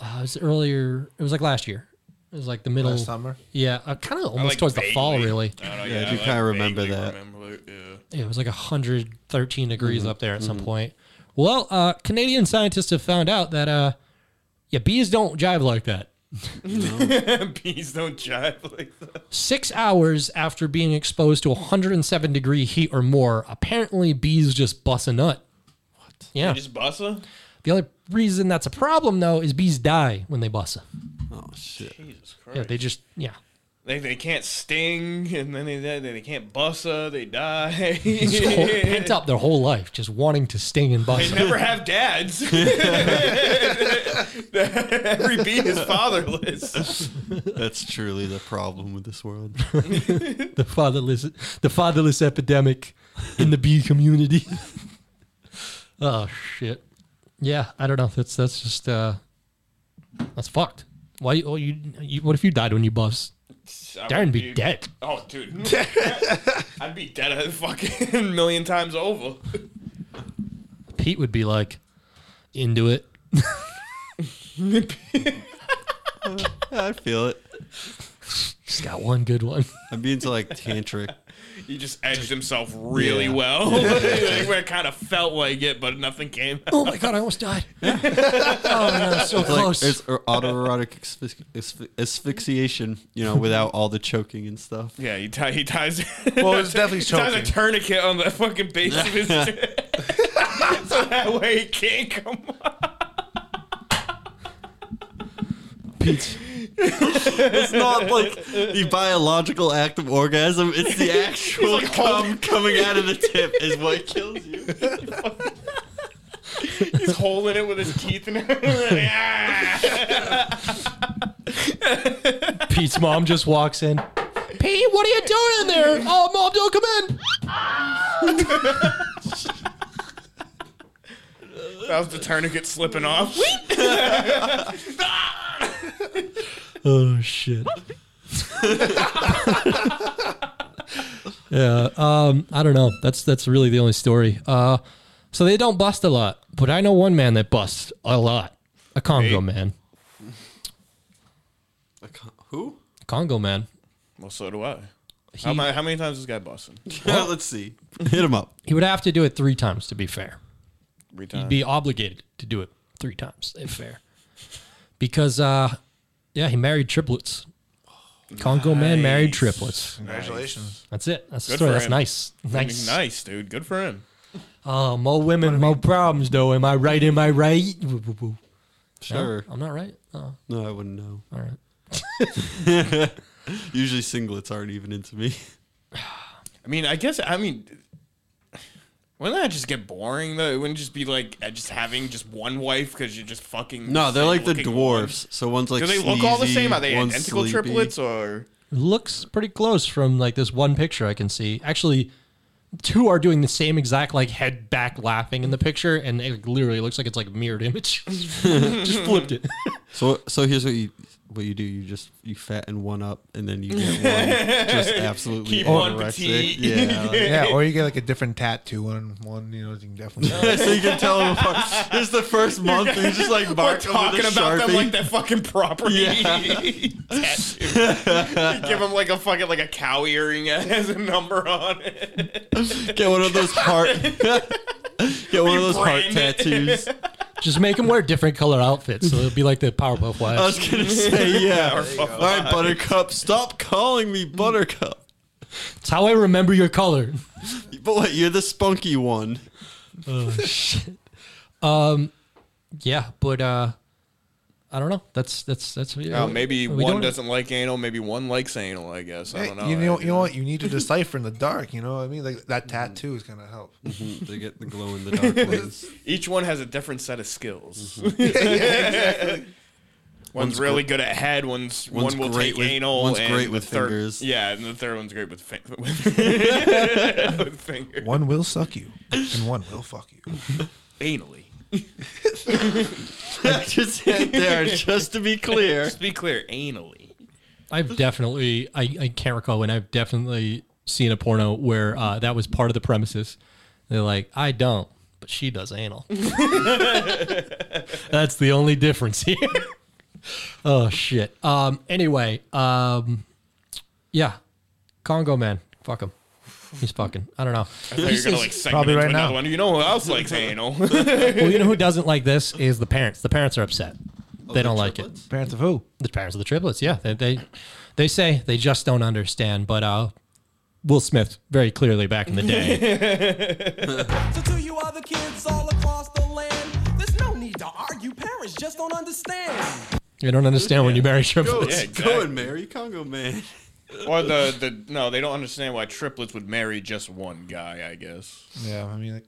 Speaker 1: Uh, it was earlier. It was like last year. It was like the middle.
Speaker 2: last summer,
Speaker 1: Yeah, uh, kind of almost
Speaker 3: like,
Speaker 1: towards the fall,
Speaker 3: vaguely.
Speaker 1: really.
Speaker 3: I don't know,
Speaker 4: Yeah, I
Speaker 3: yeah,
Speaker 4: do
Speaker 3: I,
Speaker 4: kinda
Speaker 3: like,
Speaker 4: remember
Speaker 3: vaguely
Speaker 4: that.
Speaker 3: remember it, yeah.
Speaker 1: Yeah, it was like 113 degrees up there at some point. Well, uh, Canadian scientists have found out that uh, yeah, bees don't jive like that.
Speaker 3: Bees don't jive like that.
Speaker 1: Six hours after being exposed to 107 degree heat or more, apparently bees just bust a nut. What? Yeah.
Speaker 3: Just bussa?
Speaker 1: The only reason that's a problem though is bees die when they bust.
Speaker 4: Oh shit.
Speaker 3: Jesus Christ.
Speaker 1: Yeah, they just yeah.
Speaker 3: they, they can't sting, and then they, they, they can't bussa, they die.
Speaker 1: Just whole- pent up their whole life, just wanting to sting and
Speaker 3: They
Speaker 1: bust.
Speaker 3: never have dads. Every bee is fatherless.
Speaker 4: That's truly the problem with this world.
Speaker 1: the fatherless the fatherless epidemic in the bee community. oh shit. Yeah, I don't know. That's that's just uh that's fucked. Why you, oh, you, you what if you died when you bust?
Speaker 3: I
Speaker 1: Darren
Speaker 3: would
Speaker 1: be dead.
Speaker 3: Oh, dude. I'd be dead a fucking million times over.
Speaker 1: Pete would be like into it.
Speaker 4: I feel it.
Speaker 1: He's got one good one.
Speaker 4: I'm being so like tantric.
Speaker 3: He just edged himself really
Speaker 4: Yeah.
Speaker 3: well. like, where it kind of felt like it, but nothing came out.
Speaker 1: oh my god, I almost died. oh no, so
Speaker 4: It's like
Speaker 1: close.
Speaker 4: it's er- autoerotic asphyx- asphy- asphyxiation, you know, without all the choking and stuff.
Speaker 3: Yeah, he, ti- he ties.
Speaker 2: Well, it's definitely
Speaker 3: he ties a
Speaker 2: choking.
Speaker 3: tourniquet on the fucking base of his. so that way he can't come up.
Speaker 1: Pete's
Speaker 4: It's not like the biological act of orgasm; it's the actual cum coming out of the tip is what kills you.
Speaker 3: He's holding it with his teeth and Ah!
Speaker 1: Pete's mom just walks in. Pete, what are you doing in there? Oh mom, don't come in.
Speaker 3: that was the tourniquet slipping off.
Speaker 1: Oh shit. yeah, um, I don't know. That's that's really the only story. Uh, so they don't bust a lot, but I know one man that busts a lot. A Congo man.
Speaker 4: Who?
Speaker 1: Congo man.
Speaker 3: Well, so do I. how, many, how many times is this guy busting?
Speaker 4: Well, let's see. Hit him up.
Speaker 1: He would have to do it three times to be fair.
Speaker 3: Three
Speaker 1: He'd
Speaker 3: times.
Speaker 1: be obligated to do it three times if fair, because uh, yeah, he married triplets. Congo man married triplets.
Speaker 2: congratulations.
Speaker 1: That's it. That's the
Speaker 3: Good
Speaker 1: story.
Speaker 3: for
Speaker 1: That's
Speaker 3: him.
Speaker 1: nice.
Speaker 3: I mean,
Speaker 1: Nice.
Speaker 3: nice, dude. Good for him.
Speaker 1: Oh, more women, more problems, though. Am I right? Am I right? Woo, woo, woo.
Speaker 4: Sure.
Speaker 1: I'm not right. Oh,
Speaker 4: No, I wouldn't know.
Speaker 1: all right.
Speaker 4: Usually singlets aren't even into me.
Speaker 3: I mean, I guess. I mean, wouldn't that just get boring though? It wouldn't just be like uh, just having just one wife because you're just fucking.
Speaker 4: No, they're
Speaker 3: sick
Speaker 4: like the
Speaker 3: looking
Speaker 4: dwarves. So one's like
Speaker 3: one. Do they look all the
Speaker 4: sleazy,
Speaker 3: same? Are they
Speaker 4: one's
Speaker 3: identical
Speaker 4: sleepy.
Speaker 3: triplets or?
Speaker 1: Looks pretty close from like this one picture I can see. Actually, two are doing the same exact like head back laughing in the picture, and it like, literally looks like it's like a mirrored image. Just flipped it.
Speaker 4: So so here's what you what you do. You just you fatten one up and then you get one just absolutely
Speaker 3: Keep one
Speaker 4: anorexic.
Speaker 3: petite.
Speaker 4: Yeah. like-
Speaker 2: Yeah, or you get like a different tattoo on one. You know, you can definitely.
Speaker 4: so you can tell them apart. This is the first month. and He's just like
Speaker 3: We're
Speaker 4: barking
Speaker 3: talking
Speaker 4: with a
Speaker 3: about
Speaker 4: sharpie.
Speaker 3: them like that fucking property. Tattoo. Give them like a fucking like a cow earring that has a number on it.
Speaker 4: Get one of those heart. get one of those heart
Speaker 3: Reframe it.
Speaker 4: tattoos.
Speaker 1: Just make them wear different color outfits, so it'll be like the Powerpuff
Speaker 4: I
Speaker 3: Uh,
Speaker 1: Wives.
Speaker 4: was gonna say yeah. All right, Buttercup, stop calling me Buttercup.
Speaker 1: That's how I remember your color.
Speaker 4: But wait, you're the spunky one.
Speaker 1: Yeah, but uh, I don't know. That's that's that's.
Speaker 3: Oh, maybe
Speaker 1: we
Speaker 3: one
Speaker 1: don't-
Speaker 3: doesn't like anal. Maybe one likes anal. I guess I Mm-hmm.
Speaker 2: Hey,
Speaker 3: don't know.
Speaker 2: you know, you know what? You need to decipher in the dark. You know what I mean? Like that tattoo is gonna help.
Speaker 4: Mm-hmm. They get the glow in the dark ones.
Speaker 3: Each one has a different set of skills. One's,
Speaker 4: Mm-hmm. One's
Speaker 3: really good at head. One's,
Speaker 4: one's
Speaker 3: one will
Speaker 4: great
Speaker 3: take
Speaker 4: with-
Speaker 3: anal.
Speaker 4: one's
Speaker 3: and
Speaker 4: great
Speaker 3: the
Speaker 4: with
Speaker 3: third-
Speaker 4: fingers.
Speaker 3: Yeah, and the third one's great with, fin- with, with fingers.
Speaker 2: One will suck you, and one will fuck you.
Speaker 3: Anally.
Speaker 4: just hit there, just to be clear.
Speaker 3: Just to be clear, anally.
Speaker 1: I've definitely, I, I can't recall when I've definitely seen a porno where uh, that was part of the premises. They're like, I don't, but she does anal. That's the only difference here. oh shit. Um. Anyway. Um. Yeah. Congo man. Fuck him. He's fucking. I don't know.
Speaker 3: I thought you were gonna like segment
Speaker 2: Probably
Speaker 3: into
Speaker 2: right
Speaker 3: another
Speaker 2: now.
Speaker 3: one. You know who else likes anal?
Speaker 1: Well, you know who doesn't like this is the parents. The parents are upset.
Speaker 3: Oh,
Speaker 1: they don't like it.
Speaker 2: Parents of who?
Speaker 1: The parents of the triplets, yeah. They they, they say they just don't understand, but uh, Will Smith very clearly back in the day.
Speaker 8: So to you other kids all across the land, there's no need to argue. Parents just don't understand.
Speaker 1: you don't understand when you marry triplets.
Speaker 3: Yeah,
Speaker 4: Go
Speaker 3: exactly.
Speaker 4: and marry Congo man.
Speaker 3: Or the, the no, they don't understand why triplets would marry just one guy. I guess.
Speaker 2: Yeah, I mean, like,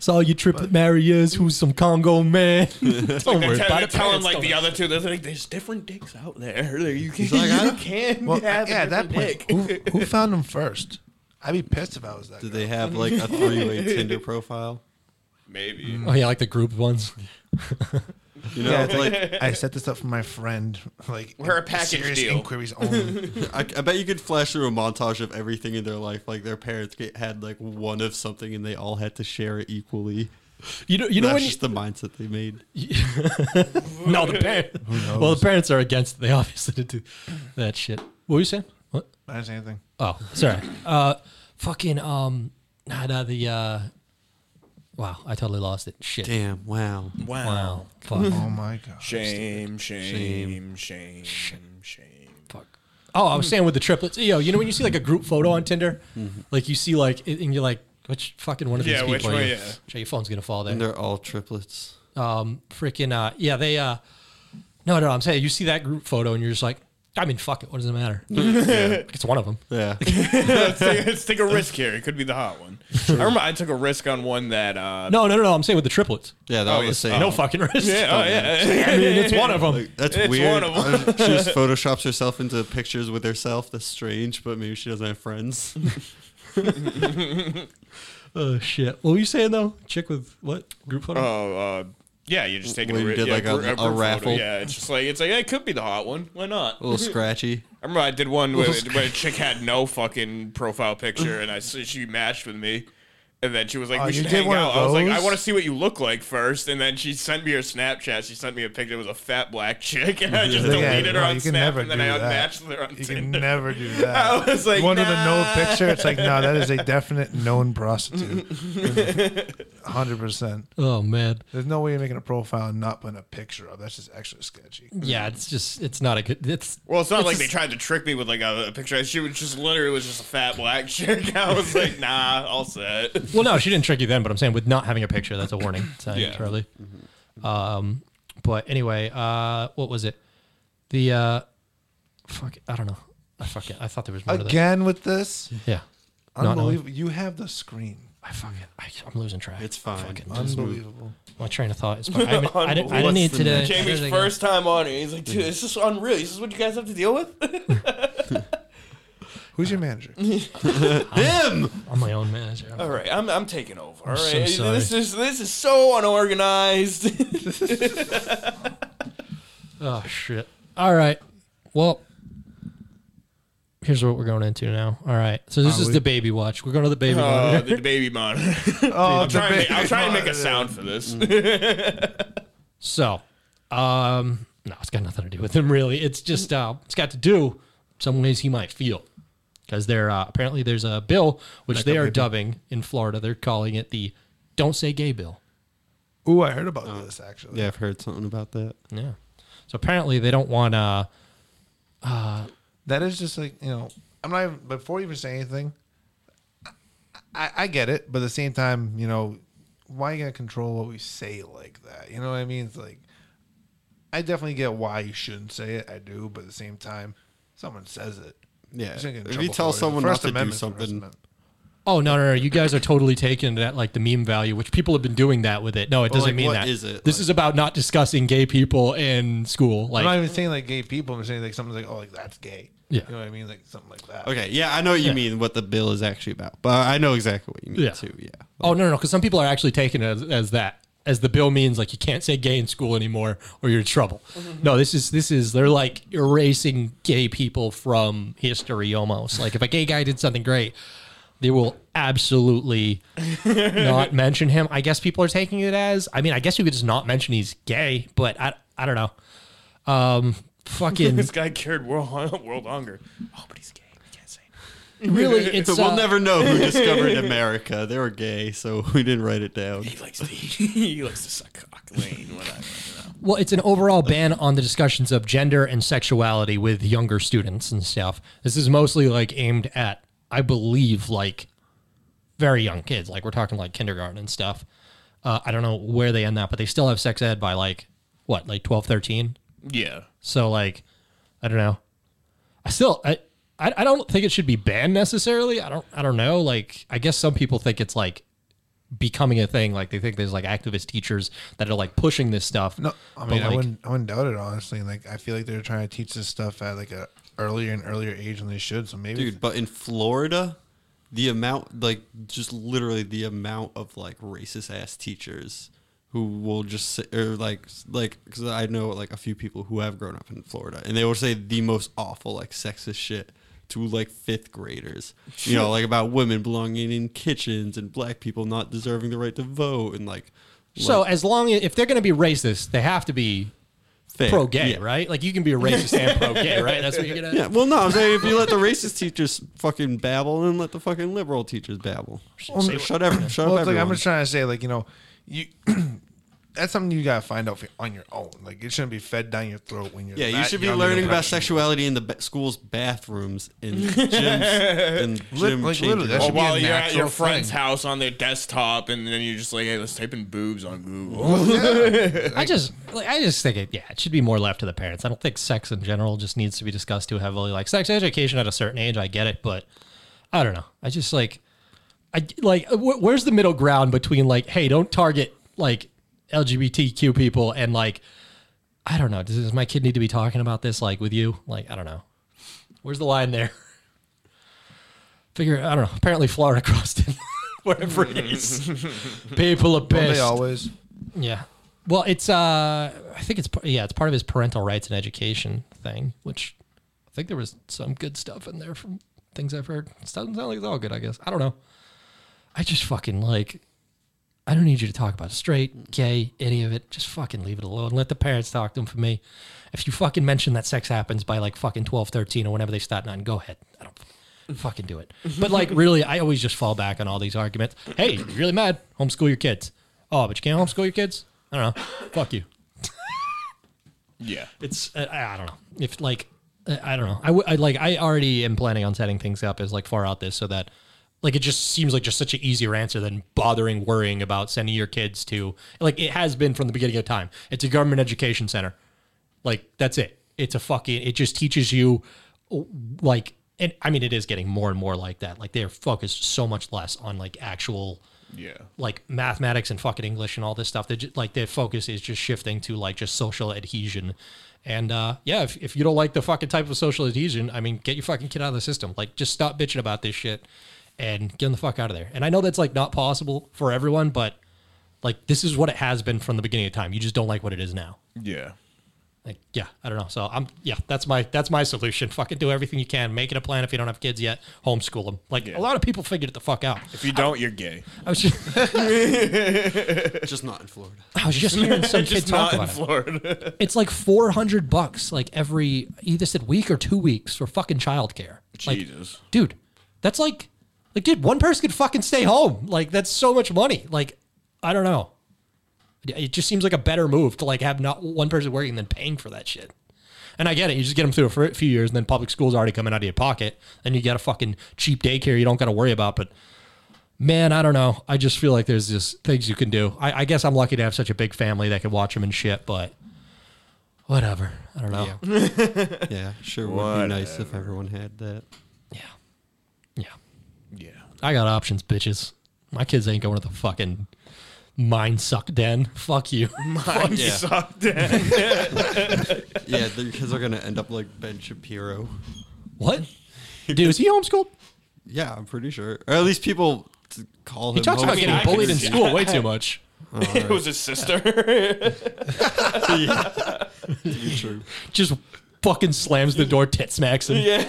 Speaker 1: So all you triplet marriers who's some Congo man. don't worry
Speaker 3: Tell,
Speaker 1: about
Speaker 3: they're
Speaker 1: it.
Speaker 3: telling
Speaker 1: parents
Speaker 3: like
Speaker 1: don't
Speaker 3: the
Speaker 1: know.
Speaker 3: other two, they're like, "There's different dicks out there. Like, You can,
Speaker 4: like, I
Speaker 3: you
Speaker 4: don't-
Speaker 3: can
Speaker 2: well,
Speaker 3: have
Speaker 2: yeah,
Speaker 3: a
Speaker 2: at that
Speaker 3: different
Speaker 2: point,
Speaker 3: dick."
Speaker 2: who, who found him first? I'd be pissed if I was that.
Speaker 4: Do
Speaker 2: guy.
Speaker 4: they have like a three-way Tinder profile?
Speaker 3: Maybe.
Speaker 1: Oh yeah, like the group ones.
Speaker 4: You know,
Speaker 2: Yeah, it's
Speaker 4: like
Speaker 2: like I set this up for my friend. Like
Speaker 3: We're a package
Speaker 2: serious
Speaker 3: deal.
Speaker 2: inquiries only.
Speaker 4: I, I bet you could flash through a montage of everything in their life. Like their parents get, had like one of something, and they all had to share it equally.
Speaker 1: You know, you know
Speaker 4: That's
Speaker 1: when
Speaker 4: just the mindset they made.
Speaker 1: you- no the parents. Well, the parents are against. It. They obviously did do that shit. What were you saying? What?
Speaker 2: I didn't say anything.
Speaker 1: Oh, sorry. Uh, fucking um, not uh, the uh. Wow, I totally lost it. Shit.
Speaker 4: Damn! Wow.
Speaker 1: Wow. Fuck.
Speaker 2: Oh my gosh.
Speaker 3: Shame, shame, shame, shame.
Speaker 1: Fuck. Oh, I was saying with the triplets. Yo, you know when you see like a group photo on Tinder, like you see like, and you're like, which fucking one of
Speaker 3: Yeah,
Speaker 1: these
Speaker 3: which
Speaker 1: people?
Speaker 3: one,
Speaker 1: are you?
Speaker 3: yeah.
Speaker 1: Sure, your phone's gonna fall
Speaker 4: And
Speaker 1: there.
Speaker 4: they're all triplets.
Speaker 1: Freaking uh, yeah, they uh, no, no, I'm saying you see that group photo and you're just like, I mean, fuck it, what does it matter? It's one of them.
Speaker 4: Yeah.
Speaker 3: let's, take, let's take a risk here. It could be the hot one. I remember I took a risk on one that. Uh,
Speaker 1: No, no, no, no. I'm saying with the triplets.
Speaker 4: Yeah, that
Speaker 3: Oh,
Speaker 4: was the
Speaker 3: yes.
Speaker 4: same.
Speaker 1: No fucking risk.
Speaker 3: Yeah, oh yeah.
Speaker 1: I mean, it's one of them.
Speaker 4: That's
Speaker 3: It's
Speaker 4: weird.
Speaker 3: one of
Speaker 4: Um, she just photoshops herself into pictures with herself. That's strange, but maybe she doesn't have friends.
Speaker 1: oh shit. What were you saying though? Chick with what group photo?
Speaker 3: Oh, uh, yeah, you're just taking
Speaker 4: Where
Speaker 3: a
Speaker 4: you
Speaker 3: risk.
Speaker 4: did,
Speaker 3: yeah,
Speaker 4: like, a-
Speaker 3: gr-
Speaker 4: a
Speaker 3: group photo.
Speaker 4: raffle.
Speaker 3: Yeah, it's just like it's like yeah, it could be the hot one. Why not?
Speaker 4: A little scratchy.
Speaker 3: I remember I did one where, where a chick had no fucking profile picture, and I s- she matched with me, and then she was like,
Speaker 2: Oh,
Speaker 3: "We should
Speaker 2: you did
Speaker 3: hang
Speaker 2: one
Speaker 3: out."
Speaker 2: of
Speaker 3: I was like, "I
Speaker 2: those?
Speaker 3: want to see what you look like first. and then she sent me her Snapchat. She sent me a picture. It was a fat black chick, and I just
Speaker 2: Yeah,
Speaker 3: deleted her
Speaker 2: no,
Speaker 3: on
Speaker 2: you can
Speaker 3: Snap,
Speaker 2: never
Speaker 3: and then
Speaker 2: do
Speaker 3: I
Speaker 2: that.
Speaker 3: unmatched her on
Speaker 2: You
Speaker 3: Tinder.
Speaker 2: can never do that.
Speaker 3: I was like,
Speaker 2: one of the no
Speaker 3: nah.
Speaker 2: picture. It's like no, that is a definite known prostitute. Hundred percent.
Speaker 1: oh man.
Speaker 2: There's no way you're making a profile and not putting a picture up. That's just extra sketchy.
Speaker 1: Yeah, it's just it's not a good. It's
Speaker 3: Well, it's not like they tried to trick me with like a, a picture. She was just literally was just a fat black chick. I was like, nah, all set.
Speaker 1: Well, no, she didn't trick you then, but I'm saying with not having a picture, that's a warning sign,
Speaker 3: Yeah.
Speaker 1: Charlie. Um, but anyway, uh, what was it? The uh, fuck, I don't know. I fucking, I thought there was more to that.
Speaker 2: Again with this,
Speaker 1: Yeah, Not knowing.
Speaker 2: unbelievable. You have the screen.
Speaker 1: I fucking, I, I'm losing track.
Speaker 4: It's fine.
Speaker 1: Fucking,
Speaker 2: Unbelievable.
Speaker 1: my train of thought is. Fucking, I, haven't- I didn't, I
Speaker 4: What's
Speaker 1: didn't eat
Speaker 4: the
Speaker 1: today.
Speaker 4: next-
Speaker 1: I
Speaker 3: Jamie's
Speaker 1: didn't-
Speaker 3: first time on it. He's like, dude, this is unreal. This is what you guys have to deal with.
Speaker 2: Who's your manager?
Speaker 4: Him!
Speaker 1: I'm my own manager. I'm-
Speaker 3: All right, I'm, I'm taking over. All right,
Speaker 1: so sorry.
Speaker 3: this is this is so unorganized.
Speaker 1: Oh shit. All right. Well, here's what we're going into now. All right. So this
Speaker 2: Are
Speaker 1: is
Speaker 2: we-
Speaker 1: the baby watch. We're going to the baby
Speaker 3: uh,
Speaker 1: watch.
Speaker 3: the baby monitor.
Speaker 2: Oh,
Speaker 3: I'll try, and make, I'll try and make a sound for this.
Speaker 1: So, um, no, it's got nothing to do with him really. It's just uh, it's got to do some ways he might feel because there uh, apparently there's a bill which they are dubbing in Florida. They're calling it the "Don't Say Gay" bill.
Speaker 2: Ooh, I heard about this actually.
Speaker 4: Oh. Yeah, I've heard something about that.
Speaker 1: Yeah. So apparently they don't want uh
Speaker 2: That is just like you know. I'm not even, before you even say anything. I, I get it, but at the same time, you know, why you gonna control what we say like that? You know what I mean? It's like I definitely get why you shouldn't say it. I do, but at the same time, someone says it.
Speaker 4: Yeah.
Speaker 2: He's gonna get in
Speaker 4: If you
Speaker 2: trouble
Speaker 4: tell
Speaker 2: for it.
Speaker 4: someone
Speaker 2: First
Speaker 4: not to do
Speaker 2: Amendment, First
Speaker 4: something,
Speaker 2: Amendment.
Speaker 1: Oh no, no, no! You guys are totally taken at like the meme value, which people have been doing that with it. No, it doesn't
Speaker 4: like,
Speaker 1: mean
Speaker 4: what
Speaker 1: that.
Speaker 4: is it?
Speaker 1: This
Speaker 4: Like-
Speaker 1: is about not discussing gay people in school. Like,
Speaker 2: I'm not even saying like gay people. I'm saying like something's like, oh, like that's gay.
Speaker 1: Yeah.
Speaker 2: You know what I mean? Like something like that.
Speaker 4: Okay, yeah, I know what you mean. What the bill is actually about, but I know exactly what you mean
Speaker 1: Yeah.
Speaker 4: too. Yeah.
Speaker 1: oh no, no, because some people are actually taking it as, as that, as the bill means like you can't say gay in school anymore or you're in trouble.
Speaker 4: Mm-hmm.
Speaker 1: No, this is this is they're like erasing gay people from history almost. Like if a gay guy did something great, they will absolutely not mention him. I guess people are taking it as. I mean, I guess you could just not mention he's gay, but I I don't know. Um, fucking
Speaker 3: This guy cured world, world hunger. Oh, but he's gay. I can't say.
Speaker 1: really, it's
Speaker 4: So we'll
Speaker 1: uh,
Speaker 4: never know who discovered America. They were gay, so we didn't write it down.
Speaker 3: He likes to. He likes to suck cock. Lane, whatever.
Speaker 1: Well, it's an overall ban on the discussions of gender and sexuality with younger students and stuff. This is mostly like aimed at, I believe, like very young kids. Like we're talking like kindergarten and stuff. Uh, I don't know where they end up, but they still have sex ed by like what, like 12, 13?
Speaker 3: Yeah.
Speaker 1: So like, I don't know. I still I, I I don't think it should be banned necessarily. I don't I don't know. Like I guess some people think it's like becoming a thing. Like they think there's like activist teachers that are like pushing this stuff.
Speaker 2: No, I mean, I
Speaker 1: like,
Speaker 2: wouldn't, I wouldn't doubt it honestly. Like, I feel like they're trying to teach this stuff at like a earlier and earlier age than they should. So maybe,
Speaker 4: Dude, but in Florida, the amount, like, just literally the amount of like racist ass teachers who will just say, or like, like, because I know like a few people who have grown up in Florida, and they will say the most awful, like, sexist shit to like fifth graders, you know, like about women belonging in kitchens and black people not deserving the right to vote and like,
Speaker 1: So as long as if they're going to be racist, they have to be
Speaker 4: fair.
Speaker 1: pro gay,
Speaker 4: Yeah.
Speaker 1: right? Like you can be a racist and pro gay, right? That's what you're gonna.
Speaker 4: Yeah, well, no, I'm saying if you let the racist teachers fucking babble and let the fucking liberal teachers babble, Say- shut every, shut
Speaker 2: well,
Speaker 4: up
Speaker 2: it's like I'm
Speaker 4: everyone.
Speaker 2: just trying to say, like, you know, you. that's something you gotta find out for, on your own. Like, it shouldn't be fed down your throat when you're.
Speaker 4: Yeah, you
Speaker 2: that
Speaker 4: should be
Speaker 2: young and
Speaker 4: learning about
Speaker 2: impressionable.
Speaker 4: sexuality in the ba- school's bathrooms and gyms and
Speaker 2: Lit-
Speaker 4: gym
Speaker 2: like,
Speaker 4: changing
Speaker 2: literally, that
Speaker 4: rooms.
Speaker 3: Or
Speaker 2: should be a
Speaker 3: while you're at
Speaker 2: natural
Speaker 3: your friend's
Speaker 2: thing.
Speaker 3: house on their desktop, and then you're just like, "Hey, let's type in boobs on Google."
Speaker 1: I just like I just think it. Yeah, it should be more left to the parents. I don't think sex in general just needs to be discussed too heavily. Like sex education at a certain age, I get it, but I don't know. I just like, I like uh, wh- where's the middle ground between like, hey, don't target like LGBTQ people and like, I don't know. Does, does my kid need to be talking about this like with you? Like I don't know. Where's the line there? Figure I don't know. Apparently Florida crossed it. Wherever it is, people are
Speaker 2: Don't
Speaker 1: pissed.
Speaker 2: they always?
Speaker 1: Yeah. Well, it's uh, I think it's par- yeah, it's part of his parental rights and education thing, which I think there was some good stuff in there from things I've heard. It doesn't sound like it's all good, I guess. I don't know. I just fucking like. I don't need you to talk about straight, gay, any of it. Just fucking leave it alone. Let the parents talk to them for me. If you fucking mention that sex happens by like fucking 12, 13 or whenever they start nine, go ahead. I don't fucking do it. But like really, I always just fall back on all these arguments. Hey, you're really mad? Homeschool your kids. Oh, but you can't homeschool your kids? I don't know. Fuck you.
Speaker 3: yeah.
Speaker 1: It's uh, I I don't know if like uh, I don't know. I, w- I like I already am planning on setting things up as like far out this so that like it just seems like just such an easier answer than bothering worrying about sending your kids to like it has been from the beginning of time. It's a government education center. Like that's it. It's a fucking. It just teaches you oh, like. And I mean, it is getting more and more like that. Like they're focused so much less on like actual
Speaker 3: Yeah.
Speaker 1: like mathematics and fucking English and all this stuff. They ju- like their focus is just shifting to like just social adhesion. And uh, yeah, if, if you don't like the fucking type of social adhesion, I mean, get your fucking kid out of the system. Like, just stop bitching about this shit and get him the fuck out of there. And I know that's like not possible for everyone, but like this is what it has been from the beginning of time. You just don't like what it is now.
Speaker 3: Yeah.
Speaker 1: Like, yeah, I don't know. So I'm yeah, that's my that's my solution. Fucking do everything you can. Make it a plan if you don't have kids yet. Homeschool them. Like a
Speaker 3: Yeah.
Speaker 1: lot of people figured it the fuck out.
Speaker 3: If you don't, you're gay.
Speaker 1: I was just
Speaker 4: just not in Florida.
Speaker 1: I was just hearing some kid
Speaker 3: Just
Speaker 1: talk
Speaker 3: not in
Speaker 1: about it.
Speaker 3: Florida.
Speaker 1: It's like four hundred bucks, like every either said week or two weeks for fucking childcare. Like,
Speaker 3: Jesus.
Speaker 1: dude, that's like, like, dude, one person could fucking stay home. Like, that's so much money. Like, I don't know. It just seems like a better move to like have not one person working than paying for that shit. And I get it. You just get them through a fr- few years, and then public school's already coming out of your pocket, and you got a fucking cheap daycare you don't got to worry about. But man, I don't know. I just feel like there's just things you can do. I, I guess I'm lucky to have such a big family that can watch them and shit. But whatever. I don't know.
Speaker 4: Yeah, sure would be nice if everyone had that.
Speaker 1: Yeah. yeah.
Speaker 3: Yeah.
Speaker 1: I got options, bitches. My kids ain't going to the fucking mine suck den. Fuck you.
Speaker 3: Fuck
Speaker 4: Yeah.
Speaker 3: sucked in.
Speaker 4: Yeah, their kids are gonna end up like Ben Shapiro.
Speaker 1: what? Dude, is he homeschooled?
Speaker 4: Yeah, I'm pretty sure, or at least people t- call him.
Speaker 1: He talks about
Speaker 4: homophobe.
Speaker 1: getting
Speaker 3: I
Speaker 1: bullied in
Speaker 3: can see
Speaker 1: school way too much.
Speaker 3: It was his sister.
Speaker 4: True.
Speaker 1: Just fucking slams the door, tit smacks him.
Speaker 3: yeah.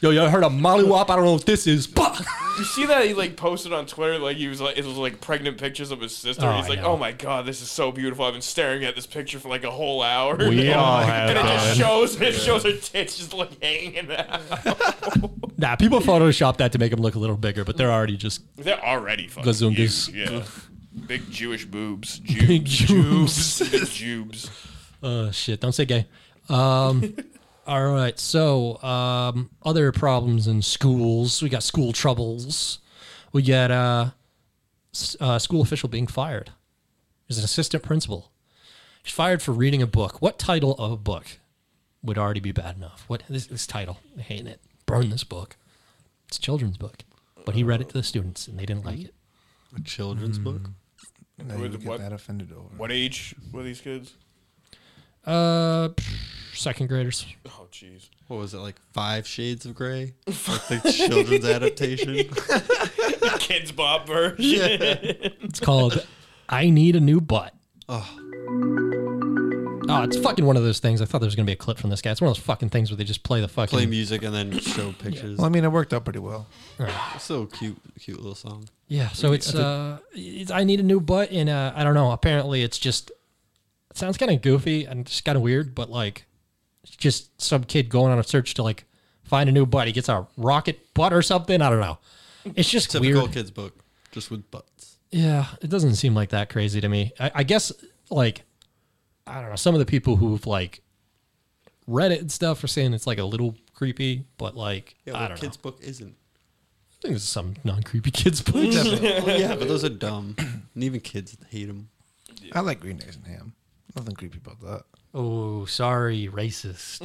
Speaker 1: Yo, yo, I heard a molly wop. I don't know what this is. Bah!
Speaker 3: You see that he like posted on Twitter like he was like it was like pregnant pictures of his sister.
Speaker 1: Oh,
Speaker 3: He's
Speaker 1: I
Speaker 3: like,
Speaker 1: know.
Speaker 3: oh my god, this is so beautiful. I've been staring at this picture for like a whole hour.
Speaker 1: We all have
Speaker 3: and it just
Speaker 1: done.
Speaker 3: shows it shows her tits just like hanging out.
Speaker 1: Nah, people Photoshop that to make him look a little bigger, but they're already just
Speaker 3: They're already fucking
Speaker 1: Gazungas.
Speaker 3: huge, Yeah, big Jewish boobs.
Speaker 1: big
Speaker 3: Jews.
Speaker 1: jubes.
Speaker 3: big jubes.
Speaker 1: Oh shit! Don't say gay. Um, all right. So, um, other problems in schools. We got school troubles. We got uh, s- uh, school official being fired. There's an assistant principal. He's fired for reading a book. What title of a book would already be bad enough? What this, this title? I hate it. Burn this book. It's a children's book, but he read it to the students and they didn't like it.
Speaker 4: A children's book.
Speaker 2: Now
Speaker 3: What-
Speaker 2: you get
Speaker 3: what-
Speaker 2: that offended over.
Speaker 3: What age were these kids?
Speaker 1: Uh, pff, second graders.
Speaker 3: Oh jeez.
Speaker 4: What was it like? Five Shades of Grey, like the children's adaptation.
Speaker 3: Kids Bob version.
Speaker 4: yeah.
Speaker 1: It's called I Need a New Butt. Oh. it's fucking one of those things. I thought there was going to be a clip from this guy. It's one of those fucking things where they just play the fucking.
Speaker 4: Play music and then show pictures.
Speaker 2: Well, I mean, it worked out pretty well.
Speaker 4: So cute, cute little song.
Speaker 1: Yeah, so it's, uh, it's I Need a New Butt, and uh, I don't know. Apparently, it's just. It sounds kind of goofy and just kind of weird, but like, it's just some kid going on a search to like find a new butt. He gets a rocket butt or something. I don't know. It's just
Speaker 4: Typical
Speaker 1: weird.
Speaker 4: kids book, just with butts.
Speaker 1: Yeah, it doesn't seem like that crazy to me. I, I guess like I don't know. Some of the people who've like read it and stuff are saying it's like a little creepy, but like
Speaker 4: Yeah,
Speaker 1: I
Speaker 4: what
Speaker 1: don't
Speaker 4: kids
Speaker 1: know.
Speaker 4: book isn't?
Speaker 1: I think there's some non-creepy kids books.
Speaker 4: Well, yeah, but those are dumb, and even kids hate them.
Speaker 2: I like green eggs and ham. Nothing creepy about that.
Speaker 1: oh, sorry, racist.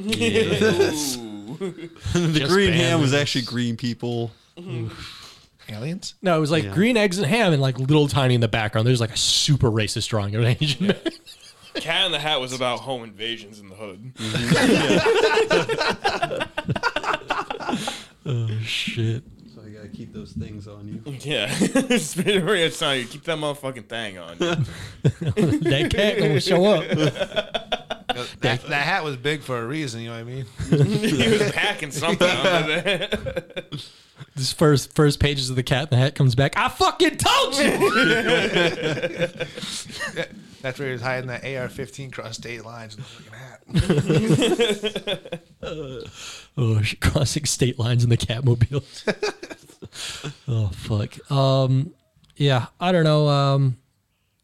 Speaker 4: the
Speaker 1: Just
Speaker 4: green
Speaker 1: ban
Speaker 4: ham was
Speaker 1: those.
Speaker 4: actually green people.
Speaker 2: Aliens?
Speaker 1: No, it was like
Speaker 4: Yeah.
Speaker 1: green eggs and ham, and like little tiny in the background. There's like a super racist drawing of an Asian man.
Speaker 3: Cat in the Hat was about home invasions in the hood.
Speaker 1: Mm. Oh shit.
Speaker 4: So you gotta keep those things on you.
Speaker 3: Yeah, it's been a real time. Keep that motherfucking thing on. you.
Speaker 1: That cat gonna show up.
Speaker 2: That, that hat was big for a reason, you know what I mean?
Speaker 3: he was packing something under there.
Speaker 1: This first first pages of the cat and the hat comes back. I fucking told you.
Speaker 2: That's where he was hiding that AR 15 cross state lines in the fucking hat.
Speaker 1: Oh, sh- crossing state lines in the Catmobile. oh fuck. Um, yeah, I don't know. Um,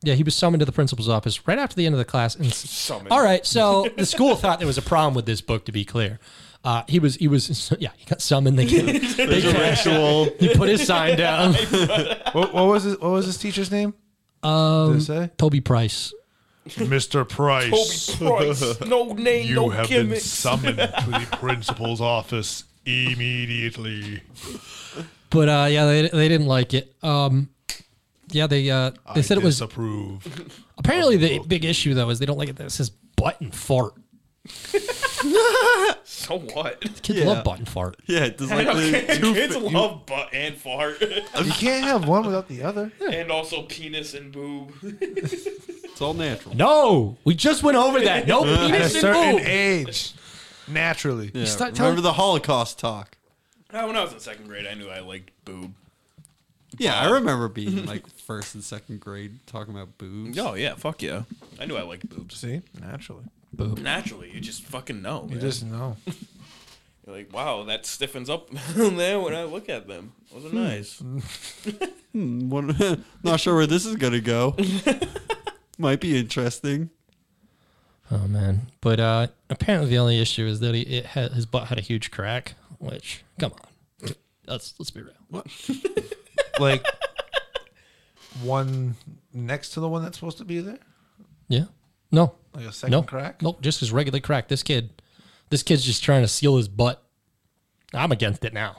Speaker 1: yeah, he was summoned to the principal's office right after the end of the class. And s-
Speaker 3: Summoned.
Speaker 1: All right, so the school thought there was a problem with this book. To be clear, uh, he was he was yeah he got summoned. They, they
Speaker 4: Ritual.
Speaker 1: he put his sign down.
Speaker 2: what, what was his, what was his teacher's name? Um, Did it say?
Speaker 1: Toby Price.
Speaker 2: Mr. Price.
Speaker 3: Price, no name, no gimmicks.
Speaker 2: summoned to the principal's office immediately.
Speaker 1: But uh, yeah, they, they didn't like it. Um, yeah, they uh, they said it was
Speaker 2: disapprove.
Speaker 1: apparently the big issue though is they don't like it that it says butt and fart.
Speaker 3: so what?
Speaker 1: Kids
Speaker 4: Yeah.
Speaker 1: love butt and fart.
Speaker 4: Yeah, does like
Speaker 3: Okay,
Speaker 4: the two
Speaker 3: kids
Speaker 4: fi- you-
Speaker 3: love butt and fart,
Speaker 2: You can't have one without the other.
Speaker 3: and also penis and boob.
Speaker 4: it's all natural.
Speaker 1: No, we just went over that. No
Speaker 2: At a
Speaker 1: penis
Speaker 2: certain
Speaker 1: and boob.
Speaker 2: age, naturally.
Speaker 4: Yeah,
Speaker 1: start
Speaker 4: remember
Speaker 1: telling-
Speaker 4: the Holocaust talk.
Speaker 3: Ah, when I was in second grade, I knew I liked boob.
Speaker 4: Yeah, I remember being in, like first and second grade talking about boobs.
Speaker 3: Oh yeah, fuck yeah. I knew I liked boobs.
Speaker 2: See, naturally.
Speaker 3: Naturally, you just fucking know.
Speaker 2: You
Speaker 3: man.
Speaker 2: just know.
Speaker 3: You're like, wow, that stiffens up down there when I look at them. Those are nice.
Speaker 4: What- not sure where this is gonna go. Might be interesting.
Speaker 1: Oh man, but uh, apparently the only issue is that he, it had, his butt had a huge crack. Which, come on, let's let's be real.
Speaker 2: like one next to the one that's supposed to be there,
Speaker 1: Yeah, no,
Speaker 2: like a second
Speaker 1: no
Speaker 2: crack.
Speaker 1: Nope, just his regular crack. This kid, this kid's just trying to seal his butt. I'm against it now.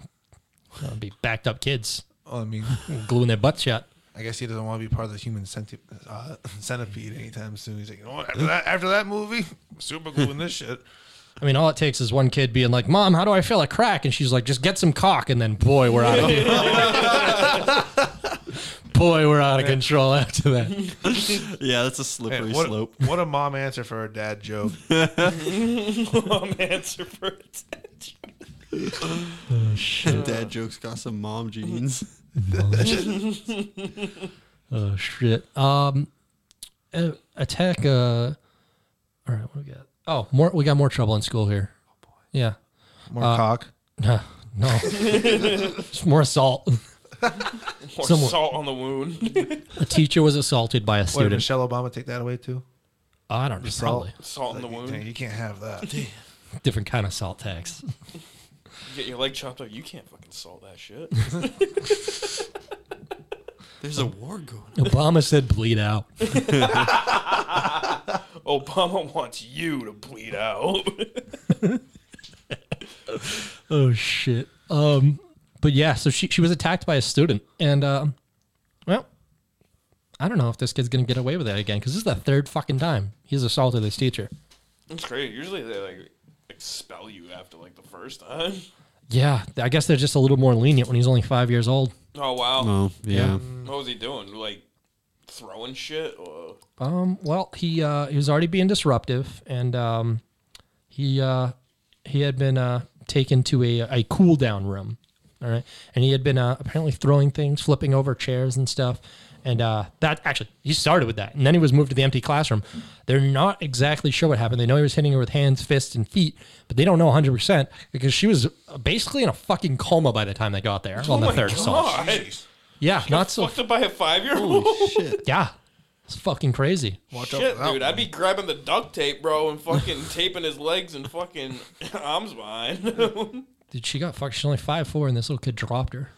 Speaker 1: That'd be backed up kids
Speaker 2: Well, I mean,
Speaker 1: gluing their butts shut.
Speaker 2: I guess he doesn't want to be part of the human centi- uh, centipede anytime soon. He's like, you know what? After that, after that movie, super gluing this shit.
Speaker 1: I mean, all it takes is one kid being like, "Mom, how do I feel a crack?" And she's like, "Just get some cock," and then boy, we're out of here. boy, we're out of control after that.
Speaker 4: Yeah, that's a
Speaker 2: Hey,
Speaker 4: slippery
Speaker 2: what,
Speaker 4: slope.
Speaker 2: what a mom answer for a dad joke.
Speaker 3: Mom answer for attention.
Speaker 4: Dad jokes got some mom jeans.
Speaker 1: Oh shit. Um, uh, attack. Uh, all right, what do we got? Oh, more. We got more trouble in school here. Yeah.
Speaker 2: More cock.
Speaker 1: No, no. it's more assault.
Speaker 3: Pour
Speaker 1: Someone-
Speaker 3: salt on the wound.
Speaker 1: A teacher was assaulted by a
Speaker 2: What, did
Speaker 1: student.
Speaker 2: Michelle Obama take that away too?
Speaker 1: I don't know.
Speaker 2: Assault?
Speaker 1: Probably
Speaker 3: Salt on the
Speaker 2: Dang,
Speaker 3: wound.
Speaker 2: you can't have that.
Speaker 1: different kind of salt tax.
Speaker 3: Get your leg chopped up. You can't fucking salt that shit.
Speaker 4: There's a war going on.
Speaker 1: Obama said, "Bleed out."
Speaker 3: Obama wants you to bleed out.
Speaker 1: Oh shit. Um, but yeah, so she she was attacked by a student, and um, well, I don't know if this kid's gonna get away with that again because this is the third fucking time he's assaulted this teacher.
Speaker 3: That's crazy. Usually they like expel you after like the first time.
Speaker 1: Yeah, I guess they're just a little more lenient when he's only five years old.
Speaker 3: Oh wow.
Speaker 4: Oh, yeah.
Speaker 3: What was he doing? Like throwing shit? Or...
Speaker 1: Um, well, he uh, he was already being disruptive, and um, he uh, he had been uh, taken to a a cool down room, all right, and he had been uh, apparently throwing things, flipping over chairs and stuff, and uh, that actually he started with that, and then he was moved to the empty classroom. They're not exactly sure what happened. They know he was hitting her with hands, fists, and feet, but they don't know 100 percent because she was basically in a fucking coma by the time they got there on the third assault.
Speaker 3: Oh God.
Speaker 1: Yeah, not so.
Speaker 3: Fucked up by a five year old.
Speaker 1: Yeah, it's fucking crazy.
Speaker 2: Watch out
Speaker 3: Shit,
Speaker 2: for that
Speaker 3: dude. I'd be grabbing the duct tape, bro, and fucking taping his legs and fucking arms behind.
Speaker 1: Dude, she got fucked. She's only five four, and this little kid dropped her.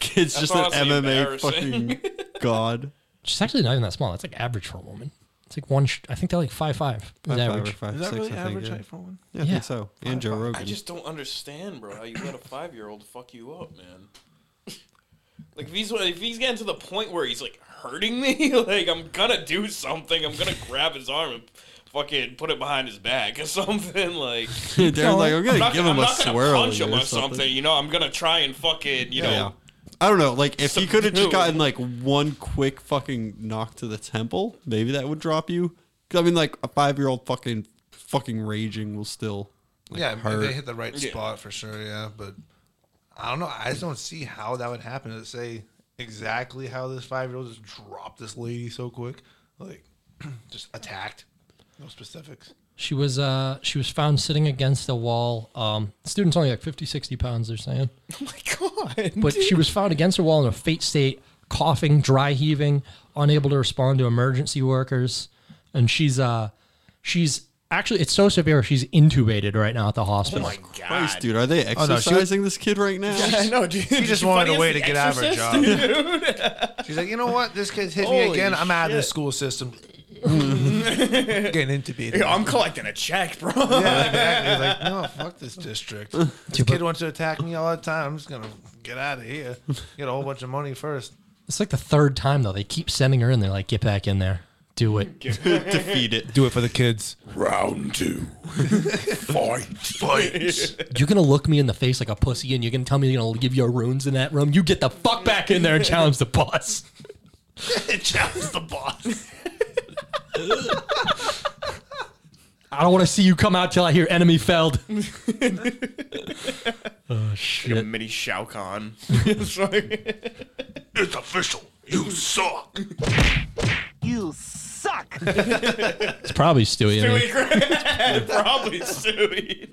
Speaker 4: Kid's just an
Speaker 3: honestly
Speaker 4: MMA
Speaker 3: embarrassing.
Speaker 4: fucking god.
Speaker 1: She's actually not even that small. That's like average for a woman. It's like one. Sh- I think they're like five five. Is
Speaker 4: Five, five,
Speaker 1: average.
Speaker 4: or five,
Speaker 2: Is that
Speaker 4: six,
Speaker 2: really
Speaker 4: I think,
Speaker 2: average
Speaker 4: yeah.
Speaker 2: height for one?
Speaker 4: Yeah, I
Speaker 1: Yeah.
Speaker 4: think so. And Joe Rogan.
Speaker 3: I just don't understand, bro, how you let a five year old fuck you up, man. Like if he's if he's getting to the point where he's like hurting me, like I'm gonna do something. I'm gonna grab his arm and fucking put it behind his back or something. Like
Speaker 4: They're like, I'm gonna
Speaker 3: I'm not,
Speaker 4: give
Speaker 3: I'm
Speaker 4: him a
Speaker 3: not gonna
Speaker 4: swirl
Speaker 3: punch him or something. You know, I'm gonna try and fucking you
Speaker 4: Yeah.
Speaker 3: know.
Speaker 4: I don't know. Like, if he could have just
Speaker 3: Subdue.
Speaker 4: gotten like one quick fucking knock to the temple, maybe that would drop you. 'Cause, I mean, like a five-year-old fucking fucking raging will still. Like,
Speaker 2: yeah, I mean,
Speaker 4: hurt.
Speaker 2: they hit the right
Speaker 3: Yeah.
Speaker 2: spot for sure. Yeah, but I don't know. I just don't see how that would happen. To say exactly how this five year old just dropped this lady so quick, like just attacked. No specifics.
Speaker 1: She was uh she was found sitting against a wall. Um, student's only like 50, 60 pounds. They're saying,
Speaker 3: Oh my god!
Speaker 1: but she was found against a wall in a faint state, coughing, dry heaving, unable to respond to emergency workers, and she's uh she's actually it's so severe she's intubated right now at the
Speaker 4: Oh
Speaker 1: hospital.
Speaker 4: Christ, dude, are they
Speaker 2: Oh, no, she-
Speaker 4: exercising this kid right now?
Speaker 3: I know, dude.
Speaker 2: She just wanted a way to get out of her job. She's like, you know what? This kid's hit me
Speaker 3: Holy
Speaker 2: again. I'm out of the
Speaker 3: shit.
Speaker 2: school system. Getting intubated.
Speaker 3: I'm collecting a check, bro.
Speaker 2: Yeah, exactly. He's like, no, fuck this district. This kid wants to attack me all the time. I'm just gonna get out of here. Get a whole bunch of money first.
Speaker 1: It's like the third time though. They keep sending her in. They're like, get back in there, do it.
Speaker 4: Defeat it.
Speaker 2: Do it for the kids.
Speaker 3: Round two. Fight. Fight.
Speaker 1: You're gonna look me in the face like a pussy, and you're gonna tell me you're gonna give your runes in that room. You get the fuck back in there and challenge the boss.
Speaker 2: Challenge the boss.
Speaker 1: I don't want to see you come out till I hear enemy felled. oh shit!
Speaker 3: Mini Shao Kahn.
Speaker 2: It's official. You suck.
Speaker 8: You suck.
Speaker 1: It's probably Stewie. I mean,
Speaker 3: Probably Stewie.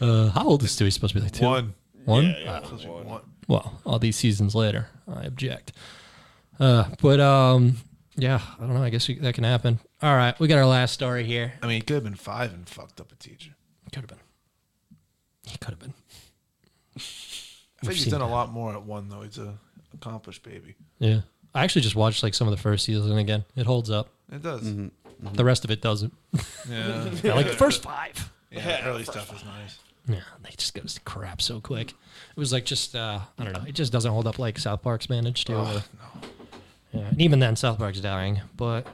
Speaker 1: uh, how old is Stewie supposed to be? Like two,
Speaker 2: One.
Speaker 1: one. Uh,
Speaker 2: One.
Speaker 1: well, all these seasons later, I object. Uh, but um, yeah, I don't know. I guess we, that can happen. All right, we got our last story here.
Speaker 2: I mean, it could have been five and fucked up a teacher.
Speaker 1: Could have been. He could have been.
Speaker 2: I think he's
Speaker 1: seen
Speaker 2: done a lot more at one though. He's a accomplished baby.
Speaker 1: Yeah. I actually just watched like some of the first season again. It holds up.
Speaker 2: It does.
Speaker 1: The rest of it doesn't.
Speaker 2: Yeah.
Speaker 1: Yeah, like the first five.
Speaker 2: yeah. Early stuff is nice.
Speaker 1: Yeah, they just goes to crap so quick. It was like just uh, I don't know. It just doesn't hold up like South Park's managed to. uh, Yeah, and even then, South Park's dying. But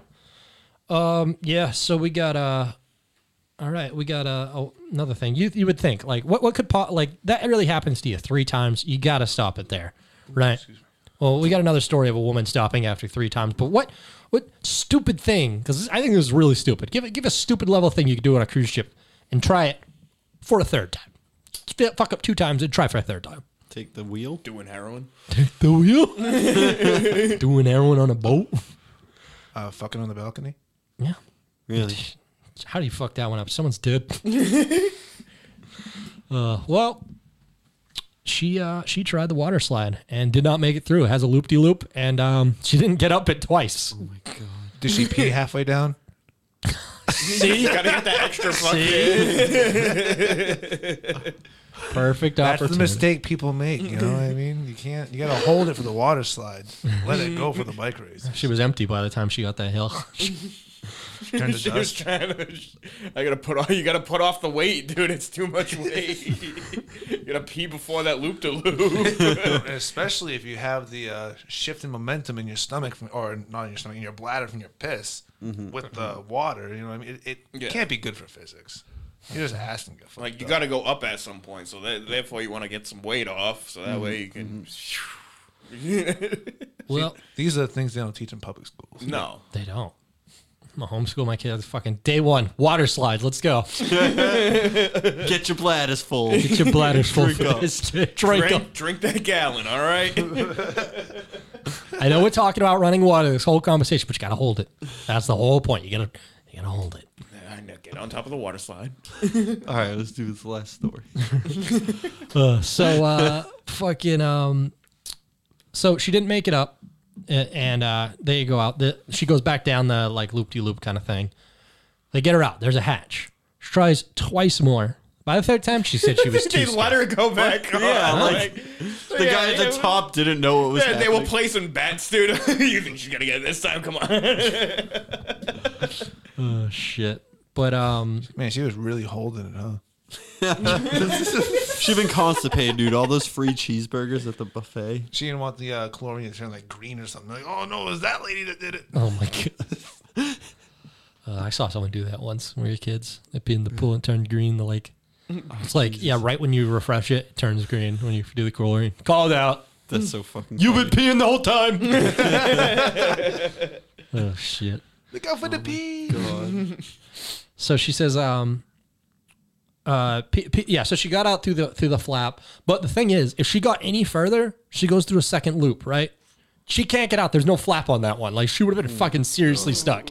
Speaker 1: um, yeah, so we got uh, all right, we got uh, oh, another thing. You you would think like what what could po- like that really happens to you three times. You got to stop it there, right? Well, we got another story of a woman stopping after three times. But what what stupid thing? Because I think this is really stupid. Give it give a stupid level thing you could do on a cruise ship, and try it for a third time. F- Fuck up two times and try for a third time.
Speaker 4: Take the wheel.
Speaker 3: Doing heroin.
Speaker 1: Do you? Doing heroin on a boat?
Speaker 2: Uh, fucking on the balcony.
Speaker 1: Yeah.
Speaker 4: Really?
Speaker 1: How do you fuck that one up? Someone's dead. uh, well, she uh, she tried the water slide and did not make it through. It has a loop de loop, and um, she didn't get up it twice.
Speaker 2: Did she pee halfway down?
Speaker 1: See,
Speaker 3: Gotta get that extra fucking.
Speaker 1: perfect
Speaker 2: That's
Speaker 1: opportunity.
Speaker 2: the mistake people make. You know what I mean? You can't. You gotta hold it for the water slide. Let it go for the bike race.
Speaker 1: She was empty by the time she got that hill.
Speaker 2: Turn to
Speaker 3: She was
Speaker 2: dust.
Speaker 3: trying to. I gotta put off. You gotta put off the weight, dude. It's too much weight. you gotta pee before that loop to loop.
Speaker 2: Especially if you have the uh, shift in momentum in your stomach, from, or not in your stomach, in your bladder from your piss with the water. You know what I mean? It, it
Speaker 3: Yeah.
Speaker 2: can't be good for physics. You're just asking. to get
Speaker 3: Like you
Speaker 2: fucked up.
Speaker 3: gotta go up at some point, so that, therefore you want to get some weight off, so that way you can.
Speaker 1: well,
Speaker 2: These are the things they don't teach in public schools.
Speaker 3: no,
Speaker 1: they don't. I'm gonna homeschool my kids. Fucking day one, water slides. Let's go.
Speaker 4: Get your bladders full.
Speaker 1: Get your bladders full
Speaker 4: Drink
Speaker 1: for
Speaker 4: up.
Speaker 1: this. Drink, up.
Speaker 3: drink, drink that gallon. All right.
Speaker 1: I know we're talking about running water this whole conversation, but you gotta hold it. That's the whole point. You gotta you gotta hold it.
Speaker 3: I know, get on top of the water slide.
Speaker 4: All right, let's do this last story.
Speaker 1: Uh, so uh, fucking um, so she didn't make it up, a- and uh, they go out. The, she goes back down the like loop de loop kind of thing. They get her out. There's a hatch. She tries twice more. By the third time, she said she was too.
Speaker 3: They let
Speaker 1: scared.
Speaker 3: her go back.
Speaker 4: Yeah,
Speaker 3: on,
Speaker 4: like, The
Speaker 3: Yeah,
Speaker 4: guy at
Speaker 3: it
Speaker 4: the
Speaker 3: was-
Speaker 4: top didn't know what was
Speaker 3: Yeah, they
Speaker 4: happening.
Speaker 3: were placing bats, dude. you think she's gonna get it this time? Come on.
Speaker 1: Oh shit! But um,
Speaker 2: Man, she was really holding it, huh?
Speaker 4: She's been constipated, dude. All those free cheeseburgers at the buffet.
Speaker 2: She didn't want the uh, chlorine to turn like green or something. Like, oh no, it was that lady that did it.
Speaker 1: Oh my god. Uh, I saw someone do that once when we were kids. They pee in the pool and turned green. The like, it's like yeah, right when you refresh it, it turns green. When you do the chlorine, called out.
Speaker 4: That's so fucking.
Speaker 1: You've been peeing the whole time. oh shit.
Speaker 2: Look out for the pee.
Speaker 1: So she says, um, uh, P- P- yeah. So she got out through the through the flap. But the thing is, if she got any further, she goes through a second loop, right? She can't get out. There's no flap on that one. Like she would have been fucking seriously stuck.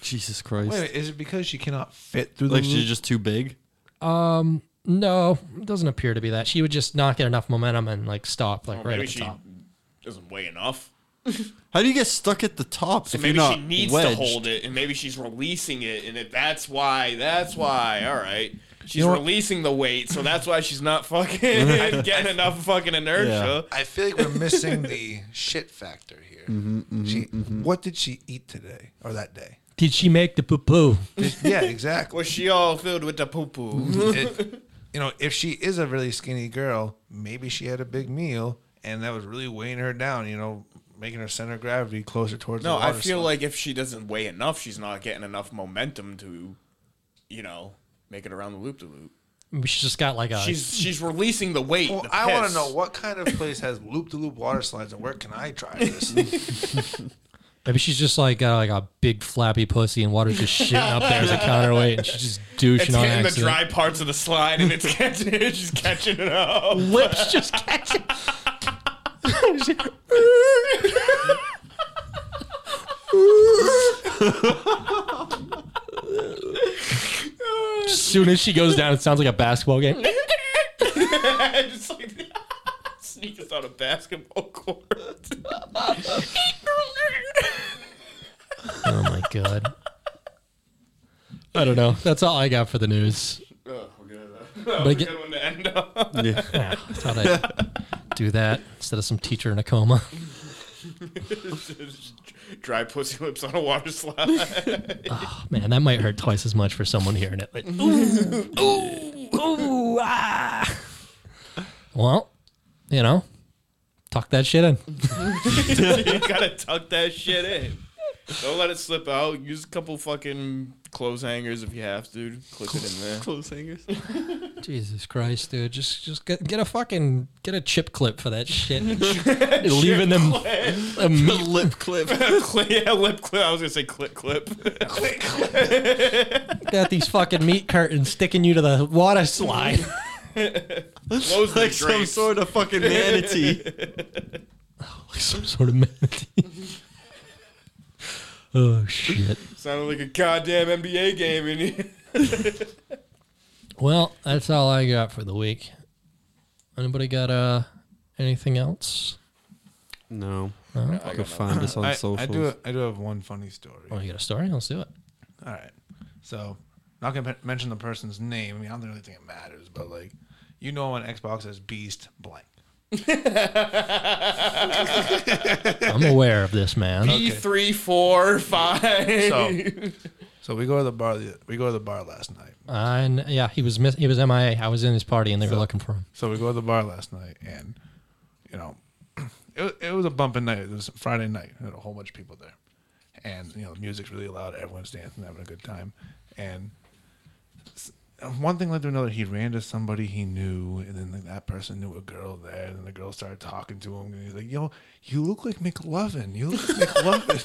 Speaker 4: Jesus Christ!
Speaker 2: Wait, a minute, is it because she cannot fit through the
Speaker 4: like
Speaker 2: loop?
Speaker 4: she's just too big.
Speaker 1: No, it doesn't appear to be that. She would just not get enough momentum and like stop like right
Speaker 3: Oh, maybe
Speaker 1: at the
Speaker 3: she
Speaker 1: top.
Speaker 3: doesn't weigh enough.
Speaker 4: How do you get stuck at the top if
Speaker 3: Maybe
Speaker 4: you're not
Speaker 3: she needs
Speaker 4: wedged?
Speaker 3: to hold it, and maybe she's releasing it, and it, that's why. That's why. All right. She's
Speaker 2: know what?
Speaker 3: releasing the weight, so that's why she's not fucking getting enough fucking inertia.
Speaker 2: I feel like we're missing the shit factor here. she, what did she eat today or that day?
Speaker 1: Did she make the poo poo?
Speaker 2: Did- yeah, exactly.
Speaker 3: Was she all filled with the poo poo?
Speaker 2: It- you know, if she is a really skinny girl, maybe she had a big meal and that was really weighing her down. You know, making her center of gravity closer towards.
Speaker 3: No,
Speaker 2: the
Speaker 3: I
Speaker 2: water
Speaker 3: feel
Speaker 2: slide.
Speaker 3: like if she doesn't weigh enough, she's not getting enough momentum to, you know, make it around the loop to loop.
Speaker 1: She's just got like a.
Speaker 3: She's she's releasing the weight.
Speaker 2: Well,
Speaker 3: the
Speaker 2: I want
Speaker 3: piss.
Speaker 2: to know what kind of place has loop-de-loop water slides, and where can I try this?
Speaker 1: maybe she's just like uh, like a big flappy pussy and water's just shitting up there as a counterweight, and she's just douching
Speaker 3: It's
Speaker 1: on
Speaker 3: hitting the
Speaker 1: accident.
Speaker 3: dry parts of the slide, and it's catching it. She's catching it up.
Speaker 1: Lips just catching. As soon as she goes down, it sounds like a basketball game.
Speaker 3: just like sneaks on a basketball court.
Speaker 1: Oh my god. I don't know. That's all I got for the news.
Speaker 3: Oh, we're gonna,
Speaker 1: But again,
Speaker 3: good one to end on.
Speaker 4: Yeah.
Speaker 1: I thought I'd do that instead of some teacher in a coma.
Speaker 3: Dry pussy lips on a water slide.
Speaker 1: Man, that might hurt twice as much for someone hearing it. Like, ooh, ooh, ooh. Ooh, ah. Well, you know, tuck that shit in.
Speaker 3: you gotta tuck that shit in. Don't let it slip out. Use a couple fucking clothes hangers if you have to. Clip it in there.
Speaker 4: Clothes hangers.
Speaker 1: Jesus Christ, dude! Just just get, get a fucking get a chip clip for that shit. Leaving them a meat
Speaker 4: Lip clip.
Speaker 3: Clip- yeah, lip clip. I was gonna say clip clip.
Speaker 1: got these fucking meat curtains sticking you to the water slide.
Speaker 3: Close
Speaker 4: like
Speaker 3: the
Speaker 4: some
Speaker 3: drapes.
Speaker 4: sort of fucking manatee.
Speaker 1: like some sort of manatee. oh shit.
Speaker 3: Sounded like a goddamn NBA game in here.
Speaker 1: Well, that's all I got for the week. Anybody got uh anything else?
Speaker 4: no. You can find us on
Speaker 2: I,
Speaker 4: socials.
Speaker 2: I do. I do have one funny story.
Speaker 1: Oh, you got a story? Let's do it.
Speaker 2: All right. So, not gonna pe- mention the person's name. I mean, I don't really think it matters, but like, you know, on Xbox as Beast Blank.
Speaker 1: I'm aware of this, man.
Speaker 3: E three four five.
Speaker 2: So, so we go to the bar. the- We go to the bar last night.
Speaker 1: I kn- yeah, he was miss- he was MIA. I was in his party and they were looking for him.
Speaker 2: So we go to the bar last night, and you know, it, wa- it was a bumping night. It was Friday night. and Had a whole bunch of people there, and you know, the music's really loud. Everyone's dancing, having a good time, and s- one thing led to another. He ran to somebody he knew, and then like, that person knew a girl there, and then the girl started talking to him, and he's like, "Yo, you look like McLovin. You look like McLovin."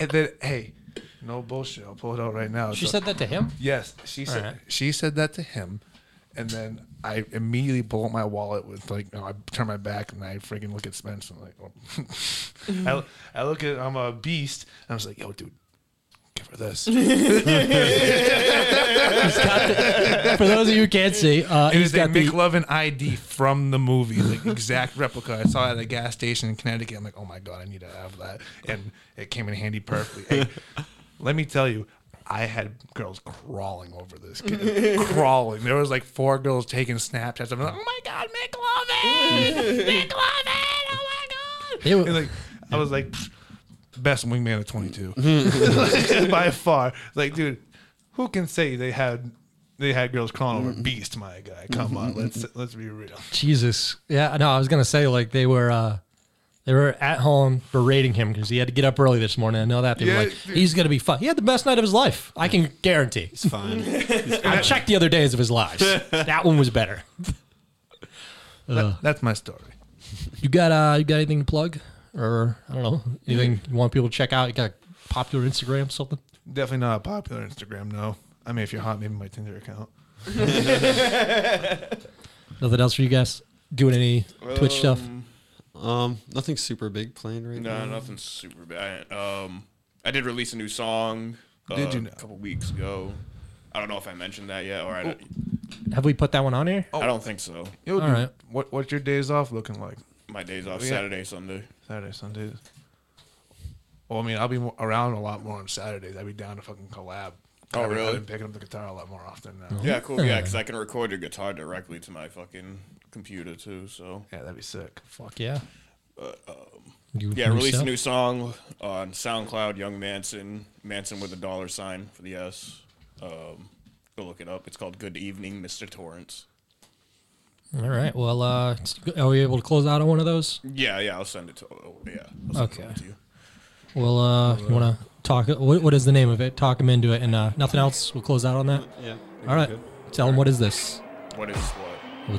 Speaker 2: and then, hey, no bullshit. I'll pull it out right now.
Speaker 1: She
Speaker 2: So-
Speaker 1: said that to him.
Speaker 2: Yes, she said
Speaker 1: right.
Speaker 2: she said that to him, and then I immediately pull out my wallet with like you know, I turn my back and I freaking look at Spence and like "Oh." well, I, I look at I'm a beast and I was like yo dude give her this it
Speaker 1: For those of you who can't see, uh, he's
Speaker 2: is a
Speaker 1: got the
Speaker 2: McLovin ID from the movie like exact replica I saw it at a gas station in Connecticut I'm like oh my god I need to have that and it came in handy perfectly Hey, let me tell you. I had girls crawling over this kid, crawling. There was like four girls taking Snapchats. I'm like, oh my god, McLovin, McLovin, oh my god.
Speaker 1: They were-
Speaker 2: And, like, I was like, "Pfft, best wingman of
Speaker 3: Mm-hmm.
Speaker 2: 22 by far. Like, dude, who can say they had they had girls crawling
Speaker 3: Mm-hmm.
Speaker 2: over Beast, my guy? Come on, let's let's be real.
Speaker 1: Jesus. Yeah, no, I was gonna say like they were uh they were at home berating him because he had to get up early this morning. I know that they
Speaker 2: Yeah,
Speaker 1: were like,
Speaker 2: dude.
Speaker 1: he's gonna be fun. He had the best night of his life. I can guarantee.
Speaker 4: It's fine.
Speaker 1: I checked the other days of his lives. that one was better.
Speaker 3: Uh.
Speaker 2: That- that's my story.
Speaker 1: You got uh you got anything to plug? Or I don't know, anything you want people to check out? You got a popular Instagram, something?
Speaker 2: Definitely not a popular Instagram. No, I mean, if you're hot, maybe my Tinder account.
Speaker 1: Nothing else for you guys? Doing any Twitch stuff?
Speaker 4: Um, nothing super big playing right
Speaker 3: No,
Speaker 4: now.
Speaker 3: nothing super bad. Um, I did release a new song. Uh,
Speaker 2: Did you know?
Speaker 3: A couple weeks ago. I don't know if I mentioned that yet, or I, don't-
Speaker 1: Have we put that one on here?
Speaker 3: I don't think so.
Speaker 2: Yo,
Speaker 1: All
Speaker 2: dude,
Speaker 1: right.
Speaker 2: What what's your days off looking like?
Speaker 3: My days off
Speaker 2: Yeah.
Speaker 3: Saturday, Sunday.
Speaker 2: Saturday, Sundays. Well, I mean, I'll be mo- around a lot more on Saturdays. I'd be down to fucking collab.
Speaker 3: Oh,
Speaker 2: I've been-
Speaker 3: really?
Speaker 2: I've been picking up the guitar a lot more often now.
Speaker 3: Yeah, cool. Yeah, because I can record your guitar directly to my fucking computer too. So
Speaker 2: Yeah, that'd be sick. Fuck.
Speaker 1: Fuck yeah. You-
Speaker 3: yeah,
Speaker 1: new
Speaker 3: released a
Speaker 1: stuff?
Speaker 3: new song on SoundCloud. Young Manson, Manson with a dollar sign for the S. Um, go look it up. It's called Good Evening, Mr. Torrance.
Speaker 1: All right. Well, uh, are we able to close out on one of those?
Speaker 3: Yeah, yeah, I'll send it to. Oh, yeah, I'll send it
Speaker 1: Okay.
Speaker 3: over to you.
Speaker 1: Well, uh, you want to talk? What, what is the name of it? Talk him into it, and uh, nothing else. We'll close out on that.
Speaker 4: Yeah.
Speaker 1: All right. Tell him what is this?
Speaker 3: What is what?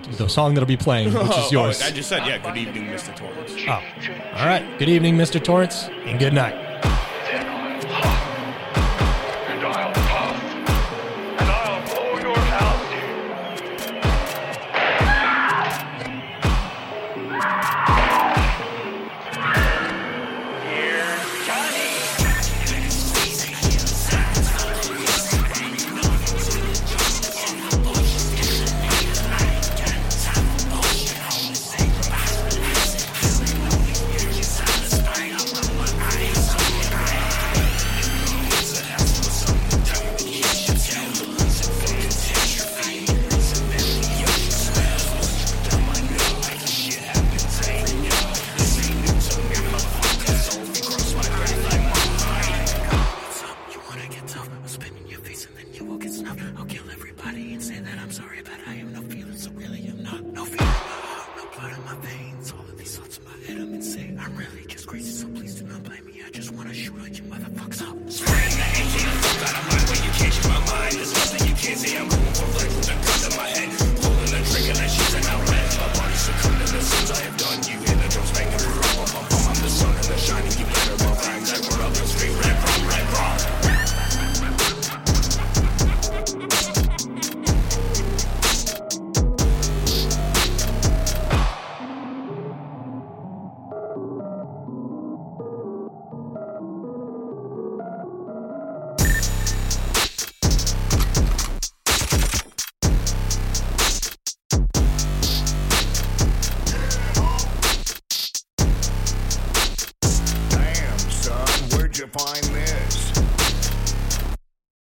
Speaker 1: What- The song that'll be playing, which
Speaker 3: Oh,
Speaker 1: is yours.
Speaker 3: I just said yeah. Good evening, Mr. Torrance.
Speaker 1: Oh. All right. Good evening, Mr. Torrance, and good night.
Speaker 9: Then I'll puff, and I'll puff, and I'll blow your house in. Here's Johnny. Spread the hate, you out of my way. You can't keep my mind. There's nothing you can't say. I'm going for flex.